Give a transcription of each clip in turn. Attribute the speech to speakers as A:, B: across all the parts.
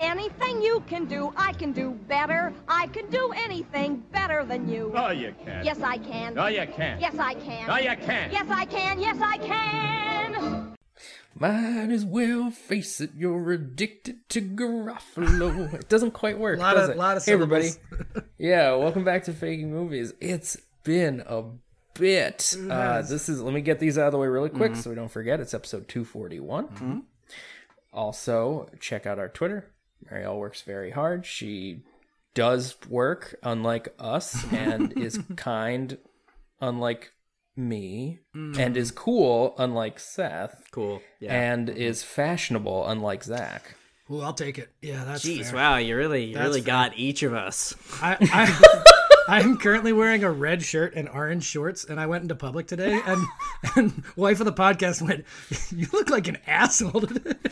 A: Anything you can do, I can do better. I can do anything better than you.
B: No, Oh, you can't.
A: Yes, I can.
B: No, you can't.
A: Yes, I can.
B: No, you can't.
A: Yes, I can. Yes, I can.
C: Might as well face it, you're addicted to Garofalo. It doesn't quite work,
D: lot
C: does
D: of-
C: it?
D: lot of
C: hey, everybody.
D: syllables.
C: yeah, welcome back to Faking Movies. It's been a bit. Uh, this is. Let me get these out of the way really quick
D: Mm-hmm.
C: so we don't forget. It's episode 241. Also, check out our Twitter. Marielle works very hard. She does work, unlike us, and is kind, unlike me,
D: Mm-hmm.
C: and is cool, unlike Seth
E: Cool. Yeah.
C: and is fashionable, unlike Zach.
D: Ooh, I'll take it. Yeah, that's
E: Jeez,
D: fair.
E: wow, you really, you
D: That's
E: really
D: fair.
E: got each of us.
D: I, I, I am currently wearing a red shirt and orange shorts, and I went into public today, and, and wife of the podcast went, "You look like an asshole." today."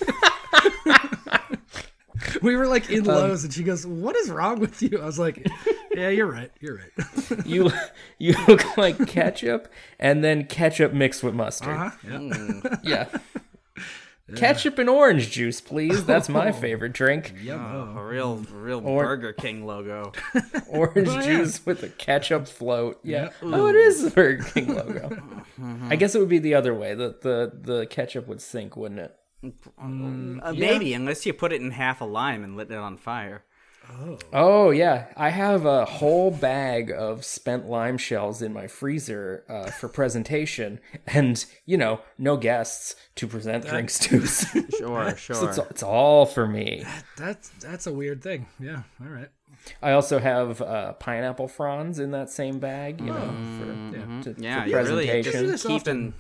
D: we were like in
E: Um,
D: Lowe's, and she goes, "What is wrong with you?" I was like, "Yeah, you're right. You're right."
C: You you look like ketchup, and then ketchup mixed with mustard.
D: Uh-huh.
C: Yeah. Ketchup and orange juice, please. That's my favorite drink.
E: A real, real Burger King logo.
C: Orange juice with a ketchup float. Yeah. Oh, it is the Burger King logo. I guess it would be the other way. The the the ketchup would sink, wouldn't it?
E: Uh, Maybe, unless you put it in half a lime and lit it on fire.
C: Oh yeah, I have a whole bag of spent lime shells in my freezer uh, for presentation, and you know, no guests to present drinks to. so
E: Sure, sure.
C: it's, it's all for me.
D: That's that's a weird thing. Yeah. All right.
C: I also have uh, pineapple fronds in that same bag. You know, for, to- for
E: Oh. Mm-hmm. yeah, you're really
C: presentation.
E: just
D: this
E: keeping,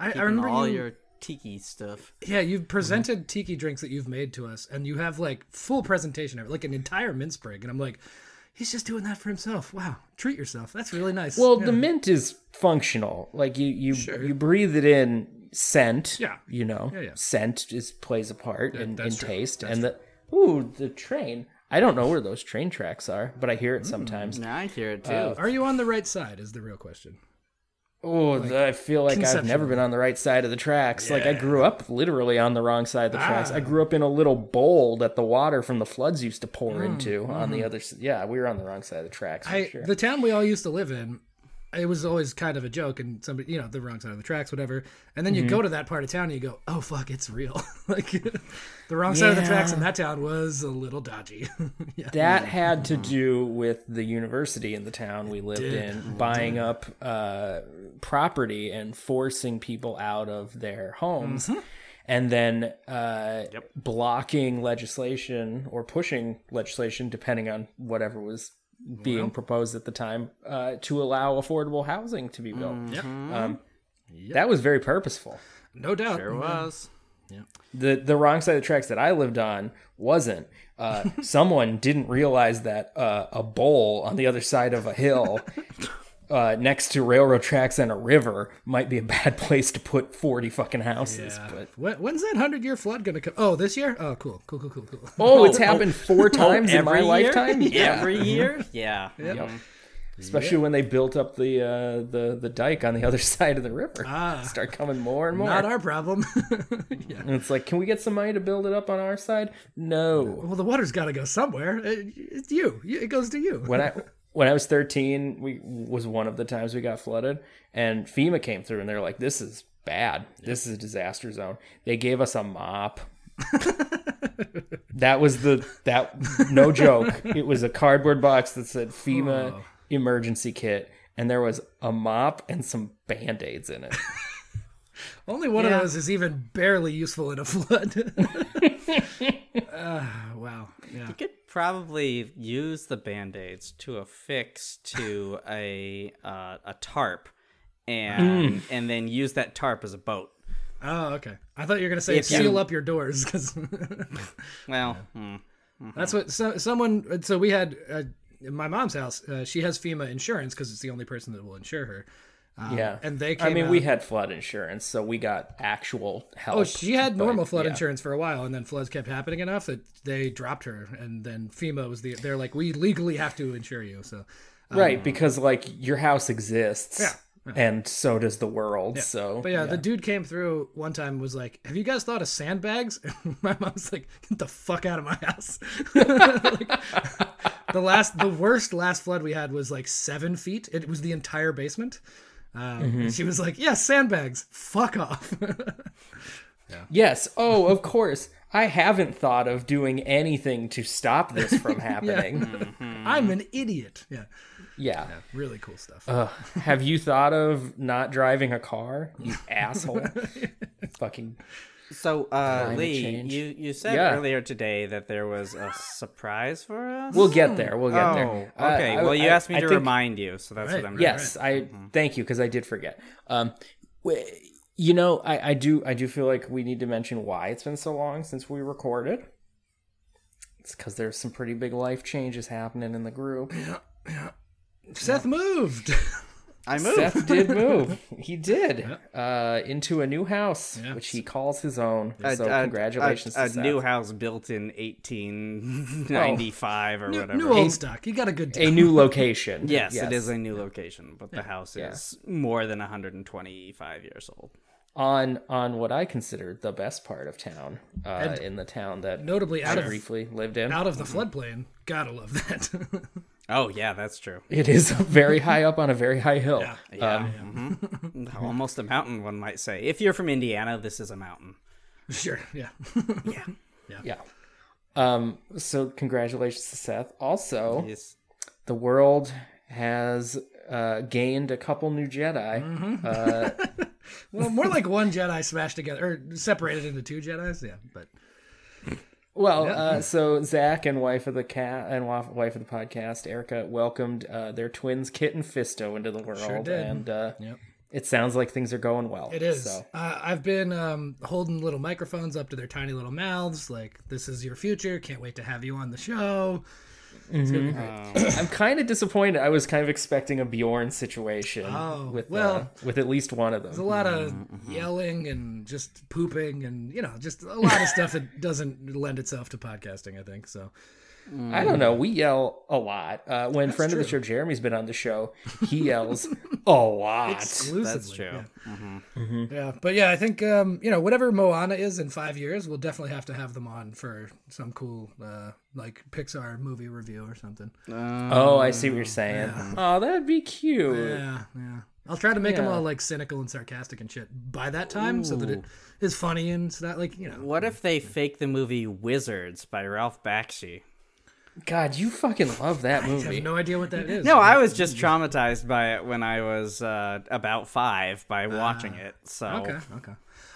D: I, I
E: keeping
D: remember
E: all
D: you,
E: your tiki stuff.
D: Yeah,
C: Mm-hmm.
D: you've presented tiki drinks that you've made to us, and you have like full presentation of it, like an entire mince break. And I'm like, he's just doing that for himself. Wow, treat yourself. That's really nice.
C: Well,
D: Yeah.
C: the mint is functional. Like you, you, you breathe it in scent.
D: Yeah.
C: You know,
D: Yeah, yeah.
C: scent is plays a part in, in
D: that's true.
C: taste. and the ooh, the train. I don't know where those train tracks are, but I hear
D: Mm,
C: it sometimes.
E: Now I hear it too.
D: are you on the right side? Is the real question.
C: Oh, I feel like I've never
D: conceptually.
C: been on the right side of the tracks. Like I grew up literally on the wrong side of the tracks.
D: Ah.
C: I grew up in a little bowl that the water from the floods used to pour into on the other. s- Yeah, we were on the wrong side of the tracks. For
D: Mm, mm-hmm. I
C: sure.
D: the town we all used to live in. It was always kind of a joke, and somebody, you know, the wrong side of the tracks, whatever. And then
C: Mm-hmm.
D: you go to that part of town, and you go, "Oh fuck, it's real!" like the wrong side of the tracks in that town was a little dodgy. yeah,
C: That had to do with the university in the town we lived in buying up uh, property and forcing people out of their homes. And then uh, blocking legislation or pushing legislation, depending on whatever was being proposed at the time, uh, to allow affordable housing to be built. Um, That was very purposeful
D: no doubt.
E: There was.
C: the the wrong side of the tracks that I lived on wasn't. Uh, someone didn't realize that uh, a bowl on the other side of a hill. Uh, next to railroad tracks and a river might be a bad place to put 40 fucking houses but
D: When, when's that hundred year flood gonna come? Oh, this year? Oh, cool, cool, cool, cool, cool.
C: oh it's happened four times in my
E: Every year?
C: lifetime
E: Every year? Yeah.
C: especially when they built up the uh the the dike on the other side of the river start coming more and more
D: Ah. Not our problem.
C: and it's like can we get some money to build it up on our side no
D: well, the water's got to go somewhere. It, it's you. You- It goes to you.
C: when I when I was 13, we was one of the times we got flooded, and FEMA came through, and they're like, "This is bad. This is a disaster zone." They gave us a mop. that was the that no joke. It was a cardboard box that said FEMA emergency kit, and there was a mop and some band aids in it.
D: Only one of those is even barely useful in a flood. Ah, wow. Yeah.
E: You could probably use the band-aids to affix to
C: Mm.
E: a uh, a tarp and and then use that tarp as a boat.
D: Oh, okay. I thought you were gonna say
E: If you-
D: seal up your doors because
E: Well, hmm.
D: that's what so, someone. So we had uh, in my mom's house. Uh, she has FEMA insurance because it's the only person that will insure her.
C: yeah.
D: and they
C: I
D: came
C: mean, we
D: out-
C: had flood insurance, so we got actual help.
D: Oh, she had
C: but,
D: normal flood
C: yeah.
D: insurance for a while, and then floods kept happening enough that they dropped her, and then FEMA was the. They're like, we legally have to insure you. So
C: Right, because like your house exists.
D: Um, Yeah,
C: And so does the world. So
D: But yeah, the dude came through one time and was like, "Have you guys thought of sandbags?" And my mom's like, "Get the fuck out of my house!" Like, the last, the worst last flood we had was like seven feet. It was the entire basement. Um, and She was like, "Yeah, sandbags. Fuck off."
C: Yes. Oh, of course. I haven't thought of doing anything to stop this from
D: Mm.
C: happening.
D: I'm an idiot. Yeah,
C: yeah.
D: really cool stuff.
C: Have you thought of not driving a car? You asshole. Fucking
E: so uh, Lee,
C: change.
E: you you said
C: Yeah.
E: earlier today that there was a surprise for us.
C: We'll get there. We'll get
E: oh,
C: there. Uh,
E: okay.
C: I-
E: well, you
C: I-
E: asked me
C: I
E: to
C: think-
E: remind you, so that's what I'm. doing.
C: Yes, I
E: Mm-hmm.
C: thank you because I did forget. Um, w- you know, I, I do. I do feel like we need to mention why it's been so long since we recorded. It's because there's some pretty big life changes happening in the group.
D: Seth moved.
E: I moved.
C: Seth did move. He did uh, into a new house,
D: Yeah.
C: which he calls his own.
E: A-
C: so
E: a-
C: congratulations,
E: A, a
C: to Seth.
E: new house built in 1895 or
D: New,
E: whatever.
D: new old stock. You got a good
C: a
D: deal.
C: new location.
E: Yes, it is a new location, but the house
C: Yeah.
E: is more than 125 years old.
C: on on what I consider the best part of town, uh, in the town that
D: Notably out
C: I
D: of
C: briefly lived in.
D: out of the floodplain. Gotta love that.
E: Oh yeah, that's true.
C: It is very high up on a very high hill.
E: Yeah,
C: Um, hmm
E: mhm. almost a mountain, one might say. If you're from Indiana, this is a mountain.
D: sure. Yeah.
C: Yeah. Um, so congratulations to Seth. Also,
E: Yes.
C: the world has uh, gained a couple new Jedi.
D: Mm-hmm. Well, more like one Jedi smashed together or separated into two Jedi's. Yeah, but
C: Well, uh, so Zach and wife of the cat and wa- wife of the podcast, Erica, welcomed uh, their twins Kit and Fisto into the world,
D: did.
C: and uh,
D: Yep.
C: it sounds like things are going well.
D: it is.
C: So.
D: Uh, I've been um, holding little microphones up to their tiny little mouths, like "This is your future. Can't wait to have you on the show." It's gonna be great.
C: I'm kind of disappointed. I was kind of expecting a Bjorn situation
D: Oh,
C: with
D: well,
C: uh, with at least one of them.
D: There's a lot of
E: Mm-hmm,
D: yelling and just pooping, and you know, just a lot of stuff that doesn't lend itself to podcasting. I think so.
C: I don't know. We yell a lot. Uh, when friend of the show
D: Mm. true.
C: Jeremy's been on the show, he yells a lot.
D: Exclusively,
E: That's true. Mm-hmm.
D: Yeah. Yeah, but yeah, I think um, you know whatever Moana is in five years, we'll definitely have to have them on for some cool uh, like Pixar movie review or something.
C: oh, I see what you're saying. Oh, that'd be cute.
D: Yeah, yeah. I'll try to make them
C: Yeah.
D: all like cynical and sarcastic and shit by that time, so that it is funny and it's not like you know.
E: What if they fake the movie Wizards by Ralph Bakshi?
C: God, you fucking love that
D: I
C: movie.
D: have no idea what that is.
E: No, I was just traumatized by it when I was uh, about five
C: Ah,
E: by watching it. So
D: Okay, okay.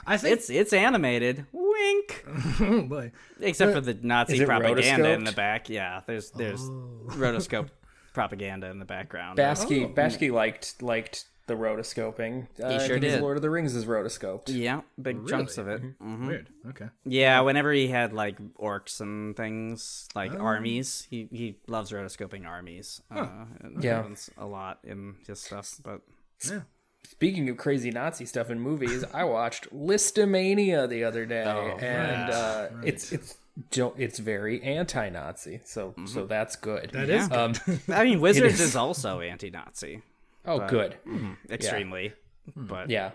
D: I think
E: it's it's animated. Wink.
D: oh boy,
E: Except for the Nazi
C: it
E: propaganda in
C: rotoscoped? Oh.
E: the back. Yeah, there's there's rotoscope propaganda in the background.
C: Baskey Baskey liked liked the rotoscoping. Uh, I
E: sure
C: think his
E: did.
C: Lord of the Rings is rotoscoped.
E: yeah, big chunks of it.
C: Mm-hmm.
D: weird. Okay,
E: Yeah, whenever he had like orcs and things, like
C: Oh.
E: armies, he, he loves rotoscoping armies. Uh, and
C: Yeah.
E: happens a lot in his stuff. But
D: yeah.
C: Speaking of crazy Nazi stuff in movies, I watched Listomania the other day,
D: Oh,
C: and uh, it's it's don't it's very anti-Nazi, so so that's good.
D: Mm-hmm. That is
C: Um,
E: I mean, Wizards
C: is.
E: is. also anti-Nazi,
C: oh, good.
E: extremely. But
C: Hmm. Yeah.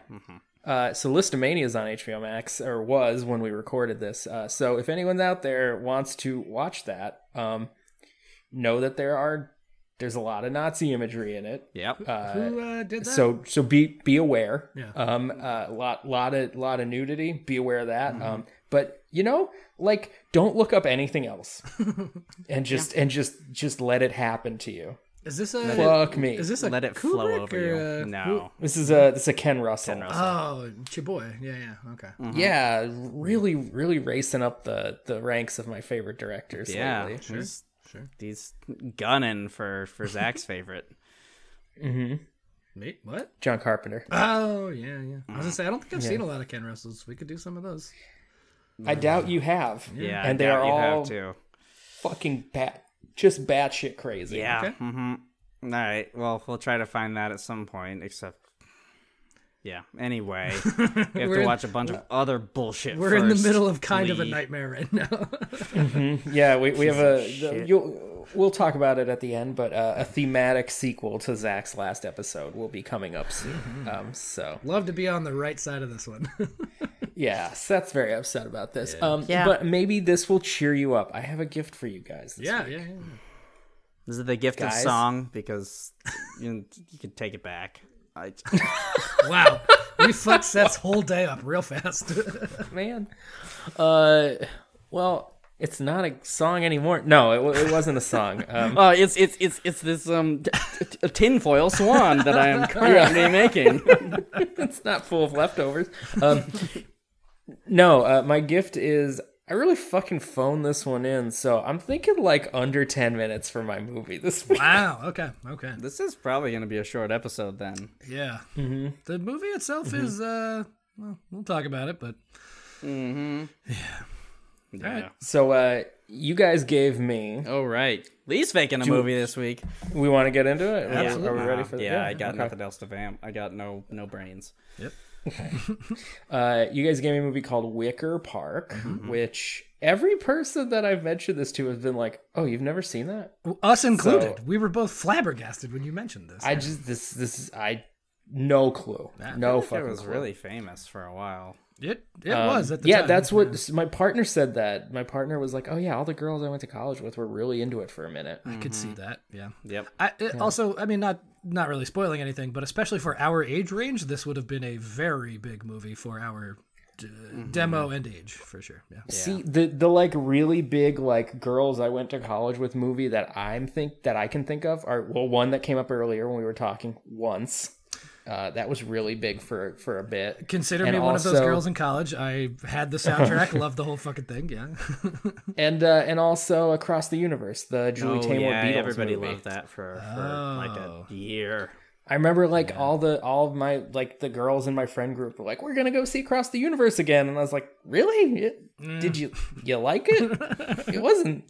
C: Uh, so Listomania is on HBO Max, or was when we recorded this. Uh, so if anyone's out there wants to watch that, um, know that there are there's a lot of Nazi imagery in it.
E: yep.
D: Who uh, did that?
C: So so be be aware.
D: Yeah.
C: Um. Uh. Lot lot of lot of nudity. Be aware of that.
D: Mm-hmm.
C: Um. But you know, like, don't look up anything else, and just and just just let it happen to you.
D: is this a
C: Fuck me.
D: is this a
E: Let it
D: Kubrick
E: flow over
D: or,
E: you.
D: uh,
E: no.
C: This is a this is a Ken Russell.
D: who- Oh, Chiboy. Yeah, yeah. Okay.
E: Mm. Mm-hmm.
C: Yeah, really, really racing up the the ranks of my favorite directors
E: Yeah.
C: lately. Mm-hmm.
E: He's, he's gunning for for Zach's favorite.
D: Me? What?
C: John Carpenter.
D: Oh yeah, yeah.
E: Mm.
D: I was gonna say I don't think I've seen a lot of Ken Russells. We could do some of those.
C: I doubt you have.
E: Mm-hmm. Yeah, I
C: and they
E: doubt
C: are
E: you
C: all
E: have to.
C: fucking bat, just batshit crazy.
E: Yeah.
D: Okay.
E: Mm-hmm. All right. Well, we'll try to find that at some point. Except, yeah. Anyway, we have
D: We're
E: to
D: in-
E: watch a bunch of other bullshit.
D: We're in the
E: first.
D: middle of kind of a
E: Lee.
D: nightmare right now.
C: Yeah, we, we have a the, you'll we'll talk about it at the end, but uh, a thematic sequel to Zach's last episode will be coming up
E: Mm-hmm.
C: soon. Um, so
D: Love to be on the right side of this one.
C: yeah, Seth's very upset about this. Um, but maybe this will cheer you up. I have a gift for you guys. this
D: yeah,
C: week.
D: yeah, yeah.
E: This is the gift of
C: Guys.
E: song because you, you can take it back. I,
D: Wow. We fucked Seth's whole day up real fast.
C: man. Uh, well, it's not a song anymore. No, it, wa- it wasn't a song. Um,
B: Uh, it's it's it's it's this um t- t- a tinfoil swan that I am currently making.
C: it's not full of leftovers. Um, no, uh, my gift is I really fucking phoned this one in, so I'm thinking like under ten minutes for my movie this week.
D: wow. Okay. Okay.
B: this is probably going to be a short episode then.
D: Yeah.
C: Mm-hmm.
D: The movie itself is. uh well, We'll talk about it, but
C: Mm-hmm.
E: yeah.
C: So uh, you guys gave me.
B: Oh right, Lee's making a movie this week.
C: We want to get into it. Are we- Are we
E: Uh,
C: ready for that?
B: Yeah, I got nothing else to vamp. I got no no brains.
C: Uh, you guys gave me a movie called Wicker Park,
B: Mm-hmm.
C: which every person that I've mentioned this to has been like, "Oh, you've never seen that?
D: us included, we were both flabbergasted when you mentioned this.
C: I just this this is I no clue. No
B: It
C: fucking
B: was
C: clue.
B: really famous for a while.
D: it it
C: Um,
D: was at the
C: yeah,
D: time.
C: that's what s- my partner said. That my partner was like, "Oh yeah, all the girls I went to college with were really into it for a minute."
D: I could see that. Yeah.
B: Yep.
D: I it, also, I mean, not not really spoiling anything, but especially for our age range, this would have been a very big movie for our d-
C: Mm-hmm.
D: demo and age for sure. Yeah.
C: See the the like really big like girls I went to college with movie that I'm think that I can think of are well one that came up earlier when we were talking once. Uh, that was really big for for a bit.
D: Consider
C: And
D: me one of those
C: also-
D: girls in college. I had the soundtrack, loved the whole fucking thing. Yeah.
C: and uh, and also across the universe, the Julie
E: Oh,
C: Taymor
E: yeah,
C: Beatles
E: everybody
C: movie. Oh.
E: loved that for, for like a year.
C: I remember like all the all of my like the girls in my friend group were like, "We're gonna go see Across the Universe again," and I was like, "Really? It- Did you you like it? it wasn't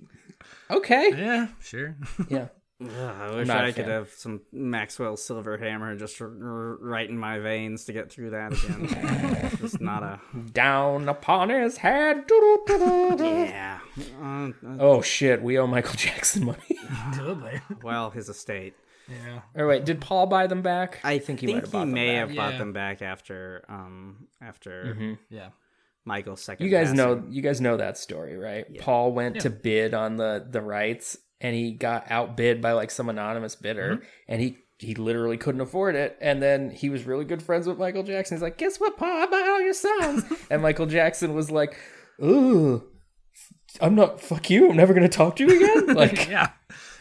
C: okay."
D: yeah. Sure.
C: Yeah,
E: Ugh, I wish
C: not a
E: I could
C: fan.
E: have some Maxwell Silver Hammer just r- r- right in my veins to get through that again. it's just not a
C: down upon his head. Doo-doo-doo-doo-doo.
E: yeah. Uh, uh,
C: Oh shit, we owe Michael Jackson money.
D: Totally.
E: well, his estate.
D: Yeah.
C: or wait, did Paul buy them back?
E: I think he,
C: would've bought them
E: may
C: back. Mm-hmm.
E: have bought
D: Yeah.
E: them back after um after
D: Yeah.
E: Michael's second.
C: You guys
E: passing.
C: know you guys know that story, right? Paul went to bid on the the rights and he got outbid by like some anonymous bidder
D: Mm-hmm.
C: and he he literally couldn't afford it and then he was really good friends with Michael Jackson. He's like, "Guess what, Paul? I bought all your songs." and Michael Jackson was like, "Ooh, I'm not fuck you. I'm never going to talk to you again." Like
D: Yeah.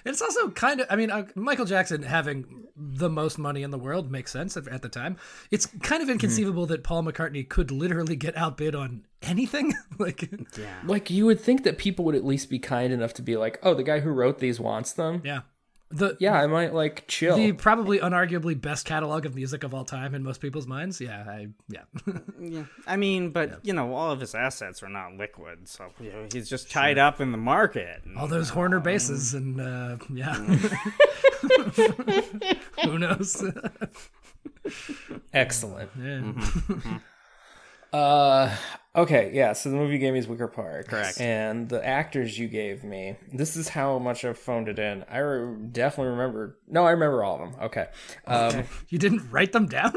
D: It's also kind of, I mean, uh, Michael Jackson having the most money in the world makes sense at, at the time. It's kind of
C: Mm-hmm.
D: inconceivable that Paul McCartney could literally get outbid on anything. like,
C: like you would think that people would at least be kind enough to be like, "Oh, the guy who wrote these wants them."
D: yeah. The,
C: Yeah, I might like chill.
D: the probably unarguably best catalog of music of all time in most people's minds. Yeah, I yeah.
E: I mean, but you know, all of his assets were not liquid, so you know, he's just tied up in the market.
D: all those Horner basses
C: Um,
D: and uh, yeah. Who knows?
C: Excellent.
D: Yeah.
C: Uh, okay, yeah. So the movie you gave me is Wicker Park,
E: Correct.
C: And the actors you gave me, this is how much I've phoned it in. I re- definitely remember. No, I remember all of them. Okay. Um,
D: you didn't write them down?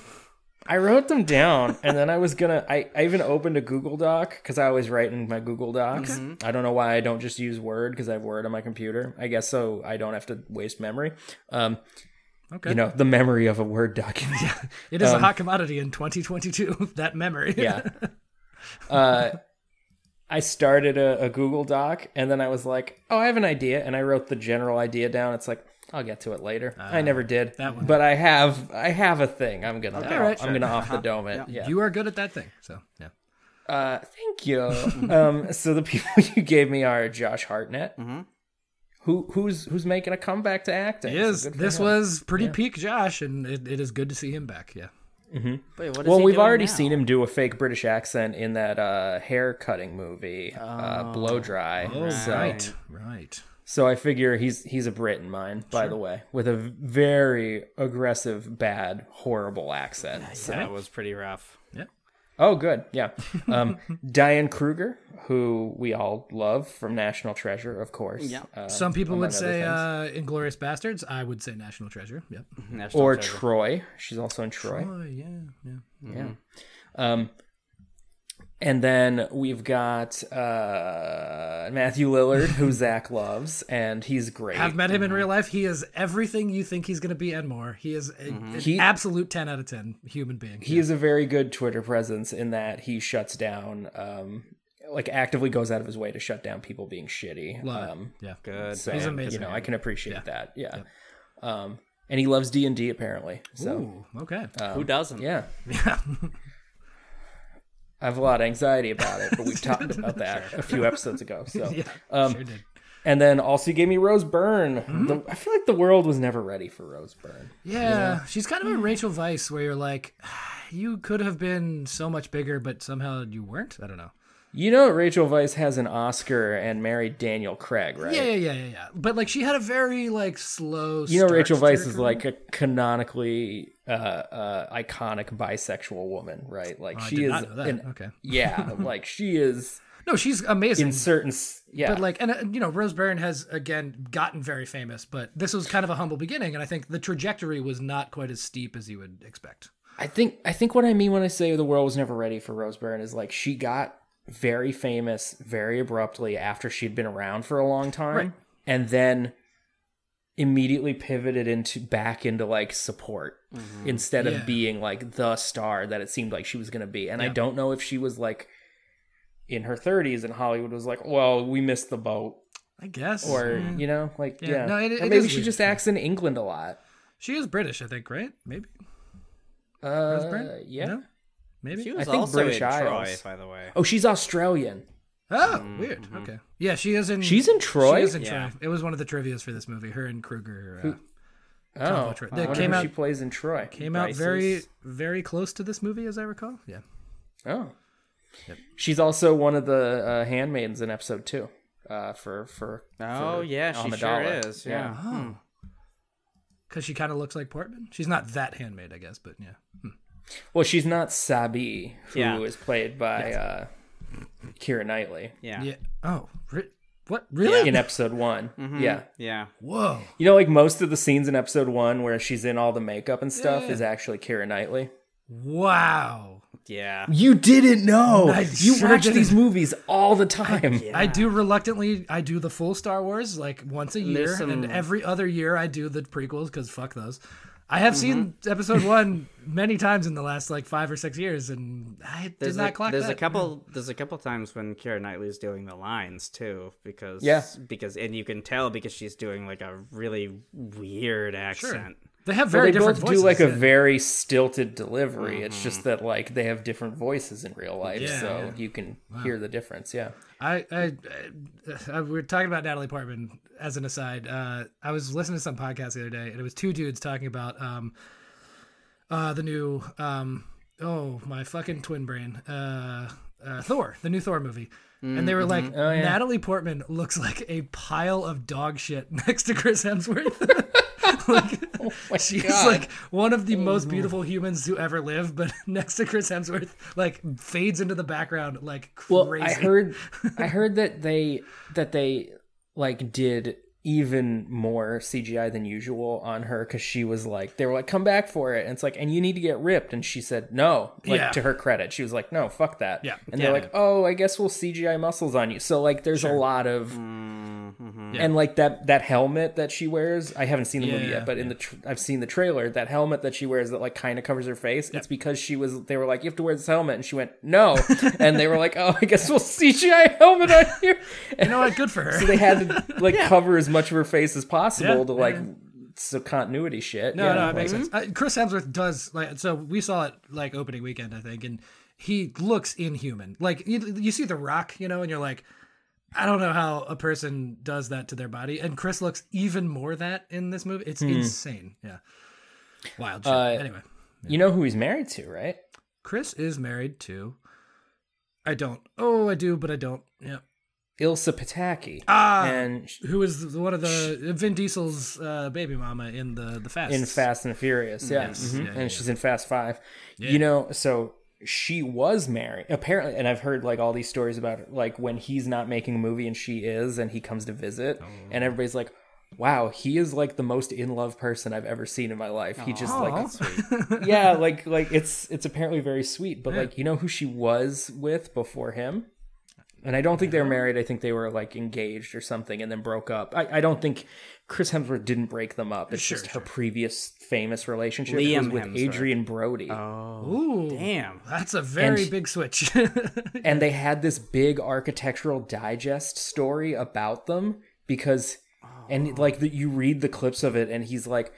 C: I wrote them down, and then I was gonna. I, I even opened a Google Doc because I always write in my Google Docs. I don't know why I don't just use Word because I have Word on my computer. I guess so I don't have to waste memory. Um,
D: Okay.
C: You know the memory of a Word document.
D: it is a hot commodity in 2022. That memory.
C: Um, yeah. Uh, I started a, a Google Doc and then I was like, oh, I have an idea. And I wrote the general idea down. It's like, I'll get to it later. I never did.
D: that one.
C: But I have I have a thing. I'm gonna
D: alright,
C: I'm gonna off the dome it. Yeah.
D: You are good at that thing. So yeah.
C: Uh, thank you. um, so the people you gave me are Josh Hartnett, who who's who's making a comeback to acting.
D: It
C: So
D: is.
C: good for
D: This
C: him.
D: was pretty peak Josh, and it, it is good to see him back. Yeah.
B: Wait, what is
C: Well,
B: he
C: we've
B: doing
C: already
B: now?
C: seen him do a fake British accent in that uh, hair cutting movie, uh, Blow Dry. so,
D: Right. Right.
C: so I figure he's he's a Brit in mine, by the way, with a very aggressive, bad, horrible accent. So-
E: That was pretty rough.
C: Oh, good. Yeah. Um, Diane Kruger, who we all love from National Treasure, of course. uh, Yeah.
D: Some people would
C: other
D: say
C: things.
D: uh, Inglorious Bastards. I would say National Treasure. Yep.
E: National
C: Or
E: Treasure.
C: Troy. She's also in Troy.
D: Oh yeah. Yeah.
C: Um, and then we've got uh, Matthew Lillard, who Zach loves, and he's great.
D: I've met him in real life. He is everything you think he's going to be and more. He is a, an
C: Mm-hmm. He-
D: absolute ten out of ten human being.
C: he is a very good Twitter presence in that he shuts down, um, like actively goes out of his way to shut down people being shitty.
D: Love it.
C: um,
D: yeah.
E: Good.
C: so,
D: He's amazing.
C: You know, I can appreciate that. Yeah. Um, and he loves D and D apparently. So uh,
D: Ooh, okay.
B: Who doesn't?
C: yeah, yeah. I have a lot of anxiety about it, but we've talked about that a few episodes ago. So um,
D: sure Mm-hmm. did.
C: And then also you gave me Rose Byrne. The- I feel like the world was never ready for Rose Byrne.
D: Yeah, she's kind of a Rachel Vice, where you're like, you could have been so much bigger, but somehow you weren't. I don't know.
C: You know, Rachel Weisz has an Oscar and married Daniel Craig, right?
D: Yeah, yeah, yeah, yeah, yeah. But like, she had a very like slow.
C: You know,
D: start
C: Rachel
D: to her
C: Weisz is
D: career.
C: like a canonically uh, uh, iconic bisexual woman, right? Like
D: Oh, I
C: she
D: did
C: is.
D: not know that.
C: an-
D: Okay.
C: Yeah, like she is
D: No, she's amazing.
C: in certain. s- Yeah,
D: But like, and uh, you know, Rose Byrne has again gotten very famous, but this was kind of a humble beginning, and I think the trajectory was not quite as steep as you would expect.
C: I think I think what I mean when I say the world was never ready for Rose Byrne is like she got very famous very abruptly after she'd been around for a long time,
D: Right.
C: and then immediately pivoted into back into like support
E: Mm-hmm.
C: instead
D: Yeah.
C: of being like the star that it seemed like she was going to be. And I don't know if she was like in her 30s and Hollywood was like, "Well, we missed the boat,"
D: I guess.
C: or you know, like yeah,
D: Mm-hmm. Yeah. No, it-
C: Or
D: it
C: maybe
D: is
C: she
D: weird.
C: just acts in England a lot.
D: she is British, I think, right? Maybe.
C: Uh,
D: Byrne?
C: yeah.
D: No? Maybe.
E: She was
C: think
E: also
C: British
E: in
C: Isles.
E: Troy, by the way.
C: Oh, she's Australian.
D: Oh, weird. Okay. Yeah, she is in.
C: She's in Troy?
D: She is in
E: Yeah.
D: Troy. It was one of the trivia's for this movie. Her and Kruger uh,
C: Oh,
D: Troy.
C: I
D: That
C: wonder
D: came
C: who
D: out-
C: She plays in Troy.
D: came out very, very close to this movie, as I recall. Yeah.
C: Oh, she's also one of the uh, handmaids in episode two. Uh, for for
E: Oh
C: for
E: yeah, she
C: Amidala.
E: sure is. Yeah.
D: Because she kind of looks like Portman. She's not that handmade, I guess, but yeah.
C: Well, she's not Sabi, who is
E: Yeah.
C: played by uh, Kira Knightley
E: Yeah.
D: Yeah. Oh, re- what? Really? Mm-hmm.
C: in episode one. Yeah,
E: Yeah.
D: Whoa.
C: you know, like most of the scenes in episode one where she's in all the makeup and stuff is actually Kira Knightley.
D: Wow.
E: Yeah.
C: You didn't know.
D: I
C: Oh, you
D: sure
C: watch
D: didn't.
C: these movies all the time.
D: I do reluctantly. I do the full Star Wars like once a year,
E: There's some-
D: and every other year I do the prequels because fuck those. I have seen Episode One many times in the last like five or six years, and I
E: There's,
D: did not
E: a,
D: clock
E: there's a
D: that.
E: couple there's a couple times when Kira Knightley's doing the lines too because
C: Yeah.
E: because and you can tell because she's doing like a really weird accent.
D: They have
C: Well,
D: very
C: they
D: different
C: both
D: voices.
C: do like a
D: yeah.
C: very stilted delivery. It's just that like they have different voices in real life,
D: Yeah,
C: so
D: yeah.
C: you can hear the difference. Yeah,
D: I, I, I, we are talking about Natalie Portman as an aside. Uh, I was listening to some podcast the other day, and it was two dudes talking about um, uh, the new um, oh my fucking twin brain, uh, uh, Thor, the new Thor movie, and they
C: Mm-hmm.
D: were like,
C: Oh,
D: Natalie Portman looks like a pile of dog shit next to Chris Hemsworth. like,
C: Oh
D: she's like one of the most beautiful humans to ever live, but next to Chris Hemsworth, like fades into the background like crazy.
C: well, I heard, I heard that they that they like did even more CGI than usual on her because she was like, they were like, come back for it, and it's like, and you need to get ripped, and she said no. Like
D: Yeah.
C: to her credit, she was like, no, fuck that.
D: Yeah.
C: and they're like, oh, I guess we'll CGI muscles on you. So like, there's a lot of. and like that that helmet that she wears i haven't seen the movie
D: Yeah.
C: yet but in the tr- i've seen the trailer that helmet that she wears that like kind of covers her face it's because she was they were like you have to wear this helmet and she went no and they were like oh i guess we'll cgi helmet on here and
D: You know what? Good for her.
C: so they had to like cover as much of her face as possible
D: Yeah,
C: to like so continuity shit
D: no,
C: yeah,
D: no, it
C: like-
D: makes sense. Uh, Chris Hemsworth does like so. We saw it like opening weekend, I think, and he looks inhuman. Like you, you see The Rock, you know, and you're like, I don't know how a person does that to their body. And Chris looks even more that in this movie. It's insane. Yeah. Wild shit.
C: Uh,
D: anyway,
C: You know who he's married to, right?
D: Chris is married to. I don't. Oh, I do, but I don't. Yeah.
C: Ilsa Pataki.
D: Ah,
C: and sh-
D: who is the- one of the Vin Diesel's uh, baby mama in the the Fast?
C: in Fast and Furious, yeah. Mhm.
D: yeah,
C: and
D: yeah,
C: she's in Fast Five. You know, so she was married apparently, and I've heard like all these stories about like when he's not making a movie and she is, and he comes to visit,
D: Oh.
C: and everybody's like. Wow, he is like the most in love person I've ever seen in my life. He just like yeah, like like it's it's apparently very sweet, but like you know who she was with before him? And I don't think they were married. I think they were like engaged or something and then broke up. I, I don't think Chris Hemsworth didn't break them up. It's just her previous famous relationship
E: Liam
C: was with
E: Hemsworth. Oh,
C: Adrian Brody.
D: Ooh,
E: Damn.
D: that's a very
C: she-
D: big switch.
C: And they had this big architectural digest story about them because and like the, you read the clips of it and he's like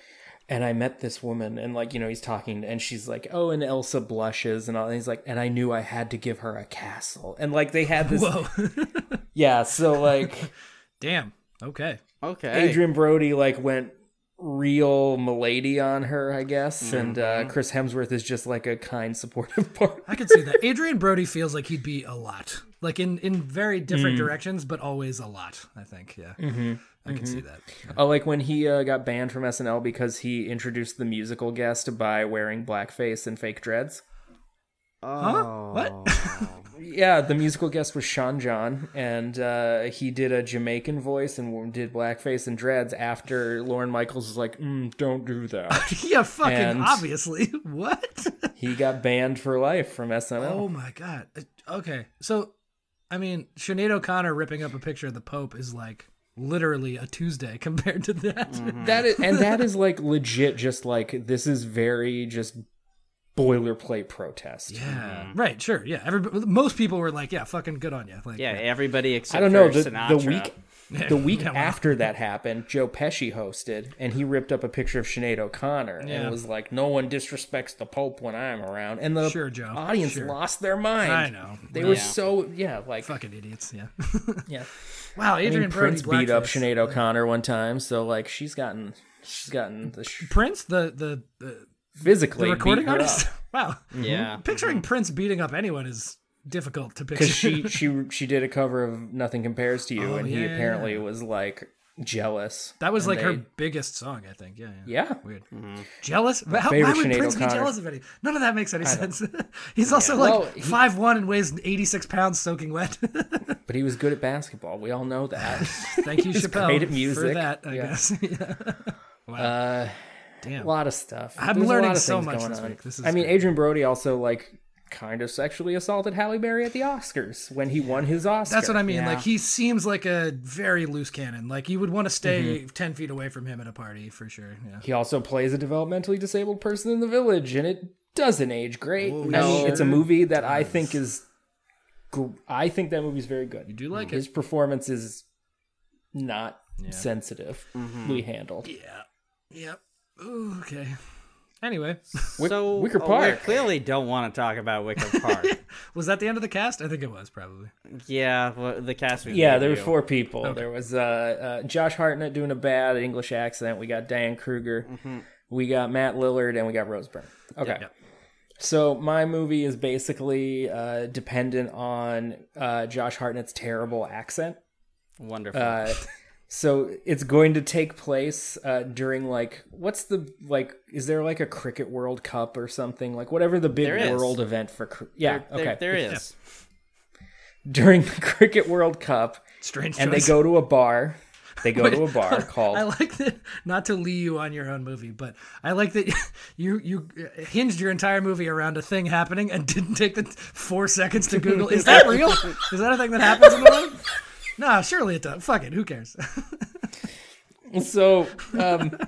C: and I met this woman and like you know he's talking and she's like oh and Elsa blushes and all and he's like and I knew I had to give her a castle and like they had this
D: Whoa.
C: yeah so like
D: Damn. Okay.
B: Okay.
C: Adrian Brody like went real milady on her I guess and uh, Chris Hemsworth is just like a kind supportive partner
D: I can see that. Adrian Brody feels like he'd be a lot, like in in very different directions, but always a lot. I think. Yeah, I can see that.
C: Oh, like when he uh, got banned from SNL because he introduced the musical guest by wearing blackface and fake dreads.
D: Huh? What?
C: Yeah, the musical guest was Sean John, and uh, he did a Jamaican voice and did blackface and dreads after Lauren Michaels was like, mm, "Don't do that."
D: yeah, fucking
C: And-
D: obviously. What?
C: he got banned for life from SNL.
D: oh my god. Uh, Okay, so I mean, Sinead O'Connor ripping up a picture of the Pope is like literally a Tuesday compared to that.
C: That is, and that is like legit. Just like this is very just boilerplate protest.
D: Yeah. Right. Sure. Yeah. Everybody, most people were like, "Yeah, fucking good on you." Like,
E: Yeah, everybody except
C: I don't know
E: for
C: the, the
E: Sinatra.
C: week the week after that happened, Joe Pesci hosted and he ripped up a picture of Sinead O'Connor
D: Yeah.
C: and was like, "No one disrespects the Pope when I'm around," and the
D: Sure, Joe.
C: audience
D: Sure.
C: lost their mind.
D: I know.
C: They were so yeah, like
D: Fucking idiots. Yeah.
C: yeah.
D: wow.
C: I
D: Adrian
C: mean, Prince
D: Brody
C: beat up
D: blackface.
C: Sinead O'Connor one time, so like she's gotten she's gotten the sh-
D: Prince, the the the,
C: physically
D: the
C: beat
D: recording
C: her up.
D: artist.
C: Hmm?
D: wow.
C: Mm-hmm.
E: Yeah.
D: Picturing Prince beating up anyone is difficult to picture.
C: because she she she did a cover of Nothing Compares to You,
D: Oh,
C: and
D: yeah,
C: he
D: yeah,
C: apparently was like jealous.
D: that was
C: and
D: like her
C: they-
D: biggest song, I think. Yeah. Yeah.
C: yeah.
D: Weird.
C: Mm-hmm.
D: Jealous? Why- How, why
C: favorite
D: would
C: Sinead
D: Prince be
C: O'Connor.
D: jealous of any? None of that makes any sense. He's also
C: Well,
D: like
C: he-
D: five one and weighs eighty six pounds soaking wet.
C: But he was good at basketball. We all know that.
D: Thank you, Chappelle,
C: great at
D: for
C: music.
D: that. I
C: Yeah.
D: guess. Yeah.
C: uh,
D: Damn.
C: a lot of stuff.
D: I'm
C: a lot
D: learning
C: of
D: so
C: things
D: much this week. This is
C: I mean,
D: good.
C: Adrian Brody also like kind of sexually assaulted Halle Berry at the Oscars when he won his Oscar.
D: That's what I mean. Like he seems like a very loose cannon. Like you would want to stay
C: Mm-hmm.
D: ten feet away from him at a party for sure. Yeah.
C: He also plays a developmentally disabled person in The Village, and it doesn't age great. I
D: Oh, No.
C: mean, it's a movie that I think is. gr- I think that movie's very good. You
D: do like
C: his performance is not sensitive. We handled.
D: Yep. Ooh, okay. Anyway,
C: Wick-
E: so
C: Wicker
E: oh,
C: Park.
E: we clearly don't want to talk about Wicker Park.
D: was that the end of the cast? I think it was probably.
E: yeah, well, the cast. We
C: Yeah,
E: gave
C: there were
E: you.
C: four people. There was uh, uh, Josh Hartnett doing a bad English accent. We got Dan Kruger.
E: Mm-hmm.
C: We got Matt Lillard, and we got Rose Byrne. Okay.
D: yep.
C: So my movie is basically uh, dependent on uh, Josh Hartnett's terrible accent.
E: Wonderful.
C: Uh, so it's going to take place uh, during like what's the like is there like a cricket World Cup or something like whatever the big
E: There is.
C: world event for cr- yeah
E: There-
C: okay
E: there is.
C: during the cricket World Cup
D: Strange.
C: and they
D: choice.
C: go to a bar. They go to a bar called
D: I like that. Not to lee you on your own movie, but I like that you you uh, hinged your entire movie around a thing happening and didn't take the four seconds to Google. Is that real? Is that a thing that happens in the world? No, surely it does. Fuck it. Who cares?
C: So, um,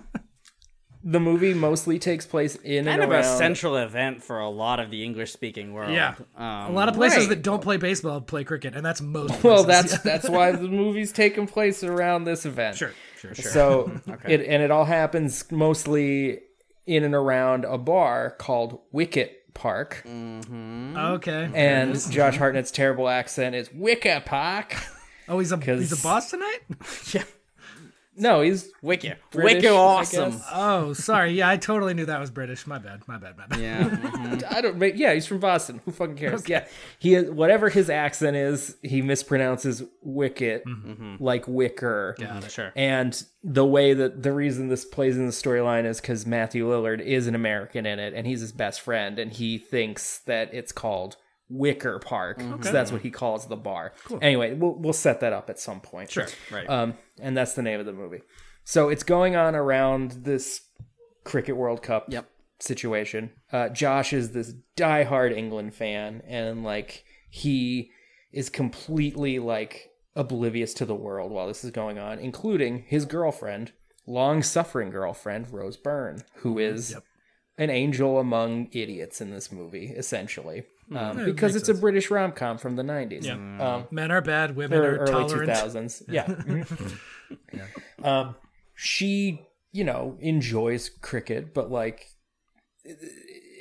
C: the movie mostly takes place in
E: Kind
C: and
E: of a
C: around-
E: central event for a lot of the English-speaking world.
D: Yeah. a
E: Um,
D: lot of places
C: right.
D: that don't play baseball play cricket, and that's most.
C: Well,
D: places.
C: that's
D: Yeah.
C: that's why the movie's taking place around this event.
D: sure, sure, sure.
C: So it and it all happens mostly in and around a bar called Wicket Park,
E: Mm-hmm.
D: okay. mm-hmm.
C: and Josh Hartnett's terrible accent is Wicket Park.
D: Oh, he's a
C: 'Cause-
D: he's a boss tonight.
C: No, he's
B: Wicca.
C: British,
B: Wicca
C: I
B: awesome.
C: guess.
D: Oh, sorry. Yeah, I totally knew that was British. My bad. My bad. My bad.
B: Yeah.
C: I don't. but Yeah, he's from Boston. Who fucking cares? Yeah, he is. Whatever his accent is, he mispronounces "wicket" like "wicker."
D: Mm-hmm. Yeah, sure.
C: And the way that the reason this plays in the storyline is because Matthew Lillard is an American in it, and he's his best friend, and he thinks that it's called Wicker Park
D: Mm-hmm.
C: because that's what he calls the bar. Anyway, we'll we'll set that up at some point. Sure.
E: Right.
C: Um, and that's the name of the movie. So it's going on around this Cricket World Cup
B: Yep.
C: situation. Uh, Josh is this diehard England fan, and like he is completely like oblivious to the world while this is going on, including his girlfriend, long suffering girlfriend Rose Byrne, who is an angel among idiots in this movie, essentially, um, because it's a British rom com from the nineties. Um,
D: Men are bad. Women
C: or
D: are
C: early
D: tolerant.
C: two thousands. Yeah. Mm-hmm. Um, she, you know, enjoys cricket, but like,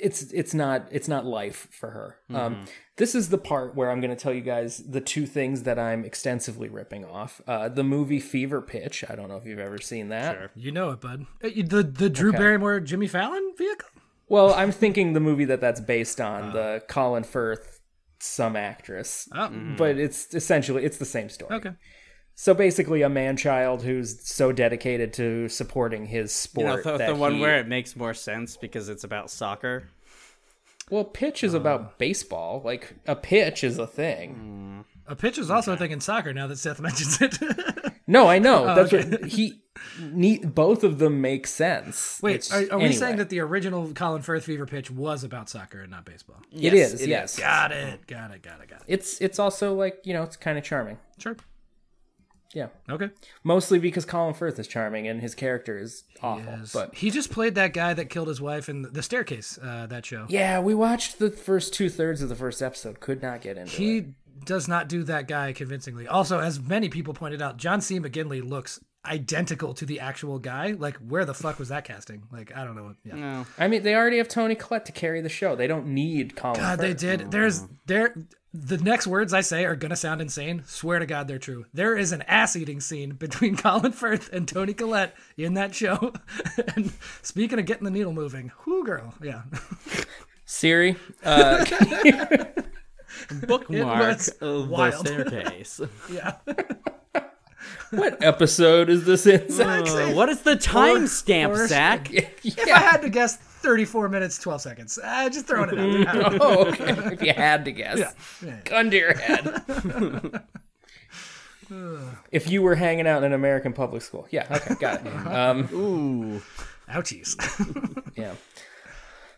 C: it's it's not it's not life for her. Um, this is the part where I'm going to tell you guys the two things that I'm extensively ripping off. Uh, the movie Fever Pitch. I don't know if you've ever seen that.
D: You know it, bud. Uh, you- The the Drew Barrymore Jimmy Fallon vehicle.
C: Well, I'm thinking the movie that that's based on, the Colin Firth, some actress,
D: Ah, Oh,
C: but it's essentially it's the same story.
D: Okay.
C: So basically, a man child who's so dedicated to supporting his
E: You
C: sport.
E: know, the,
C: that
E: the one
C: he-
E: where it makes more sense because it's about soccer.
C: well, pitch is about baseball. Like a pitch is a thing.
D: A pitch is also a thing in soccer. Now that Seth mentions it.
C: No, I know. That's what he. Ne- both of them make sense.
D: Wait,
C: It's-
D: are, are we
C: anyway,
D: saying that the original Colin Firth Fever pitch was about soccer and not baseball?
C: it is?
E: it
C: yes,
D: Got it. Got it. Got it. Got it.
C: it's it's also like you know it's kind of charming.
D: Sure.
C: Yeah,
D: Okay.
C: mostly because Colin Firth is charming and his character is awful. But
D: He just played that guy that killed his wife in the staircase. Uh, that show.
C: yeah, we watched the first two thirds of the first episode. Could not get into it.
D: He does not do that guy convincingly. Also, as many people pointed out, John C. McGinley looks identical to the actual guy. Like, where the fuck was that casting? Like, I don't know. Yeah.
C: I mean, they already have Tony Collette to carry the show. They don't need Colin. Firth.
D: God, Uh, they did. There's there. The next words I say are gonna sound insane. Swear to God, they're true. There is an ass-eating scene between Colin Firth and Tony Collette in that show. and speaking of getting the needle moving, whoo, girl, yeah,
C: Siri,
E: Bookmark
D: was
E: of the
D: wild.
E: staircase.
D: yeah.
C: what episode is this in?
E: Uh, what is the timestamp, Zach?
D: If I had to guess, 34 minutes, 12 seconds. Uh, just throwing it out there. I don't know.
C: oh, okay. If you had to guess, gun to your head. if you were hanging out in an American public school, yeah, okay, got it. Um,
D: Ouchies.
C: yeah.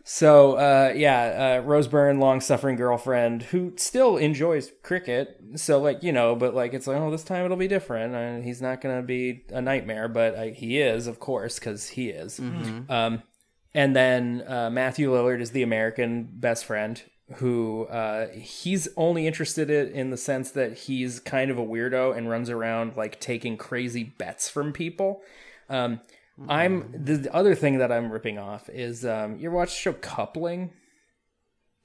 C: So uh, yeah, uh, Rose Byrne, long-suffering girlfriend who still enjoys cricket. So like you know, but like it's like oh, this time it'll be different. And he's not gonna be a nightmare, but uh, he is, of course, because he is. Um, and then uh, Matthew Lillard is the American best friend who uh, he's only interested in, in the sense that he's kind of a weirdo and runs around like taking crazy bets from people. Um, I'm the, the other thing that I'm ripping off is um, you watch the show Coupling.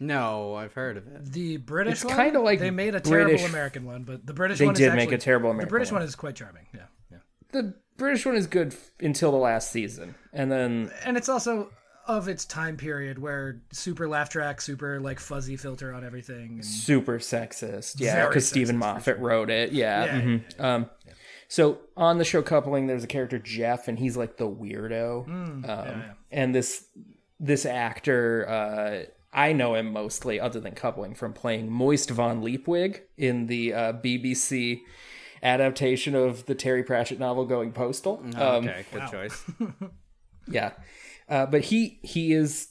E: No, I've heard of it.
D: The British
C: It's
D: one,
C: kinda like
D: they made a
C: British-
D: terrible American one, but the British
C: They
D: one
C: did
D: is
C: make
D: actually-
C: a terrible
D: The
C: American
D: British
C: one.
D: one is quite charming. Yeah, yeah.
C: The British one is good f- until the last season, and then
D: And it's also of its time period where super laugh track, super like fuzzy filter on everything. And
C: super sexist. Yeah,
D: Very
C: because Stephen Moffat wrote it. Yeah. mhm. Um, so on the show Coupling, there's a character Jeff, and he's like the weirdo. um, And this this actor, uh, I know him mostly, other than Coupling, from playing Moist von Liebwig in the uh, BBC adaptation of the Terry Pratchett novel Going Postal. Um,
E: Okay, good choice.
C: yeah. Uh, but he he is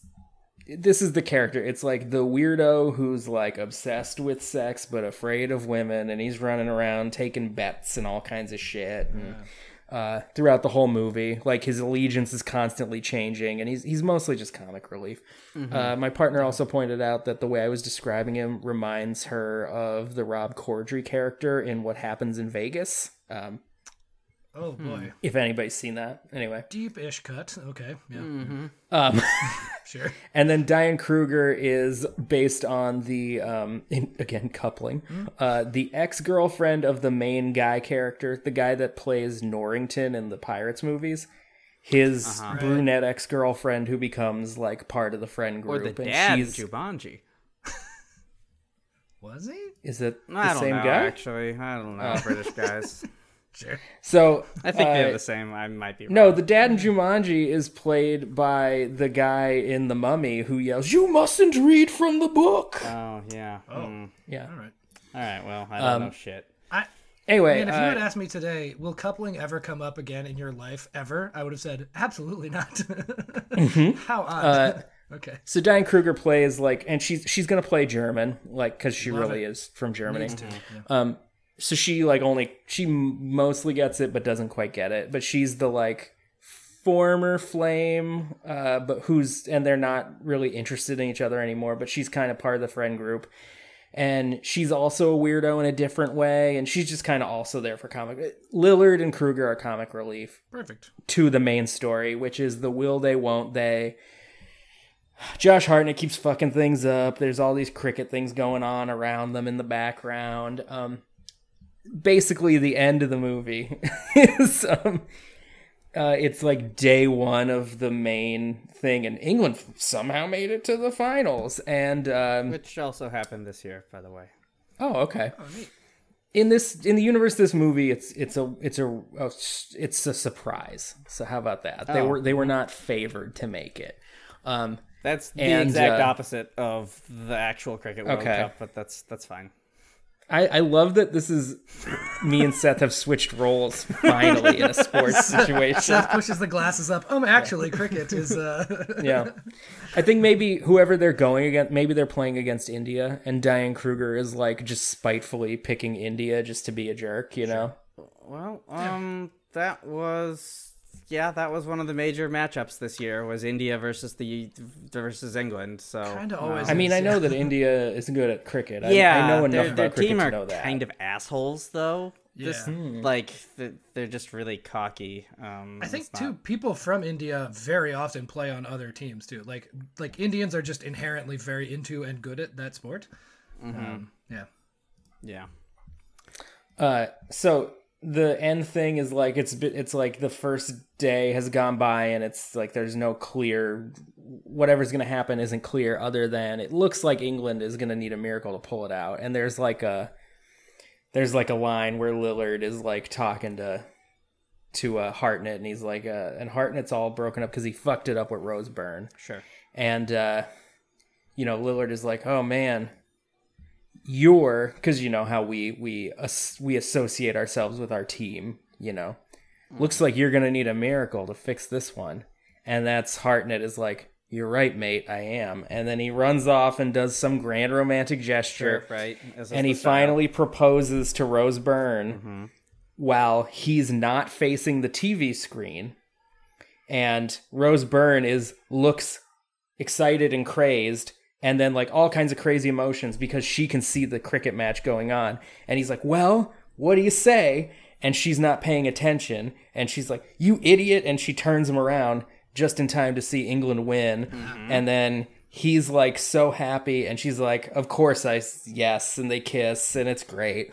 C: this is the character. It's like the weirdo who's like obsessed with sex but afraid of women and he's running around taking bets and all kinds of shit and uh, throughout the whole movie. Like his allegiance is constantly changing and he's he's mostly just comic relief. Uh, my partner also pointed out that the way I was describing him reminds her of the Rob Corddry character in What Happens in Vegas. Um,
D: Oh boy,
C: If anybody's seen that, anyway.
D: deep-ish cut. Okay, yeah,
C: Um,
D: sure.
C: and then Diane Kruger is based on the um, in, again coupling uh, the ex girlfriend of the main guy character, the guy that plays Norrington in the Pirates movies. His
E: Uh-huh.
C: brunette ex girlfriend who becomes like part of the friend
E: Or
C: group,
E: the
C: and
E: dad in
C: she's
E: Jumanji.
D: Was he?
C: is it the
E: I don't
C: same
E: know,
C: guy?
E: actually. I don't know, British guys.
C: So
E: I think
C: uh,
E: they're the same. I might be wrong.
C: No, the dad in Jumanji is played by the guy in The Mummy who yells, "You mustn't read from the book."
E: Oh, yeah. Oh.
C: yeah.
D: All right.
E: All right, well, I don't
C: Um,
E: know shit.
D: I
C: Anyway,
D: and if you
C: uh,
D: had asked me today, will coupling ever come up again in your life ever? I would have said absolutely not.
C: Mm-hmm.
D: How odd.
C: Uh,
D: okay.
C: so Diane Kruger plays like, and she's she's gonna play German, like, because she really
D: it.
C: is from Germany. Um, so she like only she m- mostly gets it, but doesn't quite get it. But she's the like former flame, uh, but who's and they're not really interested in each other anymore. But she's kind of part of the friend group. and she's also a weirdo in a different way and she's just kind of also there for comic lillard and kruger are comic relief
D: Perfect.
C: to the main story which is the will they won't they josh hartnett keeps fucking things up there's all these cricket things going on around them in the background um, basically the end of the movie is um, uh, it's like day one of the main thing and england somehow made it to the finals and um,
E: Which also happened this year, by the way.
C: Oh, okay. In this, in the universe, of this movie, it's it's a it's a a- it's a surprise. So how about that? They
E: Oh.
C: were they were not favored to make it. Um,
E: That's the
C: And,
E: exact
C: uh,
E: opposite of the actual Cricket World
C: Okay.
E: Cup, but that's that's fine.
C: I I love that this is me and Seth have switched roles finally in a sports situation.
D: Pushes the glasses up. Um, actually, cricket is. Uh,
C: Yeah, I think maybe whoever they're going against, maybe they're playing against India, and Diane Kruger is like just spitefully picking India just to be a jerk. You know?
E: Well, um, that was yeah, that was one of the major matchups this year was India versus the versus England. So
D: Kind of always.
C: I mean, I
D: is,
C: know
D: yeah.
C: that India is good at cricket. I,
E: yeah,
C: I know enough
E: their,
C: about
E: their
C: cricket
E: team
C: to
E: are
C: know that.
E: kind of assholes though. Just
D: Yeah. Hmm.
E: like th- they're just really cocky. Um,
D: I think
E: it's
D: too.
E: not-
D: People from India very often play on other teams too. Like like Indians are just inherently very into and good at that sport. Um, yeah.
E: Yeah,
C: Uh, so the end thing is like it's bi- it's like the first day has gone by and it's like there's no clear whatever's going to happen isn't clear other than it looks like England is going to need a miracle to pull it out and there's like a there's like a line where Lillard is like talking to to uh, Hartnett and he's like uh, and Hartnett's all broken up cuz he fucked it up with Roseburn
E: sure.
C: and uh, you know Lillard is like, "Oh man, you're because you know how we we as- we associate ourselves with our team. You know,
E: Mm-hmm.
C: looks like you're gonna need a miracle to fix this one." And that's Hartnett is like, "You're right, mate. I am." And then he runs off and does some grand romantic gesture,
E: Right. This is
C: and
E: the Mm-hmm.
C: he
E: style.
C: finally proposes to Rose Byrne while he's not facing the TV screen. And Rose Byrne is looks excited and crazed and then like all kinds of crazy emotions because she can see the cricket match going on. And he's like, "Well, what do you say?" And she's not paying attention and she's like, "You idiot." And she turns him around just in time to see England win.
E: Mm-hmm.
C: And then he's like so happy and she's like of course i s- yes and they kiss and it's great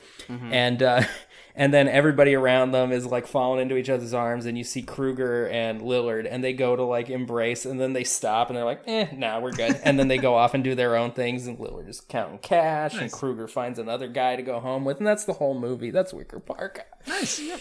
C: and uh and then everybody around them is like falling into each other's arms and you see kruger and lillard and they go to like embrace and then they stop and they're like eh nah we're good and then they go off and do their own things and lillard is counting cash and kruger finds another guy to go home with and that's the whole movie that's wicker park
D: Nice. Yeah,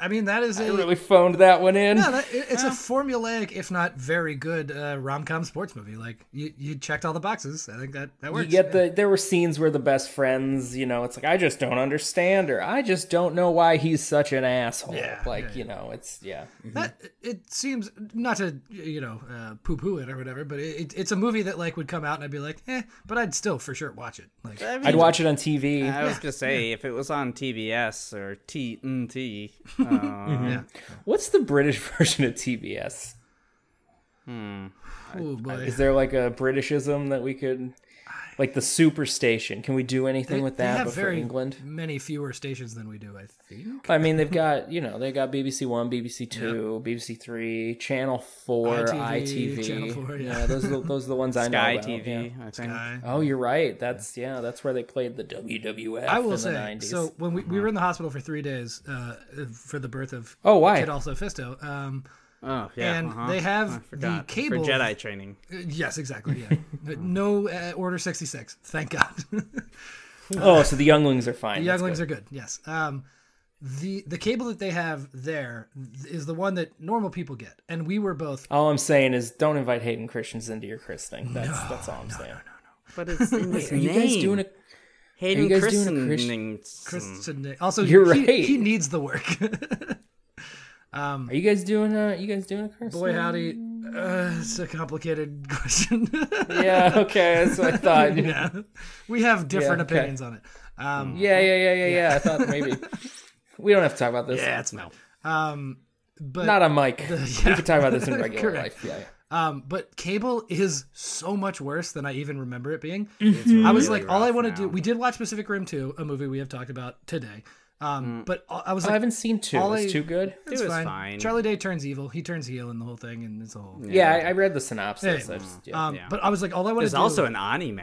D: I, I mean, that is a.
C: i really phoned that one in
D: Yeah, that, it- it's a formulaic, if not very good, uh, rom-com sports movie. Like you, you checked all the boxes. I think that that works.
C: You get the there were scenes where the best friends, you know, it's like I just don't understand her. I just don't know why he's such an asshole.
D: Yeah,
C: like
D: yeah,
C: you know, it's yeah.
D: that it seems not to you know uh, poo-poo it or whatever, but it, it's a movie that like would come out and I'd be like, eh, but I'd still for sure watch it. Like
E: I mean,
C: I'd watch it on TV.
E: I was gonna say if it was on TBS or TNT, uh,
C: What's the British version of TBS?
D: oh boy, oh,
C: Is there like a Britishism that we could? like the superstation. Can we do anything with
D: They
C: that
D: have
C: but for
D: very
C: England?
D: many fewer stations than we do, I think.
C: I mean, they've got you know they got BBC One, BBC Two, BBC Three, Channel Four, ITV.
D: ITV, Channel 4, yeah.
C: those are the, those are the ones I know.
E: Sky
C: about, yeah.
E: TV, I think.
D: I-
C: Oh, you're right. That's yeah. That's where they played the WWF.
D: I will
C: in
D: say.
C: uh, the 90s.
D: So when we, we were in the hospital for three days uh, for the birth of
C: Oh, why?
D: Kid Also Fisto. Um,
E: Oh yeah,
D: And
E: uh-huh.
D: they have
E: I
D: the
E: forgot.
D: cable-
E: for Jedi training.
D: yes, exactly. Yeah. no uh, Order sixty six. Thank God.
C: oh, so the younglings are fine.
D: The
C: That's
D: younglings
C: good.
D: are good. Yes. Um, the the cable that they have there is the one that normal people get, and we were both.
C: All I'm saying is don't invite Hayden Christians into your Chris thing. That's that's all I'm saying.
E: But it's in his
C: Are you
E: name.
C: guys doing a
E: Hayden
C: you guys doing a
E: christening.
D: Christian, also,
C: You're
D: he,
C: right.
D: He needs the work.
C: Are you guys doing a you guys doing a Chris?
D: Boy, howdy. Uh, it's a complicated question.
C: Yeah, okay, that's what I thought. Yeah,
D: yeah. We have different
C: Yeah, okay.
D: opinions on it.
E: Mm.
D: Um,
C: yeah, yeah, yeah, yeah. I thought maybe we don't have to talk about this.
D: yeah, it's no. Um, but
C: Not on mic. We
D: yeah.
C: could talk about this in regular
D: Correct.
C: life. Yeah, yeah.
D: Um, but cable is so much worse than I even remember it being. I was like, all I want to do. We did watch Pacific Rim 2, a movie we have talked about today. Um,
E: Mm.
D: but all- I was
E: Oh,
C: I
D: like,
C: haven't seen two.
D: all
C: It's
D: I-
C: too good.
D: it's
E: It was
D: fine.
E: fine.
D: Charlie Day turns evil. He turns heel in the whole thing, and it's a whole.
C: Yeah, I, I read the synopsis.
D: Yeah.
C: I just, yeah.
D: Um, But I was like, all I want to
E: There's
D: do.
E: also an anime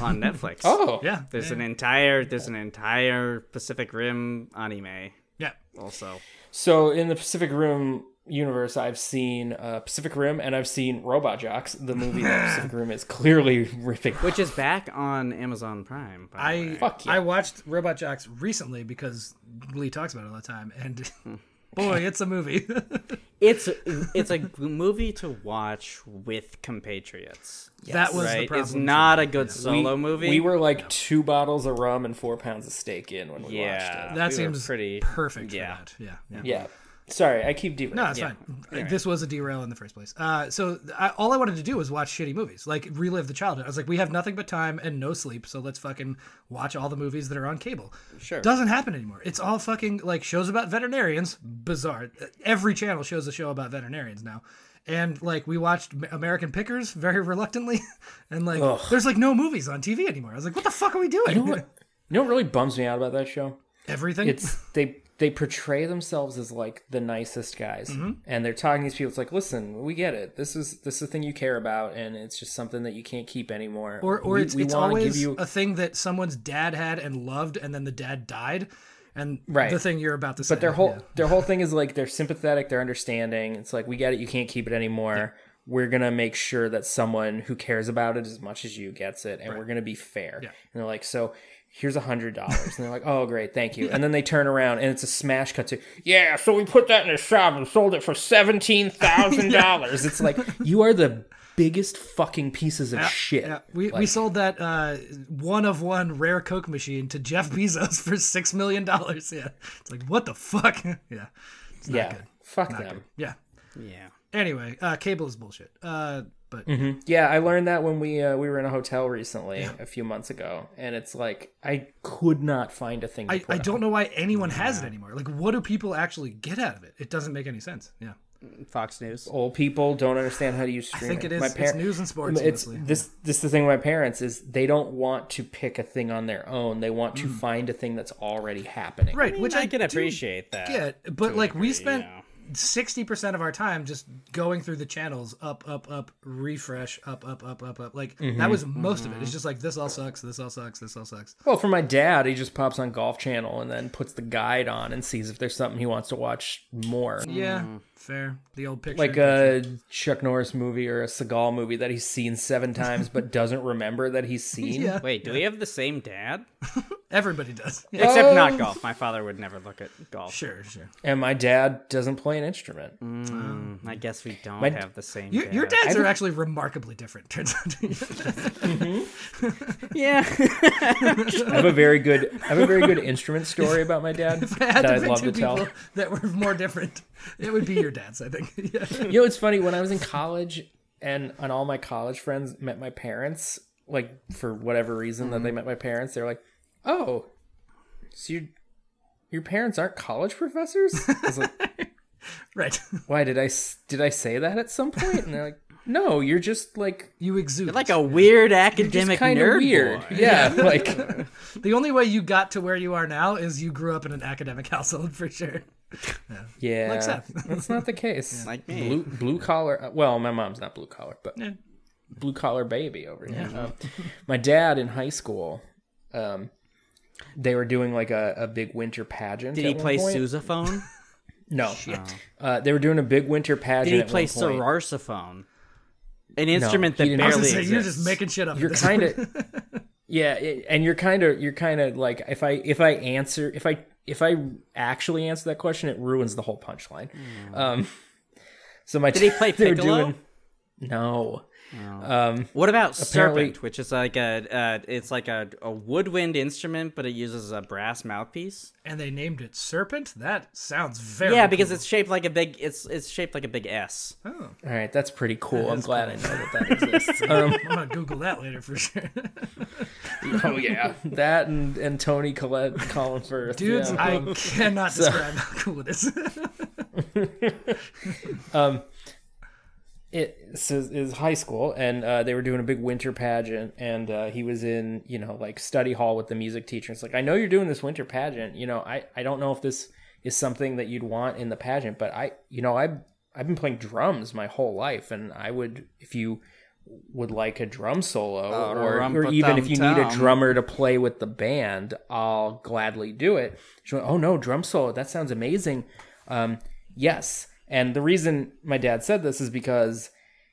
E: on Netflix.
C: oh,
D: yeah,
E: There's
D: yeah,
E: an entire there's an entire Pacific Rim anime
D: yeah.
E: also.
C: So in the Pacific Rim universe, I've seen uh, Pacific Rim and I've seen Robot Jocks, the movie that Pacific Rim is clearly ripping.
E: Which is back on Amazon Prime. By the
D: I
E: way.
C: Fuck yeah.
D: I watched Robot Jocks recently because Lee talks about it all the time, and
E: Hmm.
D: boy, it's a movie.
E: it's it's a movie to watch with compatriots.
D: that was the
E: Right?
D: problem.
E: It's not a good solo
C: we,
E: movie.
C: We were like two bottles of rum and four pounds of steak in when Uh, we watched
E: yeah.
C: it.
D: that
E: we were
D: seems
E: pretty
D: perfect.
E: yeah.
D: for that. yeah, yeah.
C: Yeah. Sorry, I keep deep.
D: No, it's fine. This was a derail in the first place. Uh, so th- I, all I wanted to do was watch shitty movies, like relive the childhood. I was like, we have nothing but time and no sleep, so let's fucking watch all the movies that are on cable. Sure. Doesn't happen anymore. It's all fucking like shows about veterinarians. Bizarre. Every channel shows a show about veterinarians now. And like we watched Ma- American Pickers very reluctantly, and like there's like no movies on TV anymore. I was like, what the fuck are we doing?
C: You know what, you know what really bums me out about that show?
D: Everything.
C: It's they they portray themselves as like the nicest guys,
D: Mm-hmm.
C: and they're talking to these people. It's like, listen, we get it. This is this is the thing you care about, and it's just something that you can't keep anymore.
D: or or
C: we,
D: it's,
C: we
D: it's
C: wanna
D: always a thing that someone's dad had and loved and then the dad died and
C: Right.
D: the thing you're about to say
C: But their whole
D: yeah.
C: their whole thing is like they're sympathetic, they're understanding. It's like we get it, you can't keep it anymore. We're gonna make sure that someone who cares about it as much as you gets it, and we're gonna be fair. And they're like, so here's a hundred dollars, and they're like, oh great, thank you. And then they turn around and it's a smash cut to yeah. So we put that in a shop and sold it for seventeen thousand dollars. It's like you are the biggest fucking pieces of shit.
D: yeah, we, we
C: Like-
D: sold that uh, one of one rare Coke machine to Jeff Bezos for six million dollars. Yeah, it's like what the fuck. yeah,
C: yeah, fuck them.
D: yeah.
E: yeah.
D: Anyway, uh, cable is bullshit. Uh, but
C: Mm-hmm. Yeah, I learned that when we uh, we were in a hotel recently a few months ago, and it's like I could not find a thing. To
D: I,
C: put
D: I
C: on.
D: don't know why anyone has it anymore. Like, what do people actually get out of it? It doesn't make any sense. Yeah,
E: Fox News.
C: Old people don't understand how to use streaming.
D: I think it is.
C: My par-
D: it's news and sports
C: It's
D: mostly.
C: this. This is the thing with my parents is they don't want to pick a thing on their own. They want to find a thing that's already happening.
D: Mm. right, which
E: Which I, can
D: do
E: appreciate that.
D: get, but like we spent sixty percent of our time just going through the channels up, up, up, refresh, up, up, up, up, up. Like
C: Mm-hmm.
D: that was most of it. It's just like this all sucks, this all sucks, this all sucks.
C: Well, for my dad, he just pops on Golf Channel and then puts the guide on and sees if there's something he wants to watch more.
D: Yeah, fair. The old picture.
C: Mm-hmm. like uh, a Chuck Norris movie or a Seagal movie that he's seen seven times but doesn't remember that he's seen.
D: Yeah.
E: Wait, do we have the same dad?
D: everybody does. Yeah,
E: Except not golf. My father would never look at golf.
D: sure, sure.
C: And my dad doesn't play an instrument.
E: I guess we don't have the same.
D: You,
E: dad.
D: Your dads are actually remarkably different. Turns out.
E: Yeah.
C: I have a very good I have a very good instrument story about my dad
D: I
C: that
D: had to
C: I'd
D: pick
C: love
D: two
C: to tell.
D: people that were more different. It would be your dad's, I think. Yeah.
C: You know, it's funny when I was in college and and all my college friends met my parents, like for whatever reason that they
B: Mm-hmm.
C: met my parents, they're like, "Oh, so your your parents aren't college professors?" I was like,
D: Right.
C: "Why did I s- did I say that at some point?" And they're like, No, you're just like
D: You exude.
B: Like a weird
C: just
B: academic
C: kind of
B: nerd
C: weird.
B: boy.
C: Yeah, like
D: the only way you got to where you are now is you grew up in an academic household for sure.
C: yeah.
D: Like Seth.
C: That's not the case.
E: Like me.
C: Blue blue collar. uh, Well, my mom's not blue collar, but blue collar baby over here. Um, my dad in high school, um, they were doing like a, a big winter pageant.
E: Did
C: at
E: he
C: one
E: play
C: point.
E: sousaphone?
C: No. Uh, they were doing a big winter pageant.
E: Did he
C: at
E: play
C: one point.
E: sarsaphone? An instrument
C: he
E: that
C: didn't. I was
D: I
E: barely
D: was gonna say,
E: exists.
D: you're just making shit up. at
C: You're
D: this
C: kind
D: point.
C: of yeah, it, and you're kind of you're kind of like if I if I answer if I if I actually answer that question, it ruins the whole punchline. Um, so my did
E: he play Piccolo?
C: no.
E: What about
C: Apparently-
E: serpent, which is like a uh, it's like a, a woodwind instrument, but it uses a brass mouthpiece.
D: and they named it Serpent. That sounds very.
E: Yeah, because
D: cool.
E: it's shaped like a big it's it's shaped like a big S.
C: All right, that's pretty cool. I'm glad I know that that exists. um,
D: I'm gonna Google that later for sure.
C: oh yeah, that and and Tony Collette, Colin Firth,
D: Dudes,
C: yeah.
D: I
E: Um,
D: cannot describe how cool it is.
C: it is is high school and uh, they were doing a big winter pageant and uh, he was in you know like study hall with the music teacher it's like i know you're doing this winter pageant you know i i don't know if this is something that you'd want in the pageant but i you know i i've been playing drums my whole life and i would if you would like a drum solo or, or even if you need a
B: Rum-pa-tum-tum.
C: drummer to play with the band i'll gladly do it she went oh no drum solo that sounds amazing um, yes and the reason my dad said this is because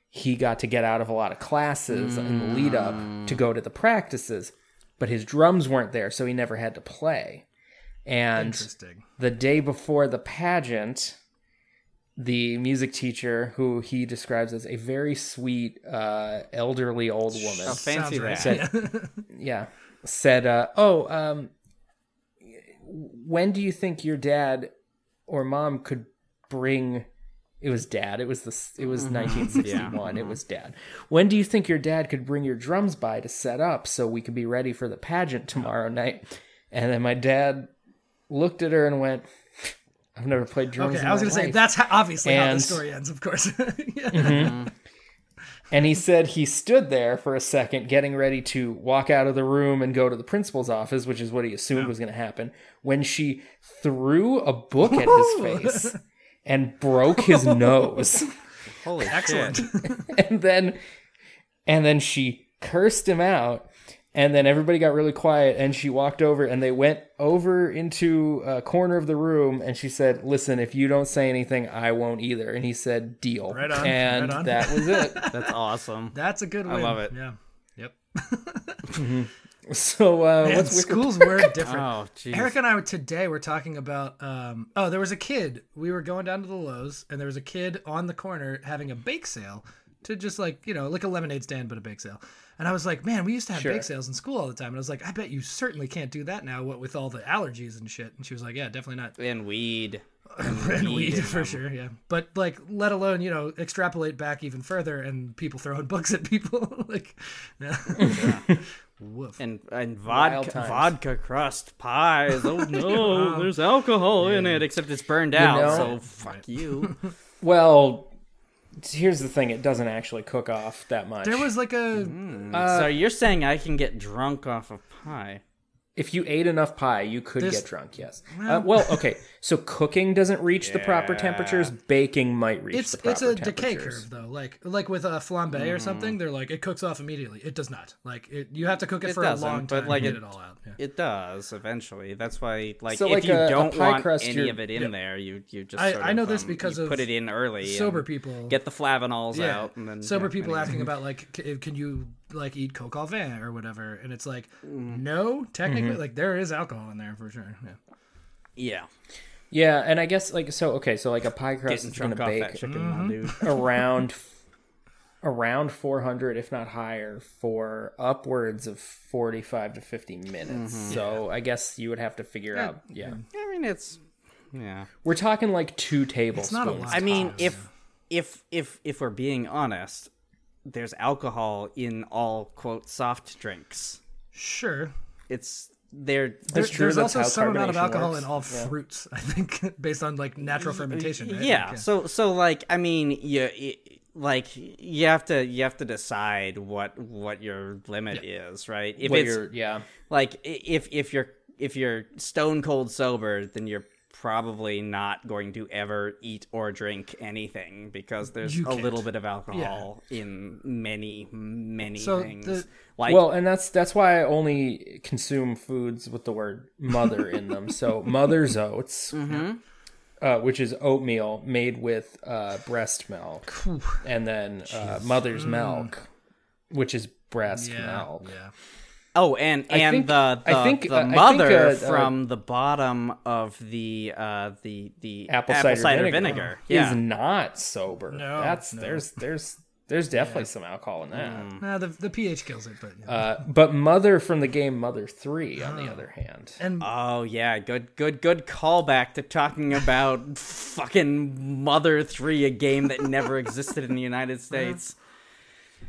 C: he got to get out of a lot of classes in the lead up to go to the practices, but his drums weren't there, so he never had to play. And
D: Interesting.
C: the day before the pageant, the music teacher, who he describes as a very sweet, uh, elderly old woman,
E: Fancy
D: Sounds
E: that.
D: right.
C: yeah said uh, oh um when do you think your dad or mom could bring it was dad it was the it was 1961 it was dad when do you think your dad could bring your drums by to set up so we could be ready for the pageant tomorrow night and then my dad looked at her and went i've never played drums
D: Okay,
C: in
D: I was
C: my
D: gonna say
C: life."
D: that's how, obviously how the
C: And-
D: story ends, of course. Yeah.
E: Mm-hmm.
C: And he said he stood there for a second, getting ready to walk out of the room and go to the principal's office, which is what he assumed was going to happen, when she threw a book at his face and broke his nose.
E: Holy
D: Excellent.
E: shit!
C: And then and then she cursed him out. And then everybody got really quiet, and she walked over, and they went over into a corner of the room, and she said, "Listen, if you don't say anything, I won't either." And he said, "Deal."
D: Right on,
C: And
D: right on.
C: that was it.
E: That's awesome.
D: That's a good win. I
E: love it.
D: Yeah. Yep.
C: So uh,
D: And
C: what's with the
D: schools were different.
E: Oh, jeez.
D: Eric and I were today were talking about um, oh there was a kid we were going down to the Lowe's and there was a kid on the corner having a bake sale to just like you know like a lemonade stand but a bake sale and I was like man we used to have bake sales in school all the time and I was like I bet you certainly can't do that now what with all the allergies and shit and she was like yeah definitely not
E: and weed.
D: and weed for sure yeah but like let alone you know extrapolate back even further and people throwing books at people like yeah. woof
E: and and vodka
C: times.
E: vodka crust pies. Oh no, there's alcohol in it, except it's burned out. so
C: know-
E: fuck you.
C: Well, here's the thing: it doesn't actually cook off that much.
D: there was like a
C: Uh,
E: so you're saying I can get drunk off of pie?
C: if you ate enough pie, you could
D: There's-
C: get drunk. Yes. Well, uh, well okay. So cooking doesn't reach the proper temperatures. Baking might reach
D: it's
C: the proper
D: it's a decay
C: temperatures.
D: curve though like like with a flambe
E: Mm-hmm.
D: or something they're like it cooks off immediately it does not like it, you have to cook it,
E: It
D: for a
E: doesn't,
D: long
E: but,
D: time
E: like,
D: to get
E: it-
D: it all out yeah.
E: It does eventually. That's why, like,
C: So,
E: if
C: like,
E: you
C: a- a
E: don't
C: pie
E: want
C: crust,
E: any
C: you're-
E: of it in there, you you just.
D: I-
E: sort
D: I know
E: of,
D: this
E: um,
D: because
E: you
D: of
E: put it in early. and
D: sober people
E: get the flavanols
D: yeah.
E: out, and then
D: sober
E: yeah,
D: people
E: anyway.
D: asking about like c- uh, can you like eat coke au vin or whatever and it's like
E: Mm.
D: no technically
E: Mm-hmm.
D: like there is alcohol in there for sure yeah
E: Yeah,
C: Yeah, and I guess like so. Okay, so like a pie crust
E: getting
C: is going
E: drunk
C: to
E: off that
C: bake
E: chicken, my dude.
C: around around 400 if not higher for upwards of 45 to 50 minutes
E: Mm-hmm.
C: so i guess you would have to figure out yeah
E: I mean, it's yeah.
C: we're talking like two tablespoons
D: not a lot.
E: I mean, if if if if we're being honest, there's alcohol in all quote soft drinks.
D: sure
E: It's they're
C: That's
D: There-
C: true,
D: there's
C: that's
D: also
C: how
D: some amount of
C: carbonation
D: alcohol
C: works.
D: in all fruits i think based on like natural fermentation right?
E: yeah.
D: Like,
E: So so like I mean, yeah, i like you have to you have to decide what what your limit is, right? If
C: what
E: it's
C: you're- yeah.
E: like i- if if you're if you're stone cold sober, then you're probably not going to ever eat or drink anything because there's
D: You
E: a little
D: can't.
E: bit of alcohol in many many
D: So
E: things.
D: the-
E: like
C: well, and that's that's why I only consume foods with the word mother in them. So mother's oats, uh, which is oatmeal made with uh, breast milk, and then uh, mother's milk, which is breast
D: Yeah,
C: milk.
D: yeah.
E: Oh, and
C: I
E: and
C: think-
E: the the,
C: I think-
E: the
C: uh, I think,
E: mother
C: uh, uh,
E: from the bottom of the uh the the
C: Apple, cider, vinegar,
E: Yeah.
C: is not sober.
D: No,
C: that's
D: no. Mm.
C: there's there's there's definitely some alcohol in that.
E: Mm.
D: Nah, the, the pH kills it, but yeah.
C: Uh, but mother from the game Mother Three, on the other hand,
D: and
E: Oh yeah, good good good callback to talking about fucking Mother 3, a game that never existed in the United States.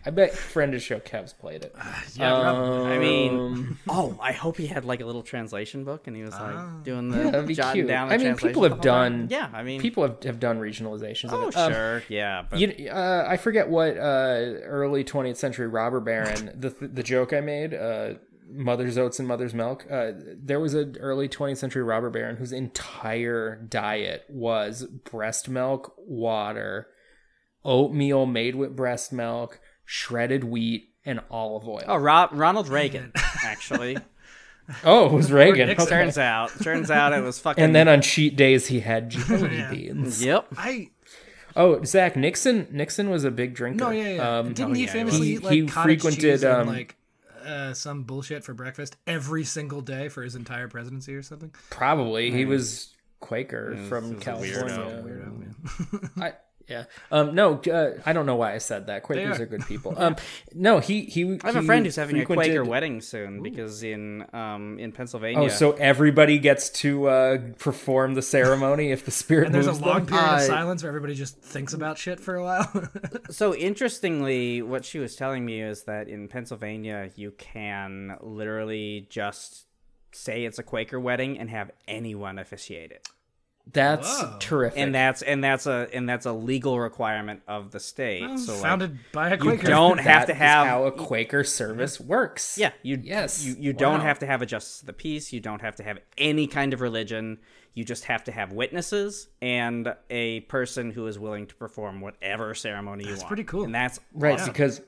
C: I bet friend of the show Kev's played it. Um,
D: yeah, probably.
E: I mean, oh, I hope he had like a little translation book and he was like doing the
C: Ah. that'd be
E: jotting
C: cute.
E: down the
C: I mean, people
E: translation
C: have
E: the whole
C: done-
E: time. Yeah, I mean,
C: People have, have done regionalizations
E: Oh,
C: of it. Um,
E: sure. yeah, but
C: you, uh, I forget what uh, early 20th century robber baron the the joke I made. Uh, mother's oats and mother's milk. Uh, there was an early 20th century robber baron whose entire diet was breast milk, water, oatmeal made with breast milk, shredded wheat, and olive oil.
E: oh,
C: Oh,
E: Ro- Ronald Reagan actually.
C: it was Reagan.
D: Nixon.
C: Okay.
E: turns out, turns out it was fucking
C: And then on cheat days he had jelly
D: Yeah.
C: beans.
E: Yep.
D: I
C: Oh, Zach Nixon. Nixon was a big drinker.
D: no, yeah, yeah.
C: Um,
D: Didn't he
E: Oh, yeah, he
D: famously
C: was.
D: eat like
C: He- he
D: cottage
C: frequented,
D: cheese and,
C: um,
D: like uh, some bullshit for breakfast every single day for his entire presidency or something?
C: Probably he was Quaker from California.
D: Weirdo, man.
C: I, yeah. Um. No. Uh, I don't know why I said that. Quakers
D: are.
C: are good people. Um. No. He. He.
E: I have a friend who's having a Quaker
C: wedding.
E: wedding soon because in um in Pennsylvania.
C: Oh, so everybody gets to uh, perform the ceremony if the spirit
D: And
C: moves
D: there's a long
C: them?
D: period of
E: I-
D: silence where everybody just thinks about shit for a while.
E: so interestingly, what she was telling me is that in Pennsylvania you can literally just say it's a Quaker wedding and have anyone officiate it.
C: That's
D: Whoa.
C: terrific.
E: And that's and that's a and that's a legal requirement of the state. so like,
D: founded by
E: you
D: a Quaker.
E: don't have to
C: That is
E: have e-
C: how a Quaker service works.
E: Yeah, you
C: Yes.
E: you, you don't
C: Wow.
E: have to have a justice of the peace. You don't have to have any kind of religion. You just have to have witnesses and a person who is willing to perform whatever ceremony you want.
D: pretty cool.
E: And that's
C: Right, because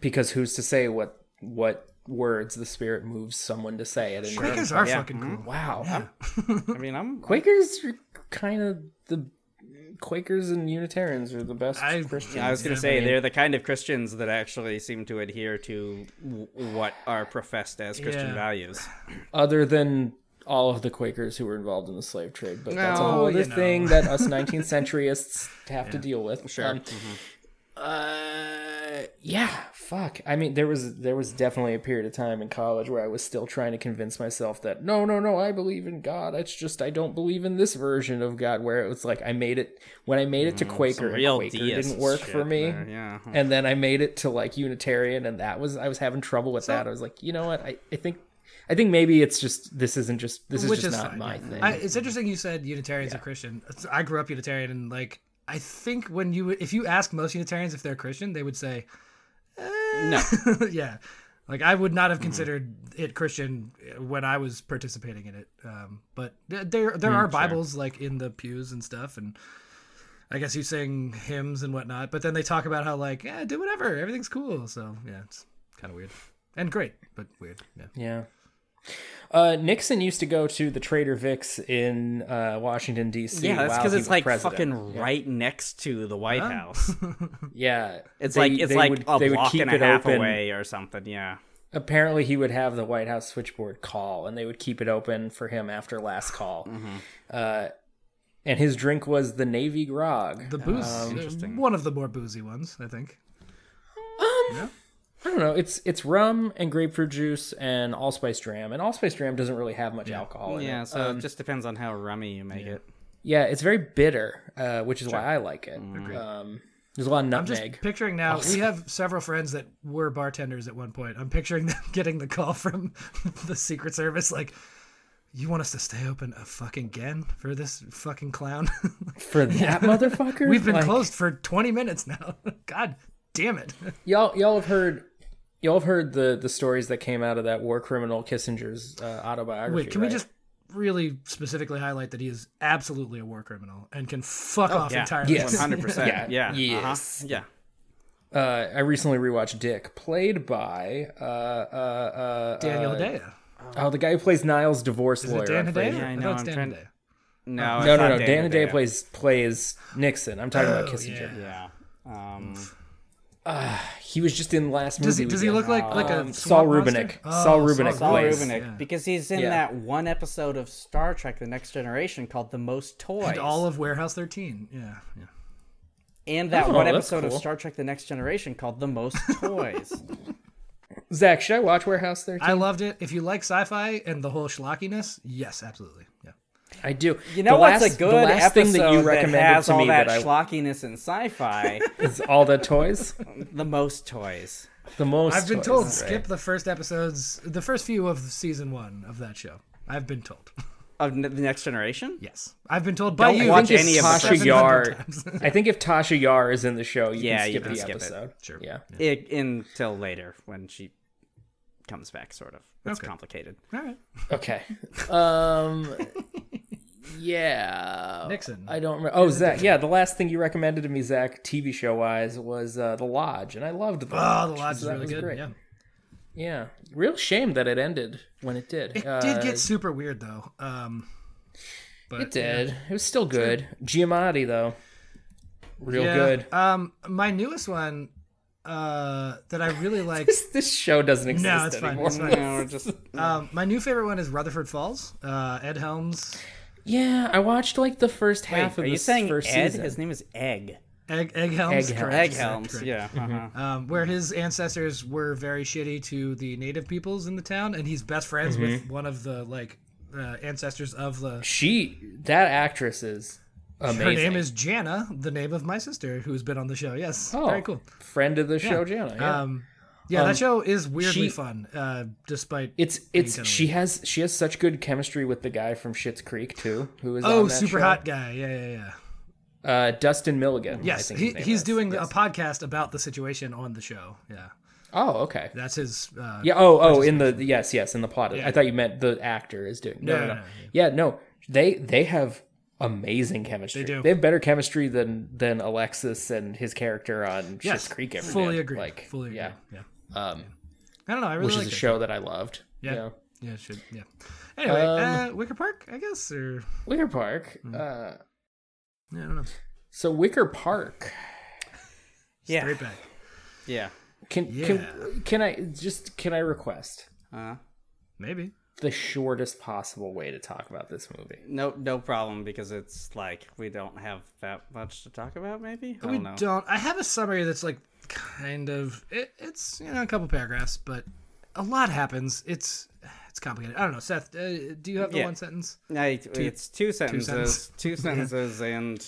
C: because who's to say what what words the spirit moves someone to say at any
D: Quakers
C: time?
D: are fucking
E: Mm-hmm.
D: cool.
C: Wow, I'm-
E: I mean, I'm
C: Quakers are kind of the Quakers and Unitarians are the best
D: I-
C: Christians.
E: I was going to say they're the kind of Christians that actually seem to adhere to w- what are professed as Christian
D: Yeah.
E: values.
C: Other than all of the Quakers who were involved in the slave trade, but that's a
D: No,
C: whole other
D: you know.
C: thing that us 19th centuryists have to deal with. Sure.
E: Mm-hmm.
C: Uh, yeah, fuck. I mean, there was there was definitely a period of time in college where I was still trying to convince myself that no, no, no, I believe in God. It's just I don't believe in this version of God. Where it was like I made it when I made it to Quaker, and
E: Mm, real
C: Quaker
E: deist
C: didn't work for
E: shit
C: me.
E: there, yeah.
C: And then I made it to like Unitarian, and that was I was having trouble with that. I was like, you know what? I, I think I think maybe it's just this isn't just this is
D: Which
C: just
D: is
C: not
D: fine,
C: my
D: yeah.
C: thing.
D: I, it's interesting you said Unitarians are Christian. It's- I grew up Unitarian, and like I think when you if you ask most Unitarians if they're Christian, they would say eh,
E: No.
D: yeah. Like I would
C: Mm-hmm.
D: not have considered it Christian eh, when I was participating in it. Um, but th- there
C: Mm,
D: there are Bibles like in the pews and stuff, and I guess you sing hymns and whatnot. But then they talk about how like yeah, do whatever, everything's cool. So yeah, it's kind of weird and great, but weird. Yeah.
C: Yeah. Uh, Nixon used to go to the Trader Vic's in uh, Washington D.C.
E: Yeah, that's
C: because
E: because it's like fucking right next to the White House.
C: yeah.
E: It's
C: They-
E: like it's
C: Uh-huh. they
E: like
C: would-
E: a
C: they would
E: block
C: keep
E: and a
C: it
E: half
C: open.
E: away or something. Yeah.
C: Apparently, he would have the White House switchboard call, and they would keep it open for him after last call.
E: Mm-hmm.
C: Uh, and his drink was the Navy grog.
D: The
E: Um,
D: booze, one of the more boozy ones, I think.
C: I don't know. It's it's rum and grapefruit juice and allspice dram, and allspice dram doesn't really have much alcohol. In
E: Yeah,
C: it.
E: so it just depends on how rummy you make it.
C: um, yeah, it's very bitter, uh, which is why I like it. Um, there's a lot of
D: Mm. I'm just
C: nutmeg.
D: picturing now. We have several friends that were bartenders at one point. I'm picturing them getting the call from the Secret Service, like, you want us to stay open a fucking again for this fucking clown?
C: for that motherfucker.
D: We've been
C: Like,
D: closed for 20 minutes now. God damn it.
C: Y'all, y'all have heard. Y'all have heard the, the stories that came out of that war criminal Kissinger's uh, autobiography.
D: Wait, can
C: right?
D: we just really specifically highlight that he is absolutely a war criminal and can fuck off
E: Oh, yeah.
D: entirely?
C: Yes.
E: 100%.
C: Yeah.
E: yeah.
C: Yes.
E: Uh-huh. Yeah.
C: Uh, I recently rewatched Dick, played by uh, uh, uh,
D: Daniel
C: uh,
D: Hedaya.
C: Oh, the guy who plays Niles' divorce
D: Is
C: lawyer.
D: it Dan
C: I'm afraid.
D: Hedaya?
E: Yeah, I know,
D: thought it's
E: I'm
D: Dan
E: trying-
D: Hedaya.
E: No, it's
C: Uh-huh. No,
E: not
C: no, no. Dan
E: Day
C: Day plays plays Nixon. I'm talking
D: Oh,
C: about Kissinger.
E: Yeah. Um,
C: He was just in the last movie.
D: Does he,
C: we
D: does he
C: did.
D: look like like a
C: Saul
D: swamp monster?
C: Rubinick.
D: Oh,
C: Saul Rubinick
E: Uh, Saul
C: plays.
E: Rubinick,
D: Rubinick. yeah.
E: because he's in
C: Yeah.
E: that one episode of Star Trek: The Next Generation called "The Most Toys,"
D: And all of Warehouse 13. Yeah, yeah.
E: and that
C: Oh,
E: one
C: that's
E: episode of
C: cool.
E: Star Trek: The Next Generation called "The Most Toys."
C: Zach, should I watch Warehouse 13?
D: I loved it. If you like sci-fi and the whole schlockiness, yes, absolutely. Yeah.
C: I do.
E: You know
C: the
E: what's
C: last,
E: a good
C: the last
E: episode
C: thing that you recommended
E: has
C: to
E: all
C: me
E: that,
C: that, I
E: schlockiness and sci-fi?
C: is all the toys?
E: the most toys.
C: The most
D: I've been
C: toys,
D: told
C: right?
D: skip the first episodes, the first few of season 1 of that show. I've been told.
E: of n- the next generation.
D: Yes. I've been told by
E: Don't
D: you.
E: watch
C: I think
E: any of
C: if
E: the
C: Tasha
E: episodes.
C: Yar.
D: 700 times.
C: I think if Tasha Yar is in the show, you
E: Yeah,
C: can
E: you
C: skip
E: can
C: the
E: skip it.
C: episode.
D: Sure.
C: Yeah.
E: I- until later when she comes back, sort of. It's
D: Okay.
E: complicated.
D: All right.
C: Okay. Um. yeah.
D: Nixon.
C: I don't remember. Oh, Zach. Yeah, the last thing you recommended to me, Zach, TV show wise, was uh, The Lodge, and I loved The
D: Oh, the
C: so
D: lodge is
C: that
D: really
C: was
D: good.
C: great.
D: Yeah.
C: Yeah. Real shame that it ended when it did.
D: It did get super weird though. Um but
C: It did. It was still good. Giamatti though. Real
D: yeah.
C: good.
D: Um my newest one uh that I really like
C: This, this show doesn't exist
D: No, it's fine.
C: anymore.
D: It's fine.
E: No, we're just
D: Um, my new favorite one is Rutherford Falls. Uh, Ed Helms,
C: Yeah, I watched like the first half
E: Are
C: of
E: you
C: this
E: saying Ed?
C: first season.
E: His name is Egg.
D: Egg, Egg Helms,
C: Egg
D: correct,
E: Egg
D: correct,
E: Helms.
D: correct.
E: Yeah. uh-huh.
C: Mm-hmm.
D: Um, where his ancestors were very shitty to the native peoples in the town, and he's best friends with
C: Mm-hmm.
D: one of the like uh, ancestors of the.
C: She that actress is amazing.
D: Her name is Jana, the name of my sister who's been on the show. Yes,
C: oh,
D: very cool.
C: Friend of the show, Jana. Yeah.
D: Um, yeah, that show is weirdly
C: she-
D: fun, uh, despite
C: It's
D: kinda
C: it's she has she has such good chemistry with the guy from Schitt's Creek too, who is
D: oh,
C: on that
D: super
C: show.
D: hot guy. Yeah, yeah, yeah.
C: Uh, Dustin Milligan. I
D: Yes,
C: think
D: he,
C: his name
D: he's
C: is.
D: doing
C: Yes.
D: a podcast about the situation on the show. Yeah,
C: Oh, okay.
D: that's his. Uh,
C: Yeah. Oh, oh, in the yes, yes, in the plot. I thought you meant the actor is doing. No,
D: No,
C: no, no.
D: no, no,
C: Yeah, no. They they have amazing chemistry.
D: do.
C: They have better chemistry than than Alexis and his character on Schitt's Creek. Ever
D: fully
C: did.
D: agree.
C: Like,
D: fully agree.
C: Yeah,
D: yeah.
C: um,
D: I don't know. I really
C: which
D: like
C: is a
D: it.
C: show that I loved.
D: Yeah.
C: yeah.
D: Yeah, it should. Yeah. Anyway,
C: Um,
D: uh, Wicker Park, I guess, or
C: Wicker Park.
D: Mm-hmm.
C: Uh,
D: I don't know.
C: so Wicker Park.
E: Yeah.
D: Right back.
E: Yeah.
C: Can
D: Yeah.
C: can can I just can I request
E: Uh,
D: Maybe.
C: the shortest possible way to talk about this movie?
E: no, no problem because it's like we don't have that much to talk about. Maybe I
D: we
E: don't know.
D: don't. I have a summary that's like kind of. It, it's you know a couple paragraphs, but a lot happens. It's it's complicated. I don't know. Seth, uh, do you have the
E: Yeah.
D: one sentence?
E: I, it's two sentences.
D: sentences.
E: Two sentences and.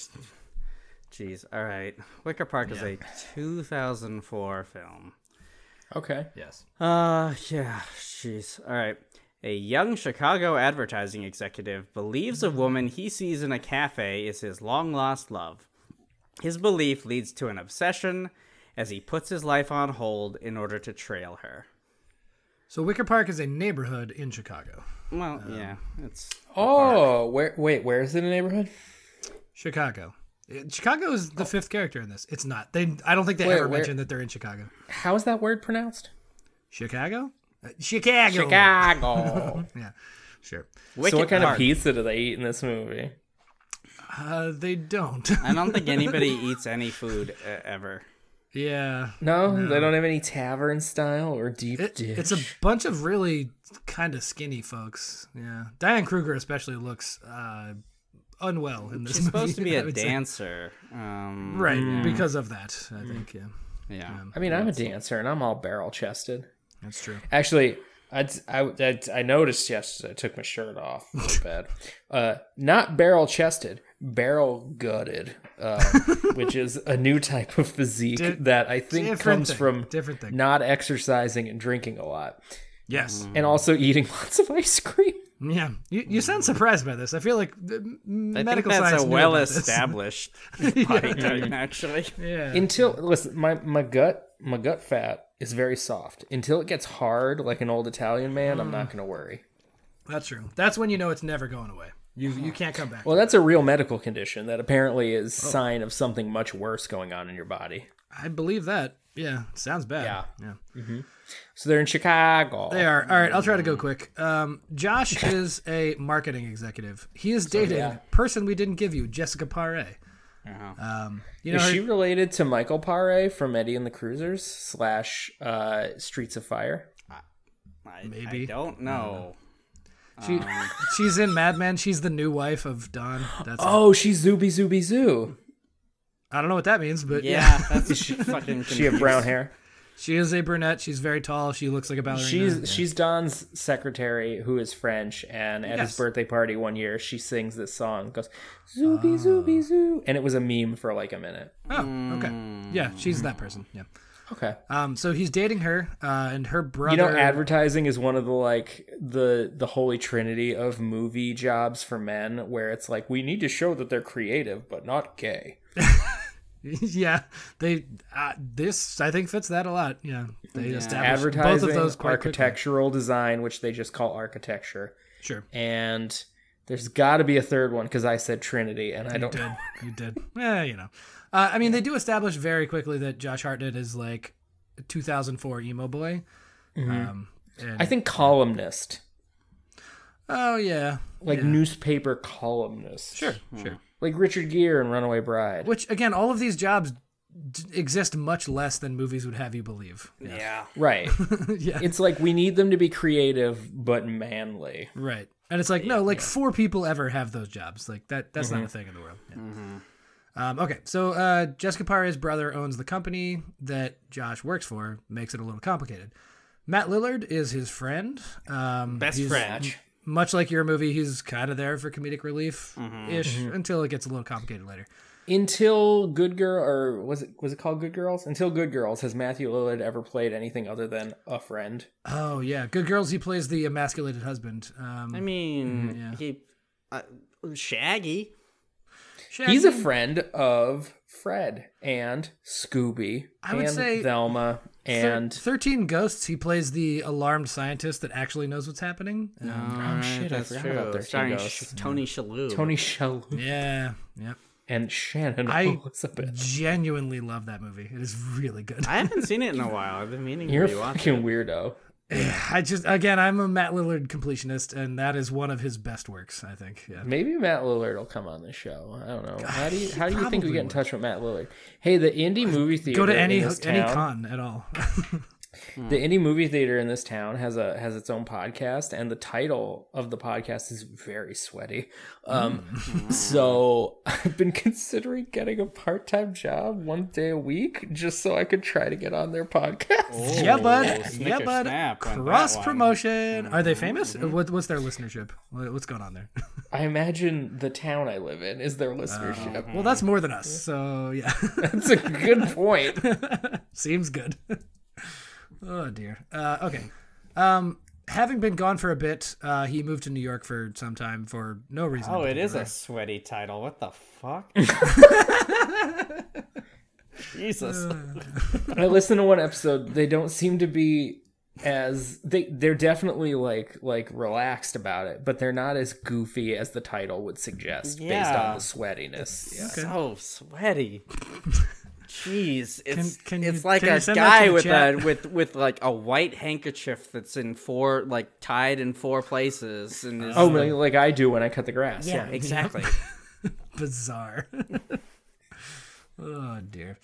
E: Jeez. All right. Wicker Park is a 2004 film.
C: Okay.
D: Yes.
E: Uh, yeah, jeez. All right. A young Chicago advertising executive believes a woman he sees in a cafe is his long lost love. His belief leads to an obsession as he puts his life on hold in order to trail her.
D: So Wicker Park is a neighborhood in Chicago.
E: Well, yeah, it's.
C: Oh, where wait, where is it in the neighborhood?
D: Chicago. Uh, Chicago is
E: Oh.
D: the fifth character in this. It's not. They. I don't think they
C: Wait,
D: ever
C: where-
D: mentioned that they're in Chicago.
C: How is that word pronounced?
D: Chicago. Uh, Chicago.
C: Chicago.
D: Yeah. Sure.
C: so
E: Wicked
C: what kind
E: Park.
C: of pizza do they eat in this movie?
D: Uh, they don't.
E: I don't think anybody eats any food uh, ever.
D: yeah.
C: No, they don't have any tavern style or deep
D: It,
C: dish.
D: it's a bunch of really kind of skinny folks. Yeah, Diane Kruger especially looks uh, unwell in this.
E: She's supposed to
D: movie,
E: be
D: I
E: a
D: would say.
E: dancer. Um,
D: right? Because of that, I think. Yeah,
E: Yeah.
C: I mean, I'm a dancer and I'm all barrel chested.
D: that's true.
C: Actually, I'd, I I'd- I noticed yesterday. I took my shirt off. My bad. Uh, not barrel chested, barrel gutted, uh, which is a new type of physique
D: Di-
C: that I think
D: different
C: comes
D: thing,
C: from
D: different thing.
C: not exercising and drinking a lot,
D: Yes,
E: Mm-hmm.
D: Mm-hmm.
C: and also eating lots of ice cream.
D: Yeah, you, you sound surprised by this. I feel like the m-
E: I
D: medical
E: think that's
D: science
E: a
D: knew about
E: well
D: this.
E: established pattern, actually.
D: Yeah,
C: until listen my my gut my gut fat is very soft until it gets hard like an old italian man i'm not gonna worry
D: that's true. That's when you know it's never going away. You you can't come back.
C: well that's a real medical condition that apparently is sign of something much worse going on in your body
D: I believe that. Yeah, sounds bad.
C: Yeah.
D: yeah.
C: so they're in chicago
D: They are. All right, I'll try to go quick. Um, Josh is a marketing executive. He is dating person we didn't give you, Jessica Paré. Um, you know,
C: Uh-huh. is
D: her-
C: she related to michael pare from eddie and the cruisers slash uh streets of fire
E: I,
D: Maybe.
E: I don't know.
D: she-
C: um,
D: she's in Mad Men. She's the new wife of Don. That's
C: oh she's zooby zooby zoo
D: I don't know what that means, but yeah.
E: Yeah, that's fucking.
C: she have brown hair
D: she is a brunette. She's very tall. She looks like a ballerina.
C: She's she's Don's secretary who is French, and at
D: Yes.
C: his birthday party one year, she sings this song, goes
D: Ah.
C: "Zooby Zooby Zoo," and it was a meme for like a minute.
D: oh, okay. Yeah, she's that person. Yeah.
C: Okay,
D: Um, so he's dating her, uh, and her brother.
C: you know, advertising is one of the like the the holy trinity of movie jobs for men, where it's like we need to show that they're creative but not gay.
D: yeah, they. Uh, this I think fits that a lot. Yeah, they establish both
C: Advertising,
D: of those quite quickly.
C: architectural design, which they just call architecture,
D: Sure,
C: and there's got to be a third one because I said trinity, and I don't.
D: did you did? Yeah, you know. Uh, I mean, they do establish very quickly that Josh Hartnett is like 2004 emo boy. Um, and,
C: I think columnist.
D: oh yeah,
C: like newspaper columnist. Sure,
D: sure.
C: Like Richard Gere and Runaway Bride.
D: Which again, all of these jobs d- exist much less than movies would have you believe.
E: Yeah.
C: Right.
D: Yeah.
C: It's like we need them to be creative but manly.
D: Right. And it's like, no, like four people ever have those jobs. Like that that's
C: Mm-hmm.
D: not a thing in the world. Yeah.
E: Mm-hmm.
D: Um, okay, so uh, Jessica Pare's brother owns the company that Josh works for, makes it a little complicated. Matt Lillard is his friend. Um,
E: Best
D: he's-
E: friend.
D: m- Much like your movie, he's kind of there for comedic relief
E: Mm-hmm.
D: ish
C: Mm-hmm.
D: until it gets a little complicated later.
C: Until Good Girl or was it was it called Good Girls? Until Good Girls has Matthew Lillard ever played anything other than a friend?
D: Oh yeah, Good Girls. He plays the emasculated husband. Um,
E: I mean, he. Uh, Shaggy.
D: Shaggy-
C: He's a friend of Fred and Scooby
D: I would
C: and
D: say
C: Velma
D: Thir-
C: and
D: 13 Ghosts, he plays the alarmed scientist that actually knows what's happening. Um,
E: Oh
C: shit, I forgot about 13
E: Starring
C: Ghosts.
E: Sh- Tony Shalhoub.
C: Tony Shell
D: yeah, yeah.
C: and Shannon
D: I-
C: Elizabeth.
D: Genuinely love that movie. It is really good.
E: I haven't seen it in a while. I've been meaning
C: You're a
E: to rewatch it.
C: fucking weirdo.
D: I just, again, I'm a Matt Lillard completionist, and that is one of his best works, I think. Yeah.
C: Maybe Matt Lillard will come on the show. I don't know. how do you how do you think we
D: probably
C: get in touch with Matt Lillard? Hey, the indie movie theater.
D: Go to
C: in
D: any
C: this
D: any
C: town-
D: con at all.
C: The indie movie theater in this town has a has its own podcast, and the title of the podcast is very sweaty. Um,
D: Mm.
C: so I've been considering getting a part time job one day a week just so I could try to get on their podcast.
D: yeah, bud.
E: snicker
D: Yeah,
E: snap on
D: bud.
E: that
D: Cross
E: one. Mm-hmm.
D: promotion. Are they famous? What, what's their listenership? What- What's going on there?
C: I imagine the town I live in is their listenership.
D: Well, that's more than us. So, yeah.
C: That's a good point.
D: Seems good. oh dear. Uh, okay. Um, having been gone for a bit, uh, he moved to New York for some time for no reason. in
E: Oh, it is a
D: particular.
E: sweaty title. What the fuck? Jesus.
D: Uh,
C: I listened to one episode. They don't seem to be as they they're definitely like like relaxed about it, but they're not as goofy as the title would suggest based on
E: Yeah.
C: the sweatiness. Yeah.
E: So sweaty. Jeez, it's
D: can
E: it's
D: you-
E: like
D: can you
E: a
D: send that to
E: guy
D: the
E: with
D: chat?
E: a with with like a white handkerchief that's in four like tied in four places and is
C: Oh, like, like I do when I cut the grass.
E: yeah, exactly.
D: bizarre. oh dear.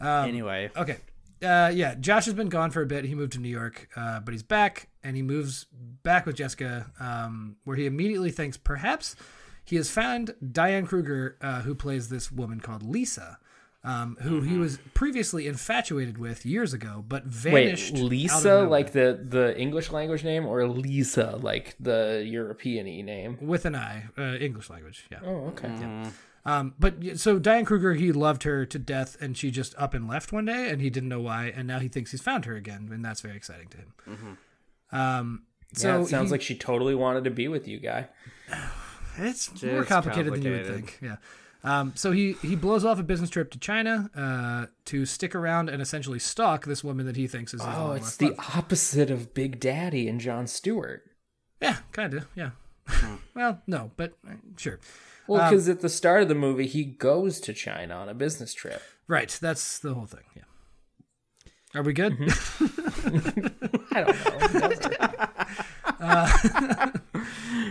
E: anyway,
D: Um, Okay. Uh, yeah, Josh has been gone for a bit. He moved to New York, uh, but he's back, and he moves back with Jessica, um, where he immediately thinks perhaps he has found Diane Kruger, uh, who plays this woman called Lisa, um, who he was previously infatuated with years ago, but
C: Mm-hmm. Wait,
D: vanished. out of
C: Lisa,
D: nowhere
C: like the the English language name, or Lisa, like the European y name?
D: with an I, uh, English language. Yeah.
C: Oh, okay.
E: Mm.
D: Um, but y- so Diane Kruger, he loved her to death, and she just up and left one day, and he didn't know why, and now he thinks he's found her again, and that's very exciting to him. Um, So
C: it sounds
D: he-
C: like she totally wanted to be with you, guy.
D: It's more
E: Just
D: complicated, than you would
E: complicated.
D: think. Yeah. Um, so he he blows off a business trip to China uh, to stick around and essentially stalk this woman that he thinks is. his
C: Oh,
D: long
C: it's
D: lost
C: the
D: love.
C: opposite of Big Daddy and John Stewart.
D: yeah, kind of yeah.
E: Hmm.
D: well, no, but uh, sure.
C: Well,
D: Um,
C: because at the start of the movie, he goes to China on a business trip.
D: Right, that's the whole thing. Yeah. Are we good?
C: Mm-hmm. I don't know.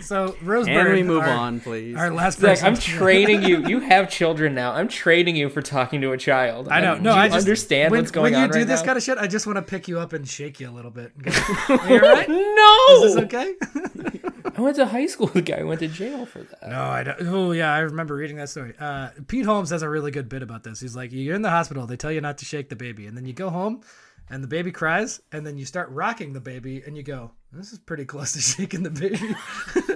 D: so Rosebud.
E: And we move
D: our-
E: on, please.
D: Our last
C: Zach,
D: person.
C: I'm training you. You have children now. I'm training you for talking to a child.
D: I know.
C: Um,
D: No,
C: do you
D: I just
C: understand
D: when,
C: what's going
D: when you
C: on
D: do
C: right
D: this
C: now?
D: kind of shit. I just want to pick you up and shake you a little bit. and go, Are you all right?
C: no.
D: Is this okay?
C: I went to high school. with The guy who went to jail for that.
D: No, I don't. Oh, yeah, I remember reading that story. Uh, Pete Holmes has a really good bit about this. He's like, you're in the hospital, they tell you not to shake the baby, and then you go home, and the baby cries, and then you start rocking the baby, and you go, this is pretty close to shaking the baby.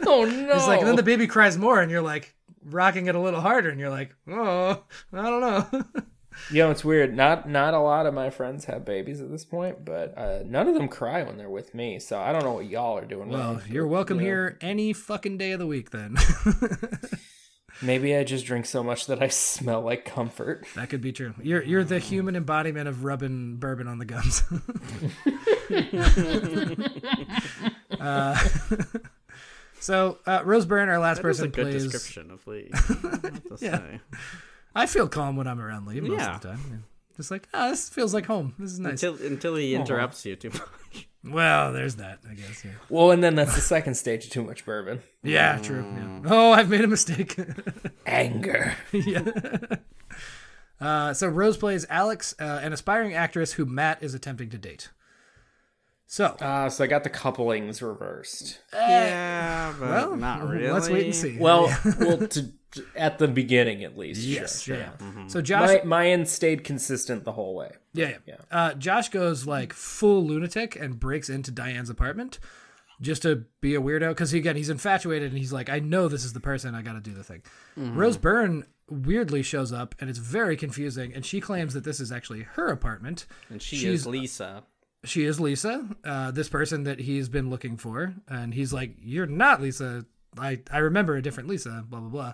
C: Oh no!
D: He's like, and then the baby cries more, and you're like, rocking it a little harder, and you're like, oh, I don't know.
C: you know, it's weird. Not not a lot of my friends have babies at this point, but uh, none of them cry when they're with me. So I don't know what y'all are doing.
D: well,
C: wrong.
D: you're welcome
C: Yeah.
D: here any fucking day of the week, then.
C: Maybe I just drink so much that I smell like comfort.
D: that could be true. You're you're the human embodiment of rubbing bourbon on the gums. uh, so uh, Rose Byrne, our last
E: That is
D: person,
E: a good
D: plays.
E: description of Lee. I have to say.
D: I feel calm when I'm around Lee most
E: Yeah.
D: of the time. Yeah. Just like, ah, this feels like home. This is nice.
E: Until until he interrupts you too much.
D: well, there's that, I guess. Yeah,
C: Well, and then that's the second stage of too much bourbon.
D: yeah true. Yeah. Oh, I've made a mistake.
C: Anger.
D: Uh, so Rose plays Alex, uh, an aspiring actress who Matt is attempting to date. So
C: Ah, so I got the couplings reversed.
E: yeah, but
D: well,
E: not really.
D: Oh, let's wait and see.
C: Well, well, to, to- at the beginning at least.
D: yes,
C: sure, sure.
D: yeah.
E: Mm-hmm.
D: So Josh,
C: My my end stayed consistent the whole way.
D: Yeah, yeah. Uh, Josh goes like full lunatic and breaks into Diane's apartment just to be a weirdo because he, again he's infatuated and he's like, I know this is the person. I got to do the thing.
E: Mm-hmm.
D: Rose Byrne weirdly shows up and it's very confusing and she claims that this is actually her apartment.
E: And she
D: She's-
E: is Lisa.
D: She is Lisa, uh, this person that he's been looking for, and he's like, "You're not Lisa. I I remember a different Lisa." Blah blah blah.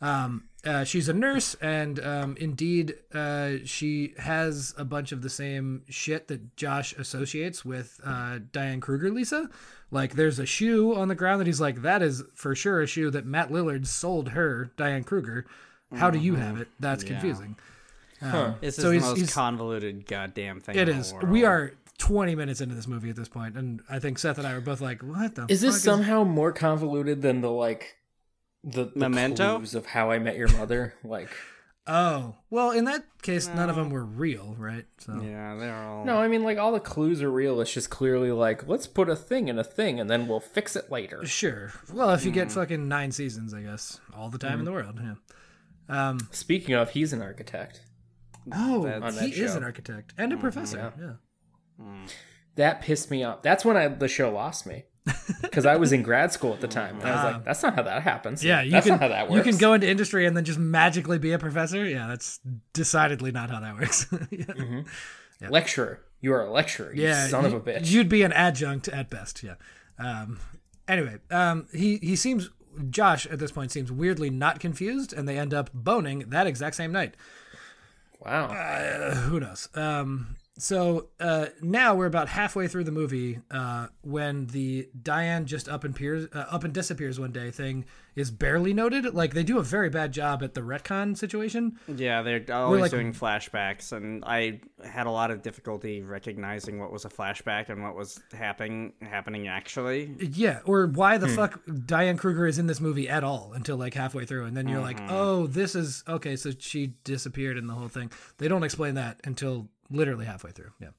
D: Um, uh, she's a nurse, and um, indeed, uh, she has a bunch of the same shit that Josh associates with uh, Diane Kruger Lisa. Like, there's a shoe on the ground that he's like, "That is for sure a shoe that Matt Lillard sold her, Diane Kruger." How do you have it? That's confusing.
E: This is
D: So
E: the
D: he's-
E: most
D: he's-
E: convoluted goddamn thing.
D: It
E: in the
D: is.
E: world.
D: We are 20 minutes into this movie at this point, and I think Seth and I were both like, "What the?
C: Is
D: fuck
C: this somehow more convoluted than the like the, the
E: Memento?
C: clues of how I met your mother? Like
D: Oh, well, in that case, none of them were real, right? So
E: Yeah, they're
D: Oh.
E: all.
C: no, I mean like all the clues are real. It's just clearly like let's put a thing in a thing and then we'll fix it later.
D: sure. Well, if you
C: Hmm.
D: get fucking nine seasons, I guess all the time in the world. Yeah.
C: Speaking of, he's an architect.
D: Oh,
E: That's-
C: that
D: he is
C: show. Hmm,
D: an architect and a professor. Yeah.
C: That pissed me off. That's when I the show lost me. Because I was in grad school at the time, and I was like, "That's not how that happens.
D: Ah. Yeah, you
C: that's
D: can
C: not how that works.
D: you can go into industry and then just magically be a professor. Yeah, that's decidedly not how that works. yeah,
C: lecturer. You are a lecturer. You
D: Yeah,
C: son of
D: you-
C: a bitch.
D: You'd be an adjunct at best. Yeah. Um, anyway, um, he he seems Josh at this point seems weirdly not confused, and they end up boning that exact same night.
C: wow.
D: who knows? Um, so uh, now we're about halfway through the movie uh, when the Diane just up and peers, uh, up and disappears one day thing is barely noted. Like they do a very bad job at the retcon situation.
E: Yeah, they're always
D: like-
E: doing flashbacks, and I had a lot of difficulty recognizing what was a flashback and what was happening happening actually.
D: Yeah, or why
E: Hmm.
D: the fuck Diane Kruger is in this movie at all until like halfway through, and then you're
E: Mm-hmm.
D: like, oh, this is okay. So she disappeared in the whole thing. They don't explain that until literally halfway through. Yeah.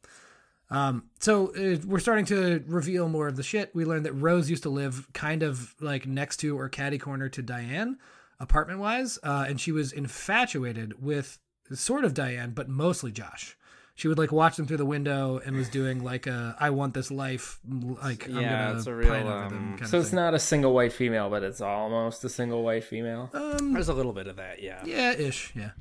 D: Um, so uh, we're starting to reveal more of the shit. We learned that Rose used to live kind of like next to or catty corner to Diane, apartment wise, uh, and she was infatuated with sort of Diane, but mostly Josh. She would like watch them through the window and was doing like a I want this life like I'm
E: Yeah,
D: gonna
E: it's a real,
D: pine over them
E: um,
D: kind of
C: So it's
D: thing.
C: not a single white
D: Uh,
C: female, but it's almost a single white female.
E: There's a little bit of that, yeah.
D: yeah ish yeah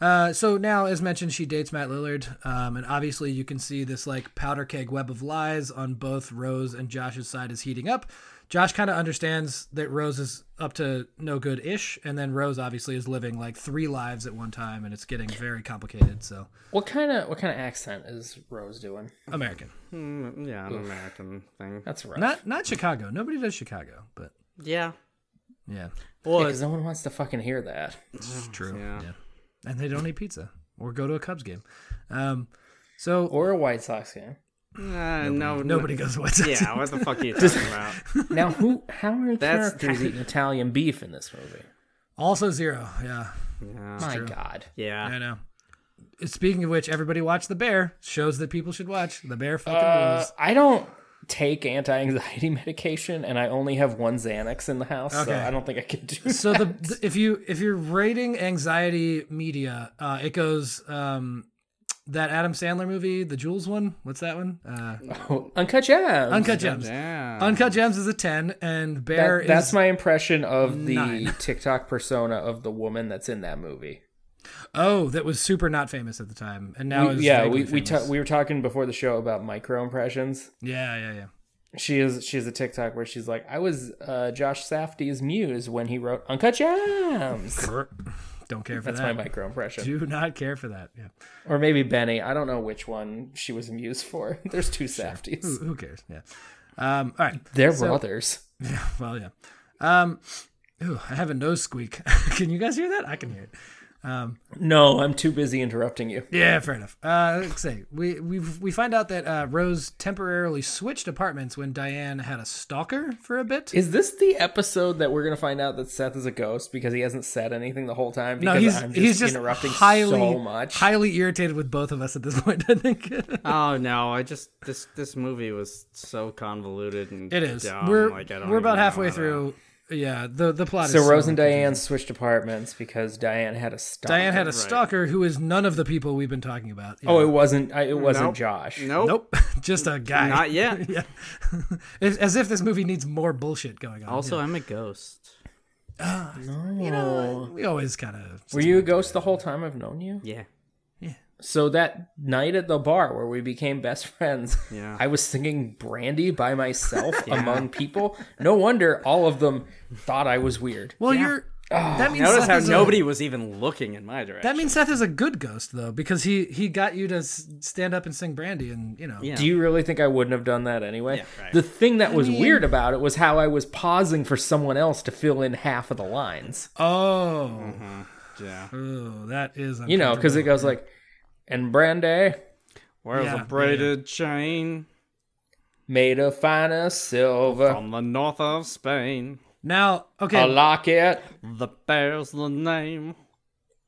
D: Uh, so now, as mentioned, she dates Matt Lillard, um, and obviously you can see this like powder keg web of lies on both Rose and Josh's side is heating up. Josh kind of understands that Rose is up to no good ish, and then Rose obviously is living like three lives at one time, and it's getting very complicated. So
C: What kind of what kind of accent is Rose doing?
D: American,
E: Mm, yeah, an American thing.
C: That's rough.
D: not not Chicago. Nobody does Chicago, but
E: Yeah.
D: yeah,
E: Well,
C: because no one wants to fucking hear that.
D: it's true.
E: yeah.
D: yeah, and they don't eat pizza or go to a Cubs game. Um, so
C: Or a White Sox game.
E: uh, no,
D: nobody goes to White Sox.
E: Yeah, what the fuck are you talking about?
C: Now, who? How many
E: That's-
C: characters eating Italian beef in this movie?
D: Also zero. Yeah.
C: My God.
E: Yeah.
D: I know. Speaking of which, everybody watch The Bear. Shows that people should watch. The Bear fucking
C: Uh,
D: rules.
C: I don't take anti-anxiety medication, and I only have one Xanax in the house,
D: Okay.
C: so I don't think I can do.
D: So the, the- if you if you're rating anxiety media, uh, it goes um, that Adam Sandler movie, the Jules one. What's that one? Uh,
C: Uncut Gems.
D: Uncut Gems.
E: Yeah.
D: Uncut Gems is a ten, and Bear
C: That,
D: is
C: that's my impression of the
D: Nine.
C: TikTok persona of the woman that's in that movie.
D: oh that was super not famous at the time, and now
C: We-
D: is
C: yeah,
D: vaguely
C: we we, ta-
D: famous.
C: we were talking before the show about micro impressions.
D: yeah yeah yeah.
C: She is she is a TikTok where she's like, I was uh, Josh Safdie's muse when he wrote Uncut Gems.
D: Don't care for
C: That's my
D: that.
C: micro impression.
D: Do not care for that. Yeah.
C: Or maybe Benny. I don't know which one she was muse for. There's two Safdies.
D: Who, who cares? Yeah. Um, all right.
C: They're brothers.
D: Well, yeah. Um, ooh, I have a nose squeak. can you guys hear that? I can hear it.
C: No, I'm too busy interrupting you.
D: Yeah, fair enough. Uh, let's see. We we we find out that uh, Rose temporarily switched apartments when Diane had a stalker for a bit.
C: Is this the episode that we're gonna find out that Seth is a ghost because he hasn't said anything the whole time? Because
D: no, he's
C: I'm just
D: he's just
C: interrupting
D: highly
C: so much.
D: highly irritated with both of us at this point. I think
E: Oh no! I just this this movie was so convoluted and
D: it is.
E: Dumb.
D: we're
E: like, I don't
D: we're
E: even
D: about
E: know
D: halfway
E: how to-
D: through. Yeah, the the plot.
C: so
D: is
C: Rose and
D: much-
C: Diane switched apartments because Diane had a stalker.
D: Diane had a stalker who is none of the people we've been talking about. Yeah.
C: Oh, it wasn't. I, it wasn't
E: Nope.
C: Josh.
E: Nope.
D: nope, just a guy.
E: Not yet.
D: yeah. It's as if this movie needs more bullshit going on.
E: Also, I'm a ghost.
D: you know, we always kind of.
C: Were you a ghost the whole time I've known you?
E: Yeah.
C: So that night at the bar where we became best friends,
E: Yeah.
C: I was singing Brandy by myself among people. No wonder all of them thought I was weird.
D: Well, you're. that means
E: Notice
D: Seth
E: how
D: is a-
E: nobody was even looking in my direction.
D: that means Seth is a good ghost though, because he he got you to s- stand up and sing Brandy, and you know.
E: Yeah.
C: Do you really think I wouldn't have done that anyway?
E: Yeah, right.
C: The thing that was weird about it was how I was pausing for someone else to fill in half of the lines.
D: Oh,
E: yeah.
D: oh, that is.
C: Mm-hmm. You know, because it goes like, and Brandy
E: Where's
D: Yeah.
E: a braided chain
C: made of finest silver,
E: from the north of Spain?
D: now. Okay,
C: a locket
E: The bear's the name.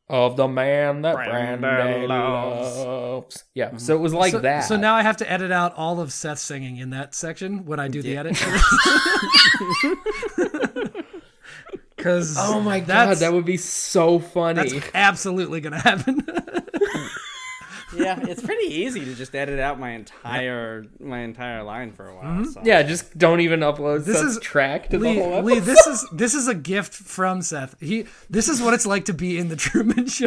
C: of the man that
E: Brandy
C: Brandy
E: loves. Mm-hmm.
C: loves. Yeah, so it was like that.
D: so now I have to edit out all of Seth singing in that section when I do the edit. Because
C: Oh my god,
D: that's,
C: that would be so funny.
D: that's absolutely gonna happen.
E: Yeah, it's pretty easy to just edit out my entire my entire line for a while.
D: Mm-hmm.
E: So.
C: Yeah, just don't even upload
D: This
C: this
D: is-
C: track to
D: Lee,
C: the whole
D: Lee,
C: episode.
D: this is this is a gift from Seth. He this is what it's like to be in the Truman Show.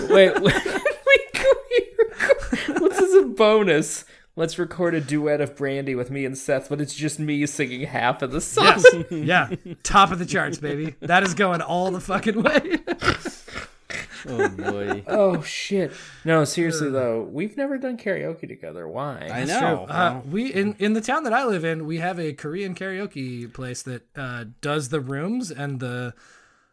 C: Wait, wait, wait, what's this a bonus? Let's record a duet of Brandy with me and Seth, but it's just me singing half of the song.
D: yeah, top of the charts, baby. That is going all the fucking way.
B: Oh boy.
C: Oh shit! No, seriously though, we've never done karaoke together. Why?
E: I know.
D: Uh, we in in the town that I live in, we have a Korean karaoke place that uh, does the rooms and the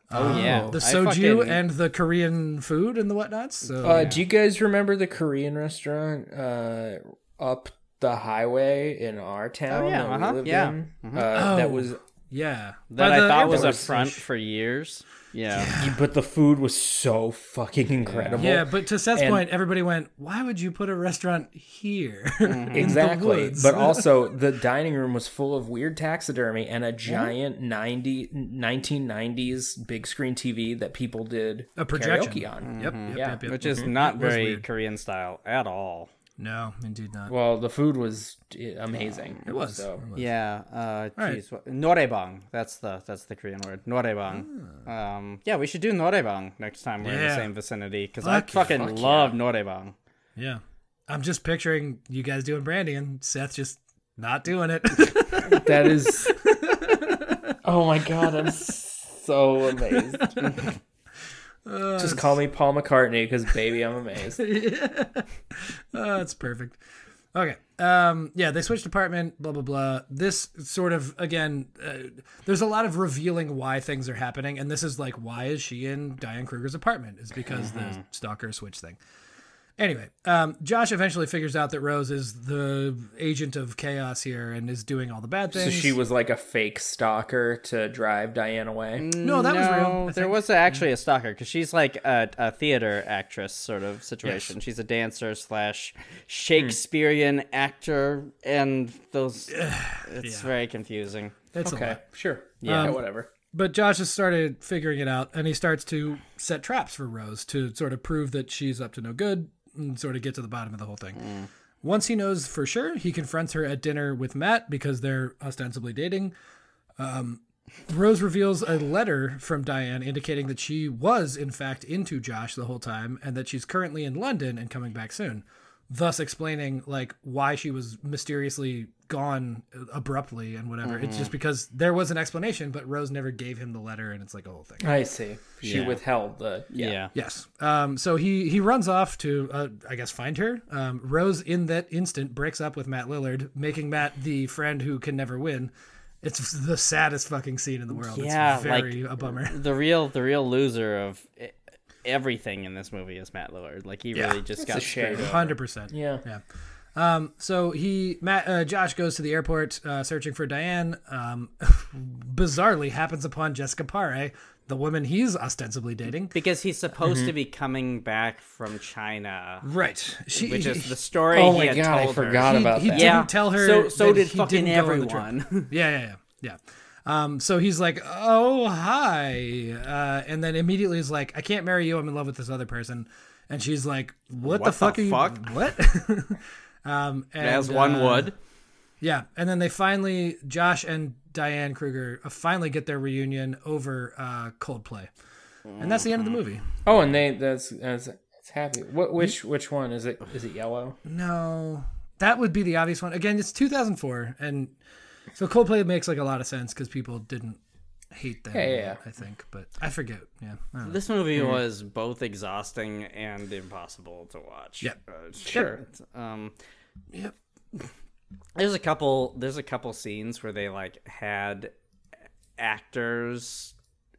E: oh yeah,
D: the
E: I
D: soju
E: fucking-
D: and the Korean food and the whatnots. So
C: Uh, Do you guys remember the Korean restaurant uh, up the highway in our town
E: yeah,
C: that
E: uh-huh,
C: we lived
E: yeah.
C: in? Uh,
D: Oh.
C: That was,
D: yeah,
E: that
D: By
E: I
D: the
E: thought was a
D: airport.
E: front for years. Yeah.
C: but the food was so fucking incredible.
D: Yeah, but to Seth's
C: And-
D: point, everybody went, "Why would you put a restaurant here?"
E: Mm-hmm.
C: exactly
D: woods.
C: but also the dining room was full of weird taxidermy and a giant 90 1990s big screen tv that people did
D: A projection. Mm.
C: karaoke on
D: Yep, yep,
C: Yeah.
E: Mm-hmm.
D: yep, yep.
E: which is not
D: It was
E: very
D: weird.
E: Korean style at all.
D: No, indeed not.
C: Well, the food was eh, amazing.
D: it was.
C: So.
D: It was.
E: Yeah, uh,
D: right.
E: geez, what norebang. That's the that's the Korean word, norebang. Um, yeah, we should do norebang next time we're in the
D: Ah. Yeah.
E: same vicinity because I
D: Fuck yeah.
E: fucking love norebang.
D: Yeah. I'm just picturing you guys doing brandy and Seth just not doing it.
C: That is. oh my god, I'm so amazed. Just call me Paul McCartney because, baby, I'm amazed.
D: Oh, that's perfect. Okay. Um, yeah, they switched apartment, blah, blah, blah. This sort of, again, uh, there's a lot of revealing why things are happening. And this is like, why is she in Diane Kruger's apartment? Is because
C: Mm-hmm.
D: the stalker switch thing. Anyway, um, Josh eventually figures out that Rose is the agent of chaos here and is doing all the bad
C: So
D: things.
C: she was like a fake stalker to drive Diane away.
D: No, that was real.
E: No,
D: I
E: there
D: think.
E: was actually a stalker because she's like a, a theater actress sort of situation. She's a dancer slash
D: Hmm.
E: Shakespearean actor, and those. It's very confusing.
D: It's a
C: Okay,
D: lot.
C: sure. Um, Yeah, whatever.
D: But Josh has started figuring it out, and he starts to set traps for Rose to sort of prove that she's up to no good and sort of get to the bottom of the whole thing. Once he knows for sure, he confronts her at dinner with Matt because they're ostensibly dating. Um, Rose reveals a letter from Diane indicating that she was, in fact, into Josh the whole time and that she's currently in London and coming back soon, thus explaining like why she was mysteriously gone abruptly and whatever. It's
E: Mm-hmm.
D: just because there was an explanation, but Rose never gave him the letter, and it's like a whole thing.
C: I see. She withheld the. Yeah.
D: Yes. Um, so he he runs off to uh, I guess find her. Um, Rose in that instant breaks up with Matt Lillard, making Matt the friend who can never win. It's the saddest fucking scene in the world.
E: Yeah,
D: it's very
E: like-
D: a bummer.
E: the real the real loser of e- everything in this movie is Matt Lillard. Like he really just got
C: a shame.
E: screwed over.
D: Hundred percent.
C: Yeah.
D: Yeah. Um, so he Matt uh, Josh goes to the airport uh, searching for Diane. Um, bizarrely happens upon Jessica Pare, the woman he's ostensibly dating.
E: because he's supposed
C: Mm-hmm.
E: to be coming back from China,
D: Right. She
E: which is the story.
C: Oh
E: he
C: my
E: had
C: god, I
E: told her.
C: forgot
D: he,
C: about
D: he
C: that.
D: didn't
E: Yeah.
D: tell her.
E: So so
D: that
E: did
D: he
E: fucking
D: didn't go on the trip.
E: everyone.
D: Yeah, yeah, yeah. yeah. Um, so he's like, "Oh, hi," uh, and then immediately is like, "I can't marry you. I'm in love with this other person," and she's like, "What,
E: the
D: the fuck are
E: fuck?
D: you? What?" um, and,
E: As one
D: uh,
E: would.
D: Yeah, and then they finally, Josh and Diane Kruger uh, finally get their reunion over uh, Coldplay, and that's the end of the
E: Mm-hmm.
D: movie.
C: Oh, and they. That's. that's it's happy. What? Which? Which one is it? Is it yellow?
D: No, that would be the obvious one. Again, it's 2004, and so Coldplay makes like a lot of sense because people didn't hate them.
C: yeah, yeah.
D: I think, but I forget. Yeah, I don't know.
E: This movie was both exhausting and impossible to watch.
D: Yep.
E: Uh, sure. Um,
D: Yep.
E: there's a couple. There's a couple scenes where they like had actors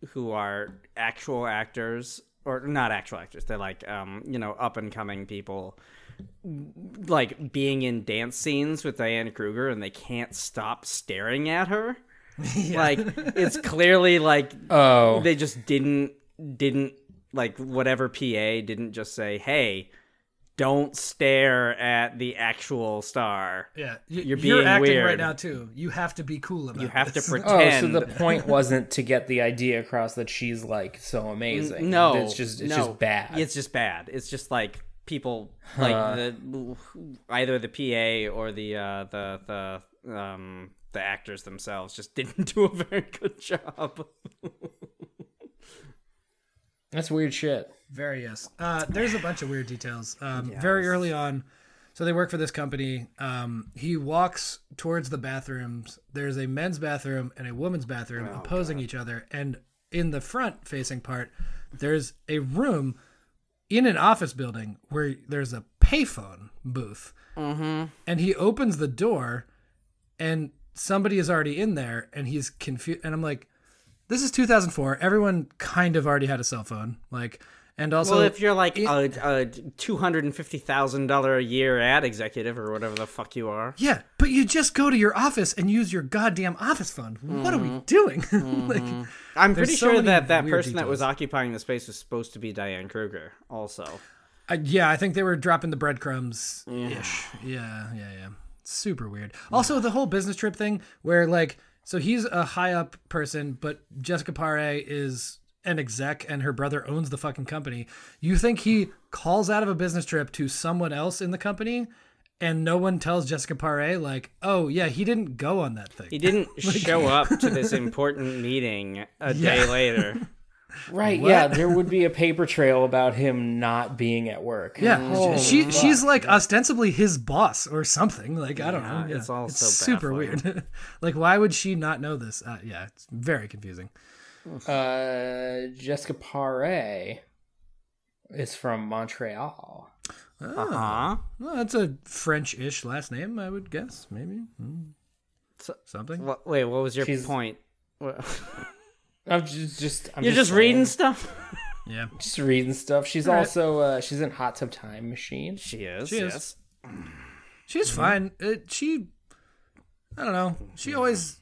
E: who are actual actors or not actual actors. They're like um, you know up and coming people like being in dance scenes with Diane Kruger and they can't stop staring at her. Like it's clearly like
C: Oh,
E: they just didn't didn't like whatever PA didn't just say, "Hey, don't stare at the actual star."
D: Yeah, you,
E: You're
D: you're,
E: being
D: acting
E: weird.
D: right now too. You have to be cool about.
E: You have to
D: this.
C: Oh, so
E: pretend.
C: the point wasn't to get the idea across that she's like so amazing.
E: no,
C: it's just it's
E: no.
C: just bad.
E: It's just bad. It's just like people like the either the PA or the uh, the the um the actors themselves just didn't do a very good job.
C: that's weird shit.
D: Various. Uh, there's a bunch of weird details. Um, Very early on, so they work for this company. Um, he walks towards the bathrooms. There's a men's bathroom and a woman's
E: Oh,
D: bathroom opposing each other. And in the front facing part, there's a room in an office building where there's a payphone booth.
E: Mm-hmm.
D: And he opens the door and somebody is already in there and he's confused. And I'm like, this is 2004. Everyone kind of already had a cell phone. Like, and also,
E: well, if you're like a, a two hundred and fifty thousand dollar a year ad executive or whatever the fuck you are,
D: Yeah, but you just go to your office and use your goddamn office phone. What are we doing? like,
E: I'm pretty
D: so
E: sure
D: many
E: that that
D: weird
E: person that was
D: details.
E: occupying the space was supposed to be Diane Kruger. Also,
D: I, yeah, I think they were dropping the breadcrumbs ish. Yeah, yeah, yeah. Super weird. Also, the whole business trip thing where like, so he's a high up person, but Jessica Pare is an exec and her brother owns the fucking company. You think he calls out of a business trip to someone else in the company and no one tells Jessica Paré like, "Oh, yeah, he didn't go on that thing."
E: He didn't show up to this important meeting a day later.
C: Right, yeah, there would be a paper trail about him not being at work.
D: yeah, she she's like ostensibly his boss or something. Like I don't know.
E: Yeah, it's all so
D: super
E: baffling.
D: weird. like why would she not know this? Uh, yeah, it's very confusing.
C: Uh, Jessica Paré is from Montreal.
D: Uh-huh.
E: Uh huh.
D: Well, that's a French-ish last name, I would guess. Maybe Hmm.
E: So- mm,
D: something.
E: Wha- Wait, what was your
C: She's-
E: point? Wha-
C: I'm just, just I'm
E: You're just
C: saying.
E: reading stuff.
D: yeah,
C: just reading stuff. She's
D: right.
C: also uh, she's in Hot Tub Time Machine.
E: She is.
D: She is.
E: Yes.
D: she's fine. It, she, I don't know. She always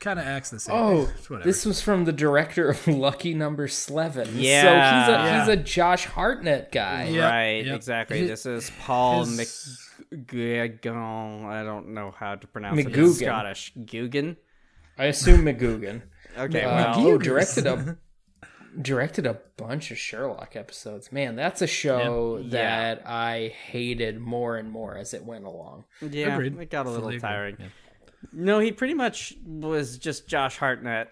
D: kind of acts the same.
C: Oh,
D: It's whatever.
C: this was from the director of Lucky Number Eleven. so he's a
E: Yeah.
C: he's a Josh Hartnett guy.
D: Yeah,
E: right.
D: yeah.
E: Exactly.
D: His-
E: this is Paul
D: his-
E: McGuigan. I don't know how to pronounce it.
C: McGuigan.
E: It's Scottish. Gugan.
C: I assume McGugan.
E: Okay.
C: Uh,
E: well,
C: oh, directed a directed a bunch of Sherlock episodes. Man, that's a show that I hated more and more as it went along.
E: yeah,
D: agreed.
E: it got a little
D: Fully agree.
E: tiring. No, he pretty much was just Josh Hartnett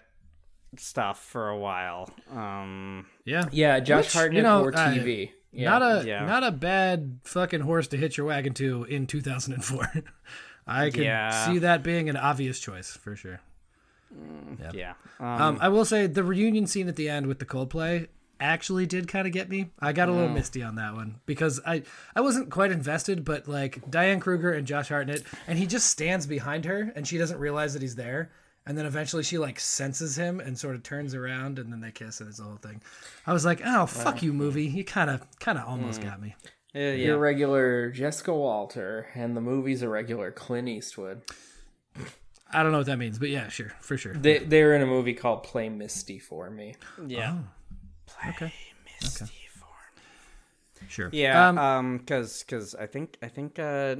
E: stuff for a while. Um,
D: yeah,
C: Yeah, Josh
D: Which,
C: Hartnett
D: you know,
C: or
D: uh,
C: TV. yeah.
D: Not a
E: Yeah.
D: not a bad fucking horse to hitch your wagon to in 2004. I can
E: Yeah.
D: see that being an obvious choice for sure.
E: yeah. Uh,
D: Um, I will say the reunion scene at the end with the Coldplay actually did kind of get me. I got a little
E: Oh.
D: misty on that one because I I wasn't quite invested, but like Diane Kruger and Josh Hartnett, and he just stands behind her, and she doesn't realize that he's there. And then eventually she like senses him and sort of turns around and then they kiss and it's the whole thing. I was like, oh fuck you movie, you kind of kind of almost got me.
E: Uh, yeah.
C: You're regular Jessica Walter, and the movie's a regular Clint Eastwood.
D: I don't know what that means, but yeah, sure, for sure.
C: They they're in a movie called Play Misty for me.
E: Yeah.
D: Okay.
E: Misty
D: Sure.
E: Yeah,
D: Um,
E: um, because I think I think uh,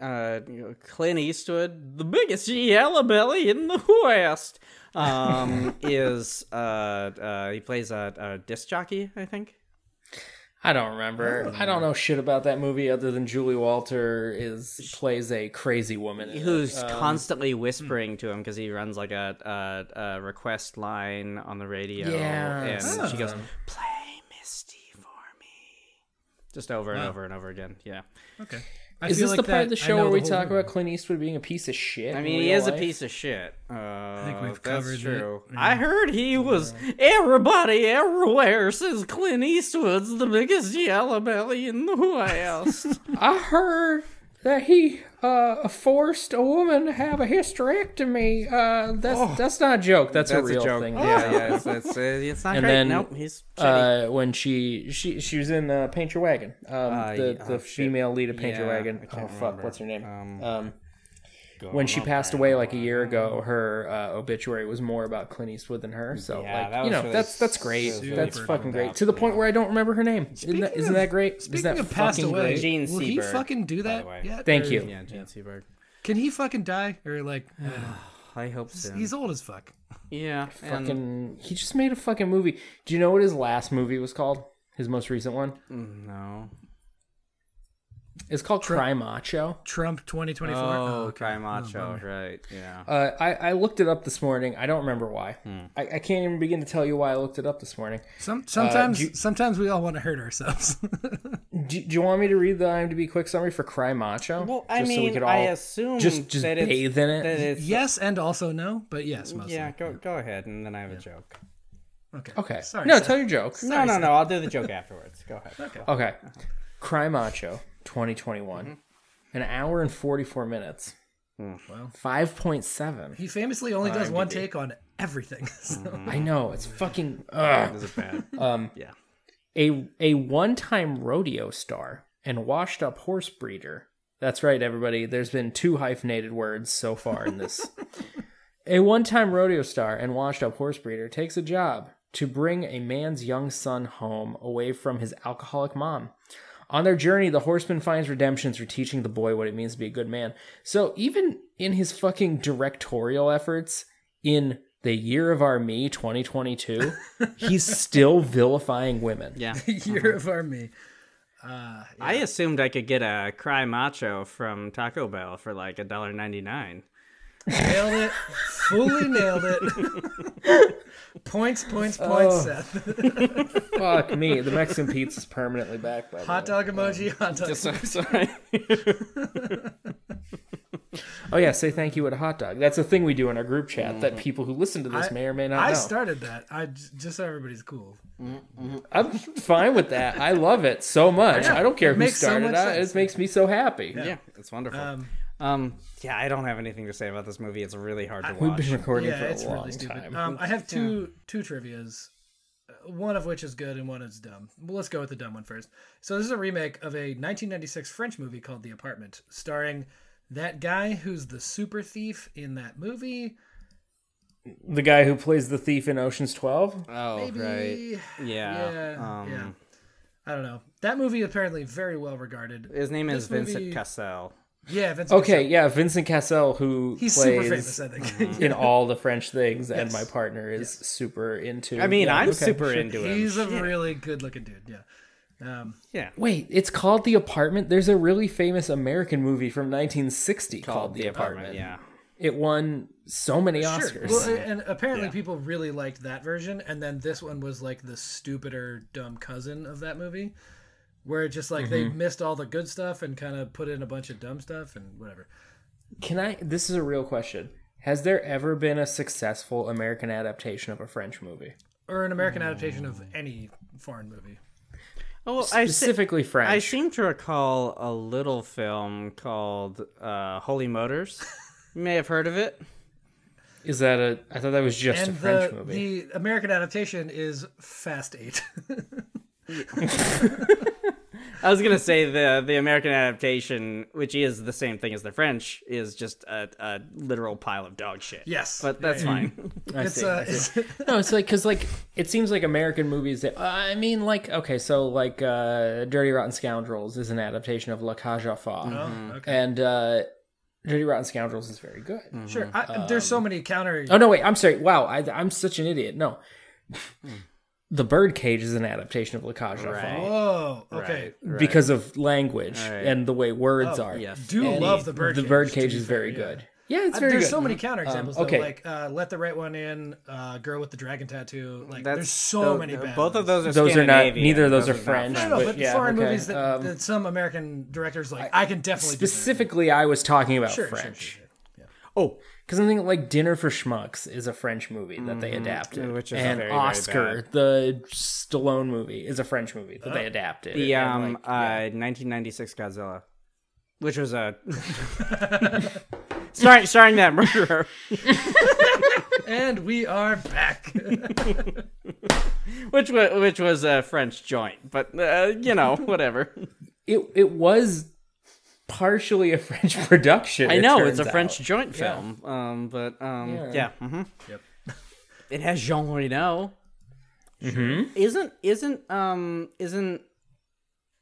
E: uh, you know, Clint Eastwood, the biggest yellow belly in the West, um, is uh, uh, he plays a, a disc jockey, I think.
C: I don't remember. I don't know shit about that movie other than Julie Walter is plays a crazy woman. in it.
E: Who's constantly whispering to him because he runs like a, a, a request line on the radio,
C: Yeah,
E: and she goes,
C: something.
E: "Play Misty for me," just over and over and over again. Yeah,
D: Okay. I
C: Is
D: feel
C: this
D: like
C: the part
D: that-
C: of the
D: I
C: show
D: know
C: where we
D: whole
C: talk
D: movie.
C: about Clint Eastwood being a piece of shit?
E: I
C: in
E: mean, he
C: real
E: is a
C: life?
E: piece of shit. Uh, I
D: think we've
E: that's
D: covered it.
E: true. I heard he was everybody everywhere says Clint Eastwood's the biggest yellow belly in the West.
C: I heard that he uh, forced a woman to have a hysterectomy. Uh, that's
E: Oh.
C: that's not a joke. That's, a real thing.
E: Yeah, Oh, yeah, it's, it's, uh, it's not
C: And
E: great.
C: then,
E: nope, he's shitty.
C: Uh, when she she she was in uh, Paint Your Wagon, um, the
E: yeah,
C: the
E: oh, shit.
C: female lead of Paint Your
E: Yeah,
C: Wagon.
E: I
C: Oh
E: can't
C: fuck,
E: remember.
C: what's her name?
E: Um,
C: Um, when she passed away like a year ago, her uh, obituary was more about Clint Eastwood than her. So
E: Yeah,
C: like
E: that
C: you
E: was
C: know
E: really
C: that's that's great.
E: super
C: That's
E: bummed
C: fucking great.
E: out,
C: To the point where I don't remember her name. Isn't that,
D: Speaking
C: isn't
D: of-
C: that great? Isn't
D: Speaking
C: that
D: of passed
C: fucking
D: away,
C: great?
E: Gene
D: will he
E: Seberg,
D: fucking do that
E: way.
D: yet?
C: Thank
D: Or-
C: you.
E: yeah, Gene Seberg.
D: Can he fucking die or like?
C: Oh,
D: uh,
E: I hope so.
D: He's old as fuck.
E: yeah, and
C: Fucking, he just made a fucking movie. Do you know what his last movie was called? His most recent one.
E: no.
C: It's called Cry Macho.
D: Trump 2024.
E: Oh,
D: okay.
E: Cry Macho, right? Yeah.
C: Uh, I, I looked it up this morning. I don't remember why. I, I can't even begin to tell you why I looked it up this morning.
D: Some, sometimes,
C: do you-
D: sometimes we all want to hurt ourselves.
C: Do, do you want me to read the IMDb quick summary for Cry Macho?
E: Well, I
C: Just so we
E: mean,
C: could
E: I
C: all
E: assume
C: just just
E: that
C: bathe
E: it's,
C: in it.
E: that it's
D: yes, and also no, but yes, mostly.
E: yeah. Go go ahead, and then I have a joke.
D: Okay.
C: okay.
D: Sorry.
C: no,
D: Seth.
C: tell your joke.
E: No, no, no. I'll do the joke afterwards. Go ahead. Okay.
C: Okay. Cry Macho 2021.
E: Mm-hmm.
C: An hour and 44 minutes. Well, 5.7.
D: He famously only does one take on everything. So.
E: Hmm.
C: I know. It's fucking. Ugh.
E: Is it bad?
C: a a one-time rodeo star and washed-up horse breeder. That's right, everybody. There's been two hyphenated words so far in this. a one-time rodeo star and washed-up horse breeder takes a job to bring a man's young son home away from his alcoholic mom. On their journey, the horseman finds redemption through teaching the boy what it means to be a good man. So even in his fucking directorial efforts in the year of our me 2022 he's still vilifying women
E: Yeah.
D: Year of our me.
E: I assumed I could get a cry macho from Taco Bell for like a dollar ninety nine.
D: Nailed it. Fully nailed it. points, points, points,
C: Oh.
D: Seth.
C: fuck me the mexican pizza's permanently back by the
D: Hot
C: way.
D: dog emoji, hot dog.
B: Sorry, sorry.
C: oh yeah say thank you at a hot dog that's a thing we do in our group chat that people who listen to this
D: Mm. I-
C: may or may not
D: I
C: know
D: started that. I j- just so everybody's cool.
C: i'm fine with that i love it so much i don't care who
D: makes so
C: started
D: much
C: it it
D: sense.
C: just makes me so happy
E: Yeah, it's wonderful. Um,
D: Um,
E: yeah, I don't have anything to say about this movie. It's really hard to
C: we've
E: watch.
C: been recording
D: yeah,
C: for a
D: it's
C: long
D: really stupid.
C: time
D: Um, I have two two trivia's, uh, one of which is good and one is dumb. Well, let's go with the dumb one first. So this is a remake of a 1996 French movie called The Apartment, starring that guy who's the super thief in that movie.
C: the guy who plays the thief in oceans 12
B: Oh,
D: Maybe.
B: right.
E: Yeah,
D: Yeah,
E: um,
D: yeah. I don't know. That movie apparently very well regarded.
E: His name is
D: This movie-
E: Vincent Cassel.
D: Yeah, Vince
C: okay
D: Vaughn.
C: yeah vincent cassel who
D: He's super
C: plays
D: famous, I think.
C: in all the French things, and
D: Yes.
C: my partner is super into.
E: I mean,
C: Yeah,
E: I'm
C: okay.
E: super into him.
D: He's a really good looking dude. Yeah.
C: Wait, it's called The Apartment. There's a really famous American movie from 1960 called, The Apartment.
E: Yeah,
C: It won so many
D: Sure.
C: Oscars.
D: Well, uh, and apparently
E: Yeah.
D: people really liked that version, and then this one was like the stupider, dumb cousin of that movie, where it just like they
C: Mm-hmm.
D: missed all the good stuff and kind of put in a bunch of dumb stuff and whatever.
C: Can I? This is a real question. Has there ever been a successful American adaptation of a French movie,
D: Or an American adaptation of
C: Mm.
D: any foreign movie.
E: Oh, well, I se-
C: specifically French?
E: I seem to recall a little film called uh, Holy Motors. you may have heard of it.
C: Is that a? I thought that was just a
D: And
C: French
D: the,
C: movie.
D: the American adaptation is Fast Eight.
E: I was gonna say the the American adaptation, which is the same thing as the French, is just a, a literal pile of dog shit.
D: Yes.
E: but that's fine.
C: I
D: it's
C: see,
D: uh,
C: I see.
D: it's,
C: No, it's like because like it seems like American movies. That, I mean, like okay, so like uh, Dirty Rotten Scoundrels is an adaptation of La Cage aux Folles,
D: Oh, okay.
C: and uh, Dirty Rotten Scoundrels is very good.
D: sure. I,
C: um,
D: there's so many counter.
C: Oh no, wait, I'm sorry. Wow, I, I'm such an idiot. No, The Birdcage is an adaptation of La Cage
E: Hmm.
C: aux
E: Right.
C: Folles
D: Whoa. Oh, Okay.
E: Right. Oh,
C: because of language and the way words are.
E: Yes.
D: Do
C: And
D: love the bird. Uh,
C: The Birdcage is very good. Yeah, it's very
D: there's
C: good.
D: so many counterexamples.
C: Um, okay.
D: okay. Though, like uh, let the right one in. Uh, girl with the dragon tattoo. Like
E: That's
D: there's so
E: tho-
D: many. Bad
E: Both of
D: ones.
E: those are
C: Those are not.
E: Scandinavian.
C: Neither of those, are
E: not
C: French.
D: No, no, but
C: yeah,
D: foreign
C: okay.
D: movies that,
C: Um,
D: that some American directors like. I, can definitely do that.
C: specifically, I was talking about
D: Sure, sure,
C: French.
D: sure,
E: Oh,
C: Because I think like Dinner for Schmucks is a French movie that they adapted,
E: Mm-hmm. Which is
C: and
E: very, very
C: Oscar, the Stallone movie, is a French movie that they adapted.
E: Uh, the
C: And,
E: um
C: like,
E: uh 1996 Godzilla, which was a starring starring that murderer.
D: sure. And we are back.
E: which was which was a French joint, but uh, you know, whatever.
C: it it was partially a French production.
E: I
C: it
E: know it's a
C: turns
E: French
C: out.
E: joint film, um, but um, yeah,
C: Yeah.
E: mhm.
D: Yep.
E: it has Jean Reno. Isn't isn't um isn't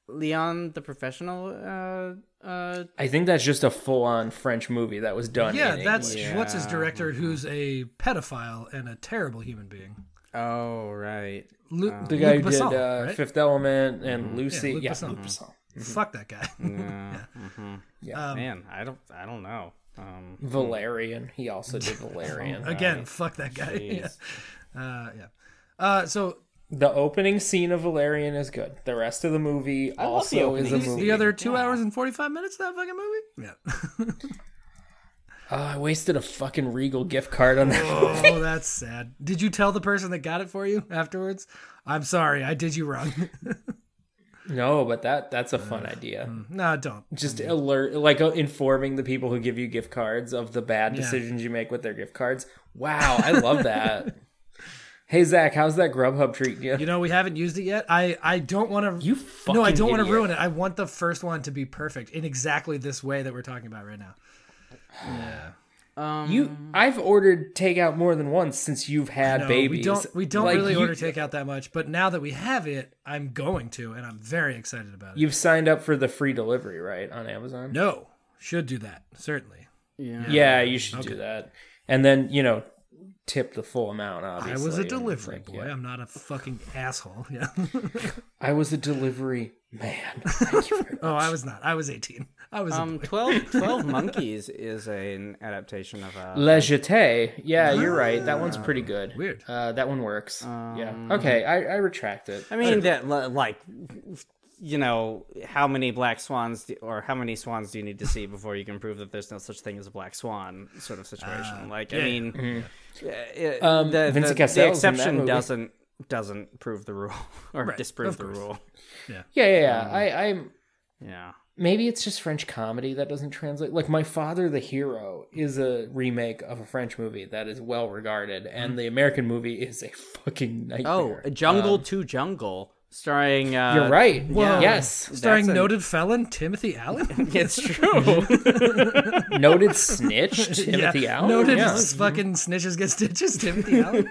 E: Leon the professional? Uh, uh,
C: I think that's just a full on French movie that was done.
D: yeah,
C: in
D: that's
C: English.
D: what's his director, who's a pedophile and a terrible human being.
E: oh right,
D: Lu-
C: Um, the guy who
D: Luc Besson,
C: did uh,
D: right?
C: Fifth Element and Lucy.
D: Luc
C: Yeah,
D: Besson.
C: Luc Besson.
D: Fuck that guy.
E: man, I don't I don't know. Um,
D: Mm-hmm.
C: Valerian. He also did Valerian.
D: Again, fuck that guy. Yeah. Uh, yeah. Uh, so
C: The opening scene of Valerian is good. The rest of the movie also is a
E: opening
C: movie.
D: the other two hours and forty five minutes of that fucking movie. Yeah.
C: Oh, I wasted a fucking Regal gift card on that.
D: Oh, that's sad. Did you tell the person that got it for you afterwards? I'm sorry, I did you wrong.
C: no, but that that's a fun idea.
D: no, don't.
C: Just alert, like uh, informing the people who give you gift cards of the bad decisions you make with their gift cards. Wow, I love that. hey Zach, how's that Grubhub treating you?
D: You know we haven't used it yet. I I don't want to.
C: You fucking
D: no, I don't want to
C: idiot.
D: ruin it. I want the first one to be perfect in exactly this way that we're talking about right now.
C: You, I've ordered takeout more than once since you've had
D: No,
C: babies.
D: we don't we don't
C: Like,
D: really
C: you-
D: order takeout that much, but now that we have it, I'm going to, and I'm very excited about it.
C: You've signed up for the free delivery, right, on Amazon?
D: no, should do that certainly.
C: Yeah, you should do that. And then, you know, tip the full amount.
D: I
C: Obviously,
D: was a
C: and,
D: delivery
C: like,
D: boy.
C: yeah.
D: I'm not a fucking asshole. Yeah.
C: I was a delivery man. Thank you very much.
D: oh, I was not. I was 18. I was.
E: Um,
D: a boy.
E: 12, 12 Monkeys is an adaptation of a.
C: Le Jeté. Yeah, you're right. That one's pretty good.
D: Ah. Weird. Um,
C: Uh, that one works. yeah. Okay, I, I retract it.
E: I mean, that li- like, you know, how many black swans do, or how many swans do you need to see before you can prove that there's no such thing as a black swan sort of situation? like, I mean, uh, it-
C: Um,
E: the,
C: Vincent
E: the- the
C: Cassell's in that
E: exception
C: movie.
E: doesn't doesn't prove the rule or disprove
D: of
E: the
D: course.
E: rule.
C: Yeah, yeah, yeah. I, I'm
E: Yeah.
C: maybe it's just French comedy that doesn't translate. Like My Father the Hero is a remake of a French movie that is well regarded, and
D: Hmm.
C: the American movie is a fucking nightmare.
E: Oh,
D: Uh,
E: Jungle to Jungle, starring. Uh,
C: you're right.
E: yeah.
C: Yes,
D: starring
E: that's a-
D: noted felon Timothy Allen.
E: It's true.
C: noted snitch Timothy
D: Yeah.
C: Allen.
D: Noted
C: yeah.
D: s- fucking snitches get stitches. Timothy Allen.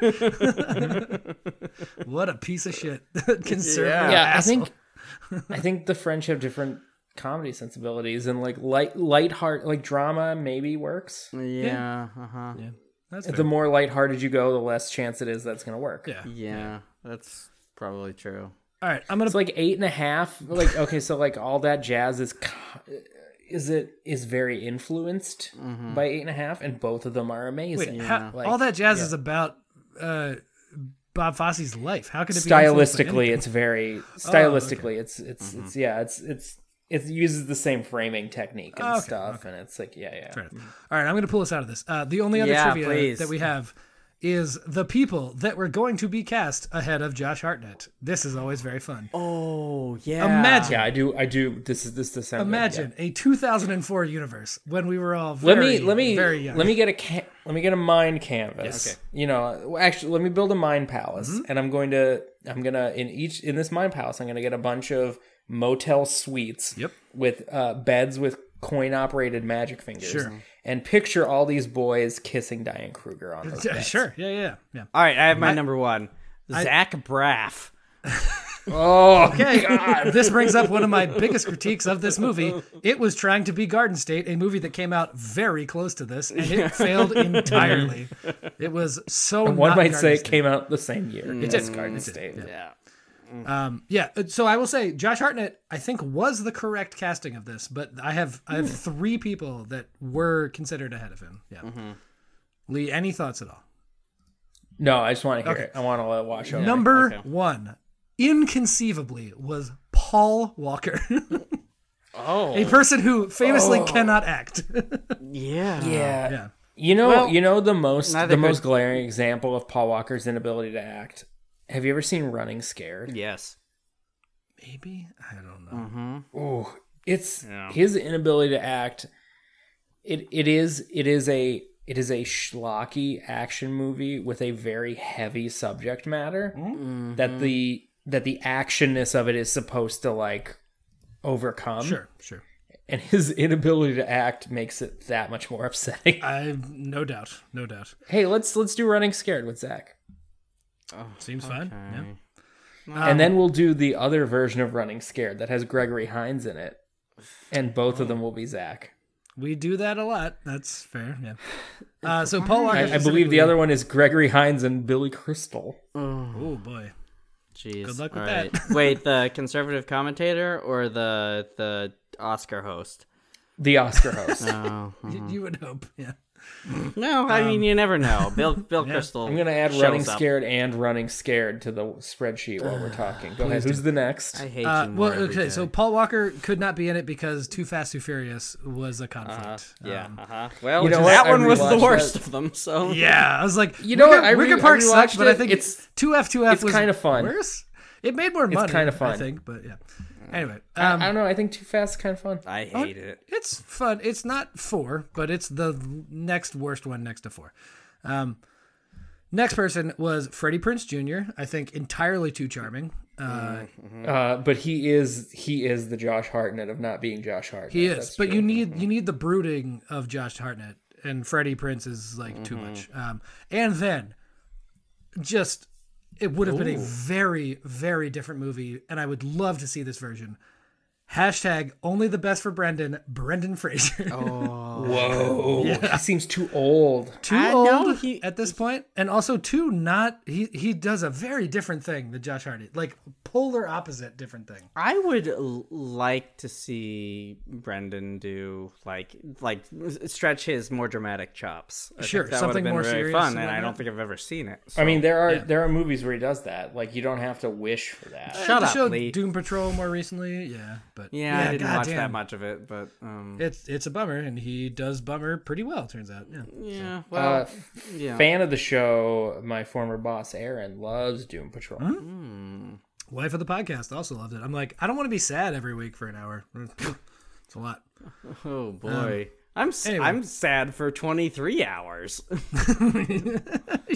D: what a piece of shit. Conservative.
C: yeah, I
D: asshole.
C: think I think the French have different comedy sensibilities and like light lightheart like drama maybe works.
E: yeah. Uh huh.
D: That's
C: The more lighthearted you go, the less chance it is that's gonna work.
D: Yeah.
E: Yeah. That's probably true.
D: All right, I'm gonna
C: It's like eight and a half. Like okay, so like all that jazz is co- is it is very influenced by eight and a half, and both of them are
D: Mm-hmm. wait.
C: amazing.
D: how-
C: uh, Like,
D: all that jazz is about uh, Bob Fosse's life. How could it be influenced by
C: stylistically,
D: anything? Oh, Mm-hmm.
C: it's very stylistically. It's it's it's yeah. It's it's it uses the same framing technique and
D: Okay,
C: stuff, and it's like yeah yeah.
D: Fair enough. All right, I'm going to pull us out of this. Uh, the only other
E: Yeah,
D: trivia
E: please.
D: that we have is the people that were going to be cast ahead of Josh Hartnett. This is always very fun.
E: Oh yeah.
D: Imagine,
C: Yeah, I do. I do. This is this does sound. good, yeah.
D: imagine a 2004 universe when we were all very,
C: Let me let me
D: very young.
C: let me get a ca- let me get a mind canvas. You know, well, actually, let me build a mind palace,
D: Mm-hmm.
C: and I'm going to I'm gonna in each in this mind palace, I'm gonna get a bunch of motel suites.
D: Yep.
C: With uh, beds with coin operated magic fingers.
D: Sure.
C: And picture all these boys kissing Diane Kruger on those
D: Yeah,
C: beds.
D: sure, yeah, yeah, yeah.
E: All right, I have my number one. Zach Braff.
C: Oh,
D: Okay, uh, this brings up one of my biggest critiques of this movie. It was trying to be Garden State, a movie that came out very close to this, and it failed entirely. It was so.
C: one
D: not
C: might
D: Garden
C: say it
D: State.
C: came out the same year. It
D: did.
C: just Garden
D: It did,
C: State.
E: Yeah.
D: Yeah, uh, so I will say Josh Hartnett, I think, was the correct casting of this, but I have I
C: Hmm.
D: have three people that were considered ahead of him. Yeah. Lee, any thoughts at all?
C: No, I just want to hear it. I want to let it wash over.
D: Number one, inconceivably, was Paul Walker. oh. A person who
C: Oh.
D: famously cannot act.
E: Yeah.
C: Yeah.
D: yeah.
C: You know, you know the most the
E: neither could-
C: most glaring example of Paul Walker's inability to act. Have you ever seen Running Scared?
E: Yes.
D: Maybe? I don't know.
C: Oh, it's his inability to act. It it is it is a it is a schlocky action movie with a very heavy subject matter
D: Mm-hmm.
C: that the that the actionness of it is supposed to like overcome.
D: Sure, sure.
C: And his inability to act makes it that much more upsetting.
D: I no doubt. No doubt.
C: hey, let's let's do Running Scared with Zach.
D: Seems fine. Yeah.
C: and then we'll do the other version of Running Scared that has Gregory Hines in it, and both of them will be Zach.
D: We do that a lot. That's fair. Yeah. Uh, so Paul Walker.
C: I, I believe the other one is Gregory Hines and Billy Crystal.
D: Oh boy.
E: Jeez.
D: Good luck with
E: Alright.
D: that.
E: Wait, the conservative commentator or the the Oscar host?
C: The Oscar host.
D: You, you would hope. Yeah.
E: No,
D: Um,
E: I mean you never know. Bill Bill Crystal.
C: I'm gonna add
E: shows
C: Running
E: up.
C: Scared and Running Scared to the spreadsheet while we're talking. Go ahead. Who's the next?
E: I hate
D: Uh,
E: you more
D: well,
E: every
D: okay, so
E: day.
D: Paul Walker could not be in it because Too Fast, Too Furious was a conflict.
C: Uh,
E: yeah.
D: Um,
E: uh-huh. Well,
C: You know
E: that
C: what? I
E: one was the
C: rewatched
E: worst
C: that.
E: of them. So
D: yeah, I was like,
C: You know what,
D: Wicker,
C: I re-
D: Wicker
C: I
D: Park sucks,
C: rewatched
D: but I
C: it.
D: think
C: It's-
D: it's two F two F
C: it's
D: was
C: kinda fun.
D: Worse, it made more money.
C: kinda
D: I
C: fun. Mm.
D: think, but yeah. Anyway, um,
C: I don't know. I think Too Fast is kind of fun.
E: I hate it.
D: it's fun. It's not four, but it's the next worst one next to four. Um, next person was Freddie Prince Jr. I think entirely too charming. Uh,
C: Uh, but he is he is the Josh Hartnett of not being Josh Hartnett.
D: He is, but you need you need the brooding of Josh Hartnett and Freddie Prince is like too much. Um, and then, just it would have been a very very different movie, and I would love to see this version. Hashtag only the best for Brendan, Brendan Fraser.
F: Whoa, he seems too old.
D: too
E: I
D: old
E: know he-
D: at this point, and also too not he he does a very different thing than Josh Hardy, like polar opposite different thing.
E: I would l- like to see Brendan do like like stretch his more dramatic chops. I think
D: Sure,
E: that would have
D: something
E: been
D: more
E: really
D: serious
E: fun,
D: and
E: and I don't
D: whatnot.
E: think I've ever seen it.
C: I mean, there are there are movies where he does that. Like you don't have to wish for that.
E: Shut
D: the
E: up,
D: show
E: Lee.
D: Doom Patrol more recently, yeah, but
E: yeah, I didn't watch that
D: goddamn.
E: much of it, but um,
D: It's it's a bummer, and he does bummer pretty well. Turns out, yeah.
E: yeah,
C: Uh,
E: well, yeah.
C: Fan of the show, my former boss Aaron loves Doom Patrol.
D: Wife of the podcast also loved it. I'm like, I don't want to be sad every week for an hour. It's a lot.
E: oh boy, I'm s
D: anyway.
E: I'm sad for 23 hours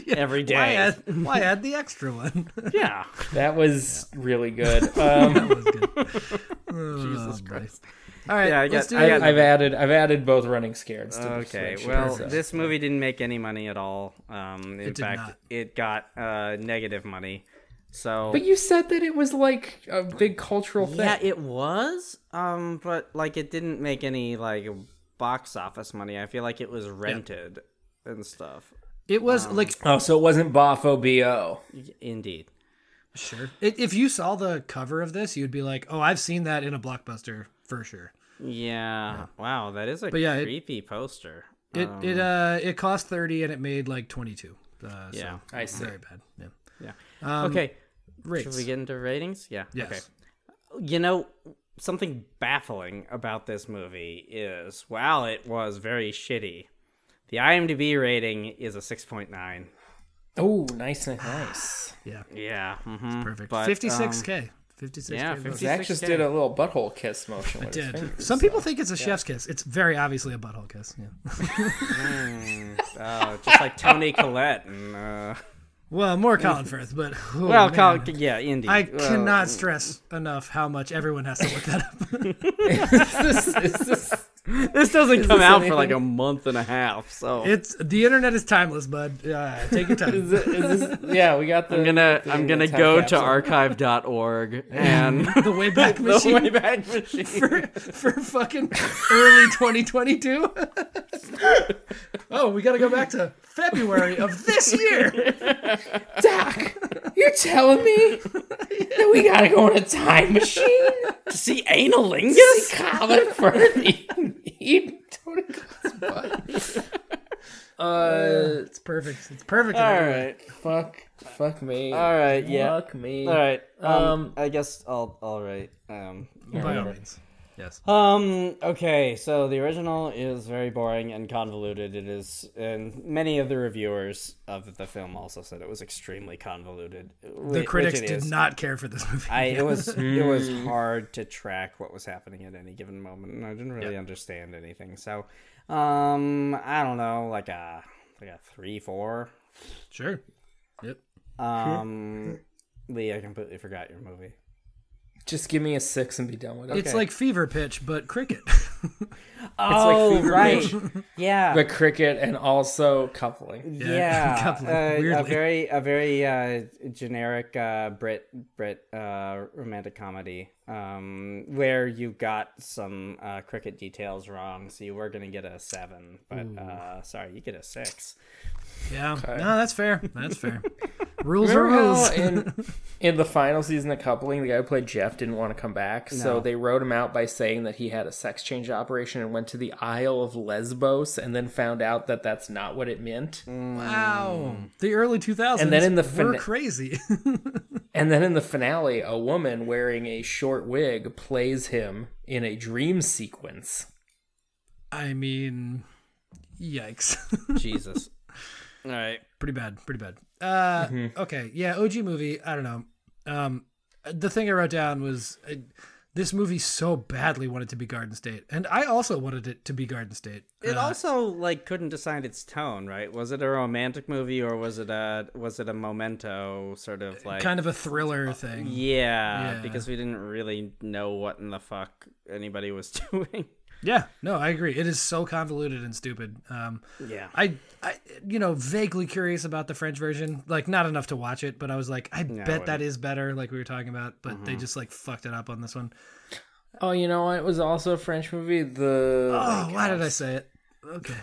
E: every day.
D: Why Oh, add, why add the extra one?
E: Yeah,
C: That was really good. Um,
D: Jesus Christ! All right,
E: Yeah, I
D: let's
E: got-
D: do
E: I got-
C: I've added I've added both running scared. To the
E: Okay,
C: selection,
E: well,
C: so.
E: this movie didn't make any money at all. Um, in
D: did
E: fact,
D: not.
E: it got uh, negative money. So
C: but you said that it was like a big cultural thing.
E: yeah, it was. Um, but like it didn't make any like box office money. I feel like it was rented and stuff.
D: It was
E: um,
D: like
C: oh, so it wasn't Boffo Bo.
E: Indeed.
D: Sure. I- If you saw the cover of this, you'd be like, "Oh, I've seen that in a blockbuster for sure."
E: Yeah. Wow, that is a
D: yeah, it-
E: creepy poster.
D: It
E: Um,
D: it uh it cost thirty and it made like twenty two. Uh,
E: Yeah.
D: so I see. Very bad. Yeah.
E: Yeah. okay. Should
D: Rates.
E: we get into ratings? Yeah.
D: Yes.
E: Okay. You know, something baffling about this movie is while it was very shitty, the IMDb rating is a 6.9.
C: Oh, nice, nice, nice.
E: Yeah. mhm.
D: Perfect.
E: But,
D: Fifty six k. Fifty six.
E: yeah,
D: k. votes.
E: 56K.
C: Zach just did a little butthole kiss motion. With his
D: Did.
C: fingers,
D: Some
C: so.
D: people think it's a chef's kiss. It's very obviously a butthole kiss. Yeah.
E: Oh, just like Tony Collette. And, uh,
D: Well, more Colin Firth, but oh,
E: well,
D: man.
E: Col- yeah, indeed.
D: I
E: Well, mm.
D: cannot stress enough how much everyone has to look that up.
C: This is- this is-
E: This doesn't come
C: this
E: out for like
C: anything?
E: a month and a half, so
D: It's the internet is timeless, bud. Uh, take your time.
C: is this- yeah, we got the.
E: I'm gonna
C: the
E: I'm gonna
C: time
E: go to
C: capsule.
E: archive.org and
D: the Wayback
E: the
D: Machine.
E: Wayback Machine.
D: for fucking early 2022. oh, we got to go back to February of this year.
C: Doc, you're telling me that we gotta go in a time machine to
E: See analingus?
C: see Colin Firth eat Tony Collette's butt? Uh,
D: It's perfect. It's perfect. in
E: All
D: every way.
E: right,
C: fuck, fuck me.
E: all right, yeah,
C: Fuck me.
E: all right. Um,
C: Um,
E: I guess I'll all right. Um,
D: By all means. Yes.
E: um, okay. So the original is very boring and convoluted. It is, and many of the reviewers of the film also said it was extremely convoluted.
D: The critics did not Hmm. care for this movie.
E: I, it was it was hard to track what was happening at any given moment, and I didn't really understand anything. So, um, I don't know, like a like a three four.
D: sure. Yep.
E: Um, Lee, I completely forgot your movie.
C: just give me a six and be done with it.
D: It's like fever pitch, but cricket.
E: Oh,
C: Fever
E: right,
C: Pitch.
E: yeah,
C: the cricket and also coupling.
E: yeah,
D: couple,
E: uh, a
D: weirdly.
E: very a very uh, generic uh, Brit Brit uh, romantic comedy um, where you got some uh, cricket details wrong, so you were gonna get a seven, but uh, sorry, you get a six.
D: yeah. No, that's fair. That's fair. rules are
C: Remember
D: rules.
C: how in in the final season of Coupling, the guy who played Jeff didn't want to come back, so they wrote him out by saying that he had a sex change operation and went to the Isle of Lesbos, and then found out that that's not what it meant.
D: Wow. The early 2000s.
C: And then in the
D: we're
C: fina-
D: crazy.
C: And then in the finale, a woman wearing a short wig plays him in a dream sequence.
D: I mean, yikes.
E: Jesus. All right.
D: pretty bad pretty bad uh okay yeah og movie i don't know um the thing i wrote down was uh, this movie so badly wanted to be garden state and i also wanted it to be garden state
E: It
D: Uh,
E: also like couldn't decide its tone, right? Was it a romantic movie or was it a was it a memento sort of like
D: kind of a thriller thing yeah.
E: yeah,
D: Yeah.
E: because we didn't really know what in the fuck anybody was doing.
D: no i agree it is so convoluted and stupid um
E: Yeah.
D: I, I you know vaguely curious about the french version like not enough to watch it but i was like i bet that is better like we were talking about but they just like fucked it up on this one
C: Oh, you know what? It was also a French movie. The
D: Oh, why did I say it? Okay.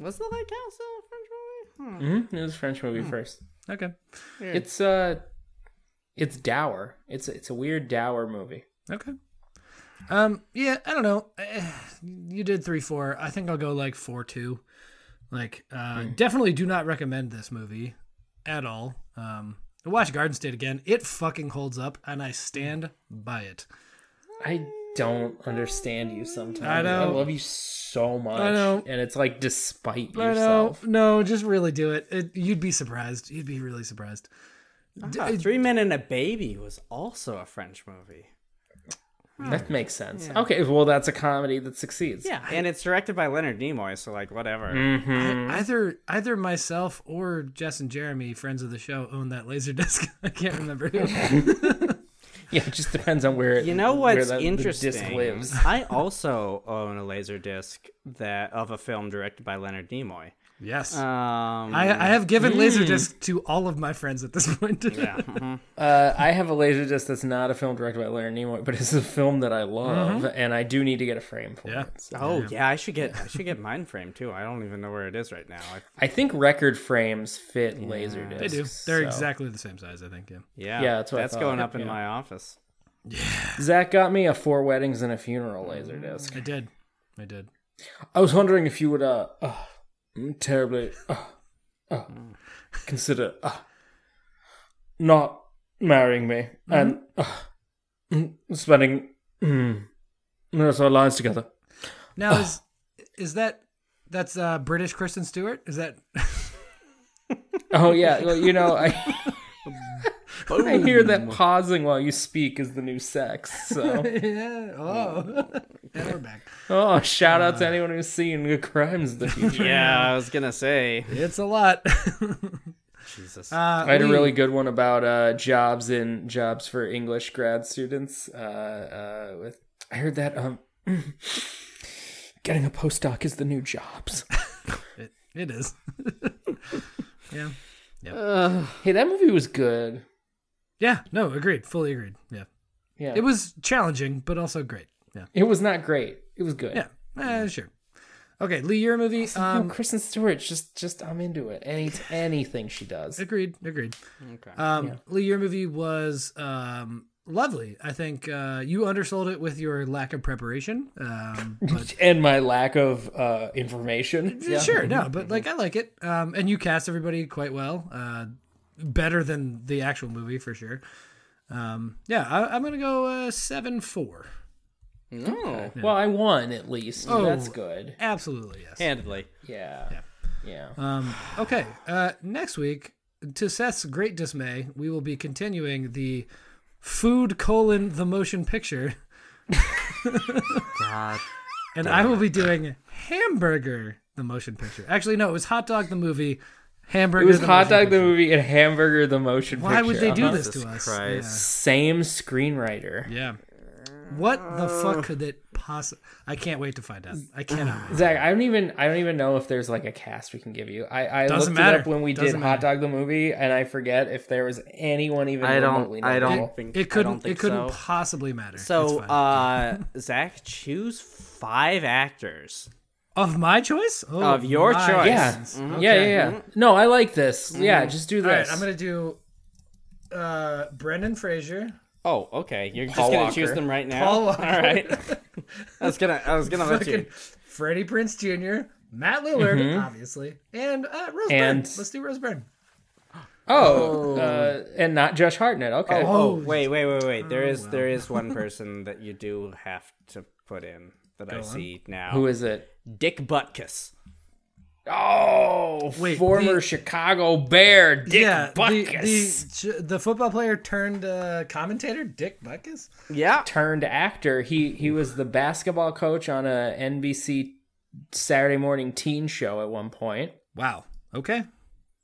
E: Was the Lake House a French movie?
C: Mhm, it was a French movie
D: Hmm.
C: first.
D: Okay.
C: It's uh, it's dour. It's it's a weird dour movie.
D: Okay. Um. Yeah. I don't know. Eh, You did three four. I think I'll go like four two. Like, uh, definitely do not recommend this movie at all. Um, watch Garden State again. It fucking holds up, and I stand by it.
C: I don't understand you sometimes.
D: I know.
C: love you so much.
D: I know.
C: And it's like despite
D: I know.
C: yourself.
D: No, just really do it. it. You'd be surprised. You'd be really surprised.
E: Ah, Three Men and a Baby was also a French movie.
D: Hmm.
C: That makes sense. Okay, well that's a comedy that succeeds.
E: Yeah, and it's directed by Leonard Nimoy, so like whatever.
C: Mm.
D: Either either myself or Jess and Jeremy, friends of the show, own that laser disc. I can't remember who.
C: Yeah, it just depends on where it,
E: You know
C: where
E: what's
C: the- the
E: interesting?
C: disc lives.
E: I also own a laser disc that of a film directed by Leonard Nimoy.
D: yes.
E: Um,
D: I, I have given Laserdisc to all of my friends at this point.
E: yeah, mhm.
C: Uh, I have a laser disc that's not a film directed by Larry Nimoy, but it's a film that I love, and I do need to get a frame for
D: Mm-hmm. Yeah.
C: it. so.
E: Oh yeah, I should get I should get mine framed too. I don't even know where it is right now. I,
C: I think record frames fit laser discs.
D: They do. They're
C: so.
D: exactly the same size, I think. Yeah.
E: yeah,
C: Yeah, that's what I thought.
E: going up in
C: Yeah.
E: my office.
C: Zach got me a four weddings and a funeral laser disc.
D: I did. I did.
C: I was wondering if you would uh, uh terribly uh, uh, consider uh, not marrying me
D: Mm-hmm.
C: and uh, mm, spending mm, the rest of our lives together.
D: Now is is that that's uh, British Kristen Stewart? Is that
C: Oh yeah, well you know I. I hear that pausing while you speak is the new sex. So,
D: yeah? Oh, and we're back.
C: oh, shout out
D: Uh.
C: to anyone who's seen Good Crimes in the future.
E: Yeah, I was gonna say
D: It's a lot.
E: Jesus.
D: Uh,
C: I had a
D: we-
C: really good one about uh, jobs in jobs for English grad students. Uh, uh, with I heard that um, getting a postdoc is the new jobs.
D: It, it is. yeah.
C: hey, that movie was good.
D: Yeah. No. Agreed. Fully agreed. Yeah.
C: Yeah,
D: It was challenging, but also great. Yeah.
C: It was not great. It was good.
D: Yeah. Eh, sure. Okay, Lee, your movie.
C: Um,
D: Um,
C: Kristen Stewart, just just I'm into it. Any anything she does.
D: Agreed. Agreed.
E: Okay.
D: Um, Lee, your movie was um, lovely. I think uh, you undersold it with your lack of preparation. Um, but
C: and my lack of uh, information.
D: sure, no, but like I like it. Um, and you cast everybody quite well. Uh, better than the actual movie for sure. Um, yeah, I, I'm gonna go uh, seven four.
E: no,
C: Well, I won at least.
D: Oh.
C: That's good.
D: Absolutely yes.
E: handedly.
C: Yeah. Yeah.
D: Um, okay. Uh, next week, to Seth's great dismay, we will be continuing the food colon the motion picture.
E: God.
D: And I will be doing hamburger the motion picture. Actually, no, it was hot dog the movie, hamburger.
C: It was
D: the
C: hot
D: motion
C: dog the
D: picture.
C: movie and hamburger the motion
D: Why would
C: picture.
D: they do
C: Uh-huh.
D: this
E: Jesus
D: to us?
E: Christ.
C: Same screenwriter.
D: Yeah. Yeah. What the fuck could it possibly? I can't wait to find out. I cannot wait.
C: Zach, I don't even I don't even know if there's like a cast we can give you. I, I
D: Doesn't
C: looked
D: matter.
C: it up when we
D: Doesn't
C: did Hot Dog the movie, and I forget if there was anyone even.
E: I
C: remotely
E: don't. I
C: notable.
E: don't think
D: It
E: I don't
D: couldn't.
E: think
D: It couldn't
E: So,
D: possibly matter.
E: so
D: It's fine.
E: uh, Zach, choose five actors.
D: of my choice, oh,
E: of your
D: my.
E: choice. Mm-hmm.
C: Yeah. Yeah, yeah, yeah. No, I like this. Yeah, just do this.
D: Mm-hmm. All right, I'm gonna do uh, Brendan Fraser.
E: Oh, okay. You're
C: Paul
E: just gonna
C: Walker.
E: choose them right now.
D: Paul Walker.
E: All right. I was gonna. I was gonna let you. Mm-hmm.
D: Fucking Freddie Prince Jr., Matt Lillard, obviously, and uh, Rose
C: And-
D: Byrne. Let's do Rose Byrne.
C: Oh, uh, and not Josh Hartnett. Okay.
E: Oh, wait, wait, wait, wait. There is there is one person that you do have to put in that I see now.
C: Who is it?
E: Dick Butkus?
C: Oh,
D: Wait,
C: former
D: the-
C: Chicago Bear Dick
D: yeah, the,
C: Butkus
D: the the football player turned uh, commentator Dick Buckus.
E: Yeah.
C: turned actor. He he was the basketball coach on a NBC Saturday morning teen show at one point.
D: Wow. Okay.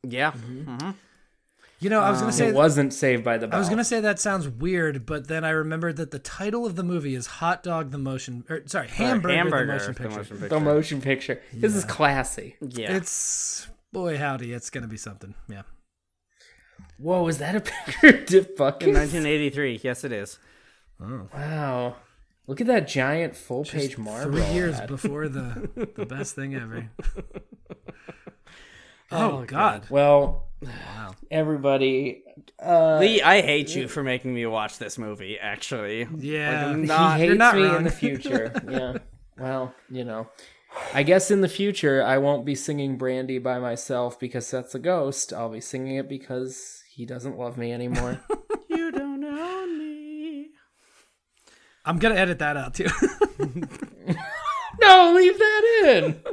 E: Yeah.
D: You know, I was
E: Um,
D: gonna say
C: It wasn't Saved by the Bell.
D: I was gonna say that sounds weird, but then I remembered that the title of the movie is Hot Dog the Motion, or sorry, Hamburger,
E: Hamburger.
D: the Motion
E: the
D: Picture.
E: motion picture.
C: the motion picture. This is classy.
E: yeah.
D: It's boy howdy, it's gonna be something. Yeah.
C: Whoa, is that a picture of Dick Butkus?
E: 1983. Yes, it is.
C: Wow. Look at that giant full page Marlboro.
D: Three years
C: ad.
D: before the the best thing ever. oh, God.
C: Well, everybody, Uh,
E: Lee, I hate you for making me watch this movie. Actually,
D: Yeah.
E: I'm
C: he
E: not-
C: hates
D: you're not
C: me in
D: wrong.
C: the future. yeah. Well, you know, I guess in the future I won't be singing Brandy by myself because that's a ghost. I'll be singing it because he doesn't love me anymore.
E: you don't know me.
D: I'm gonna edit that out too.
C: no, leave that in.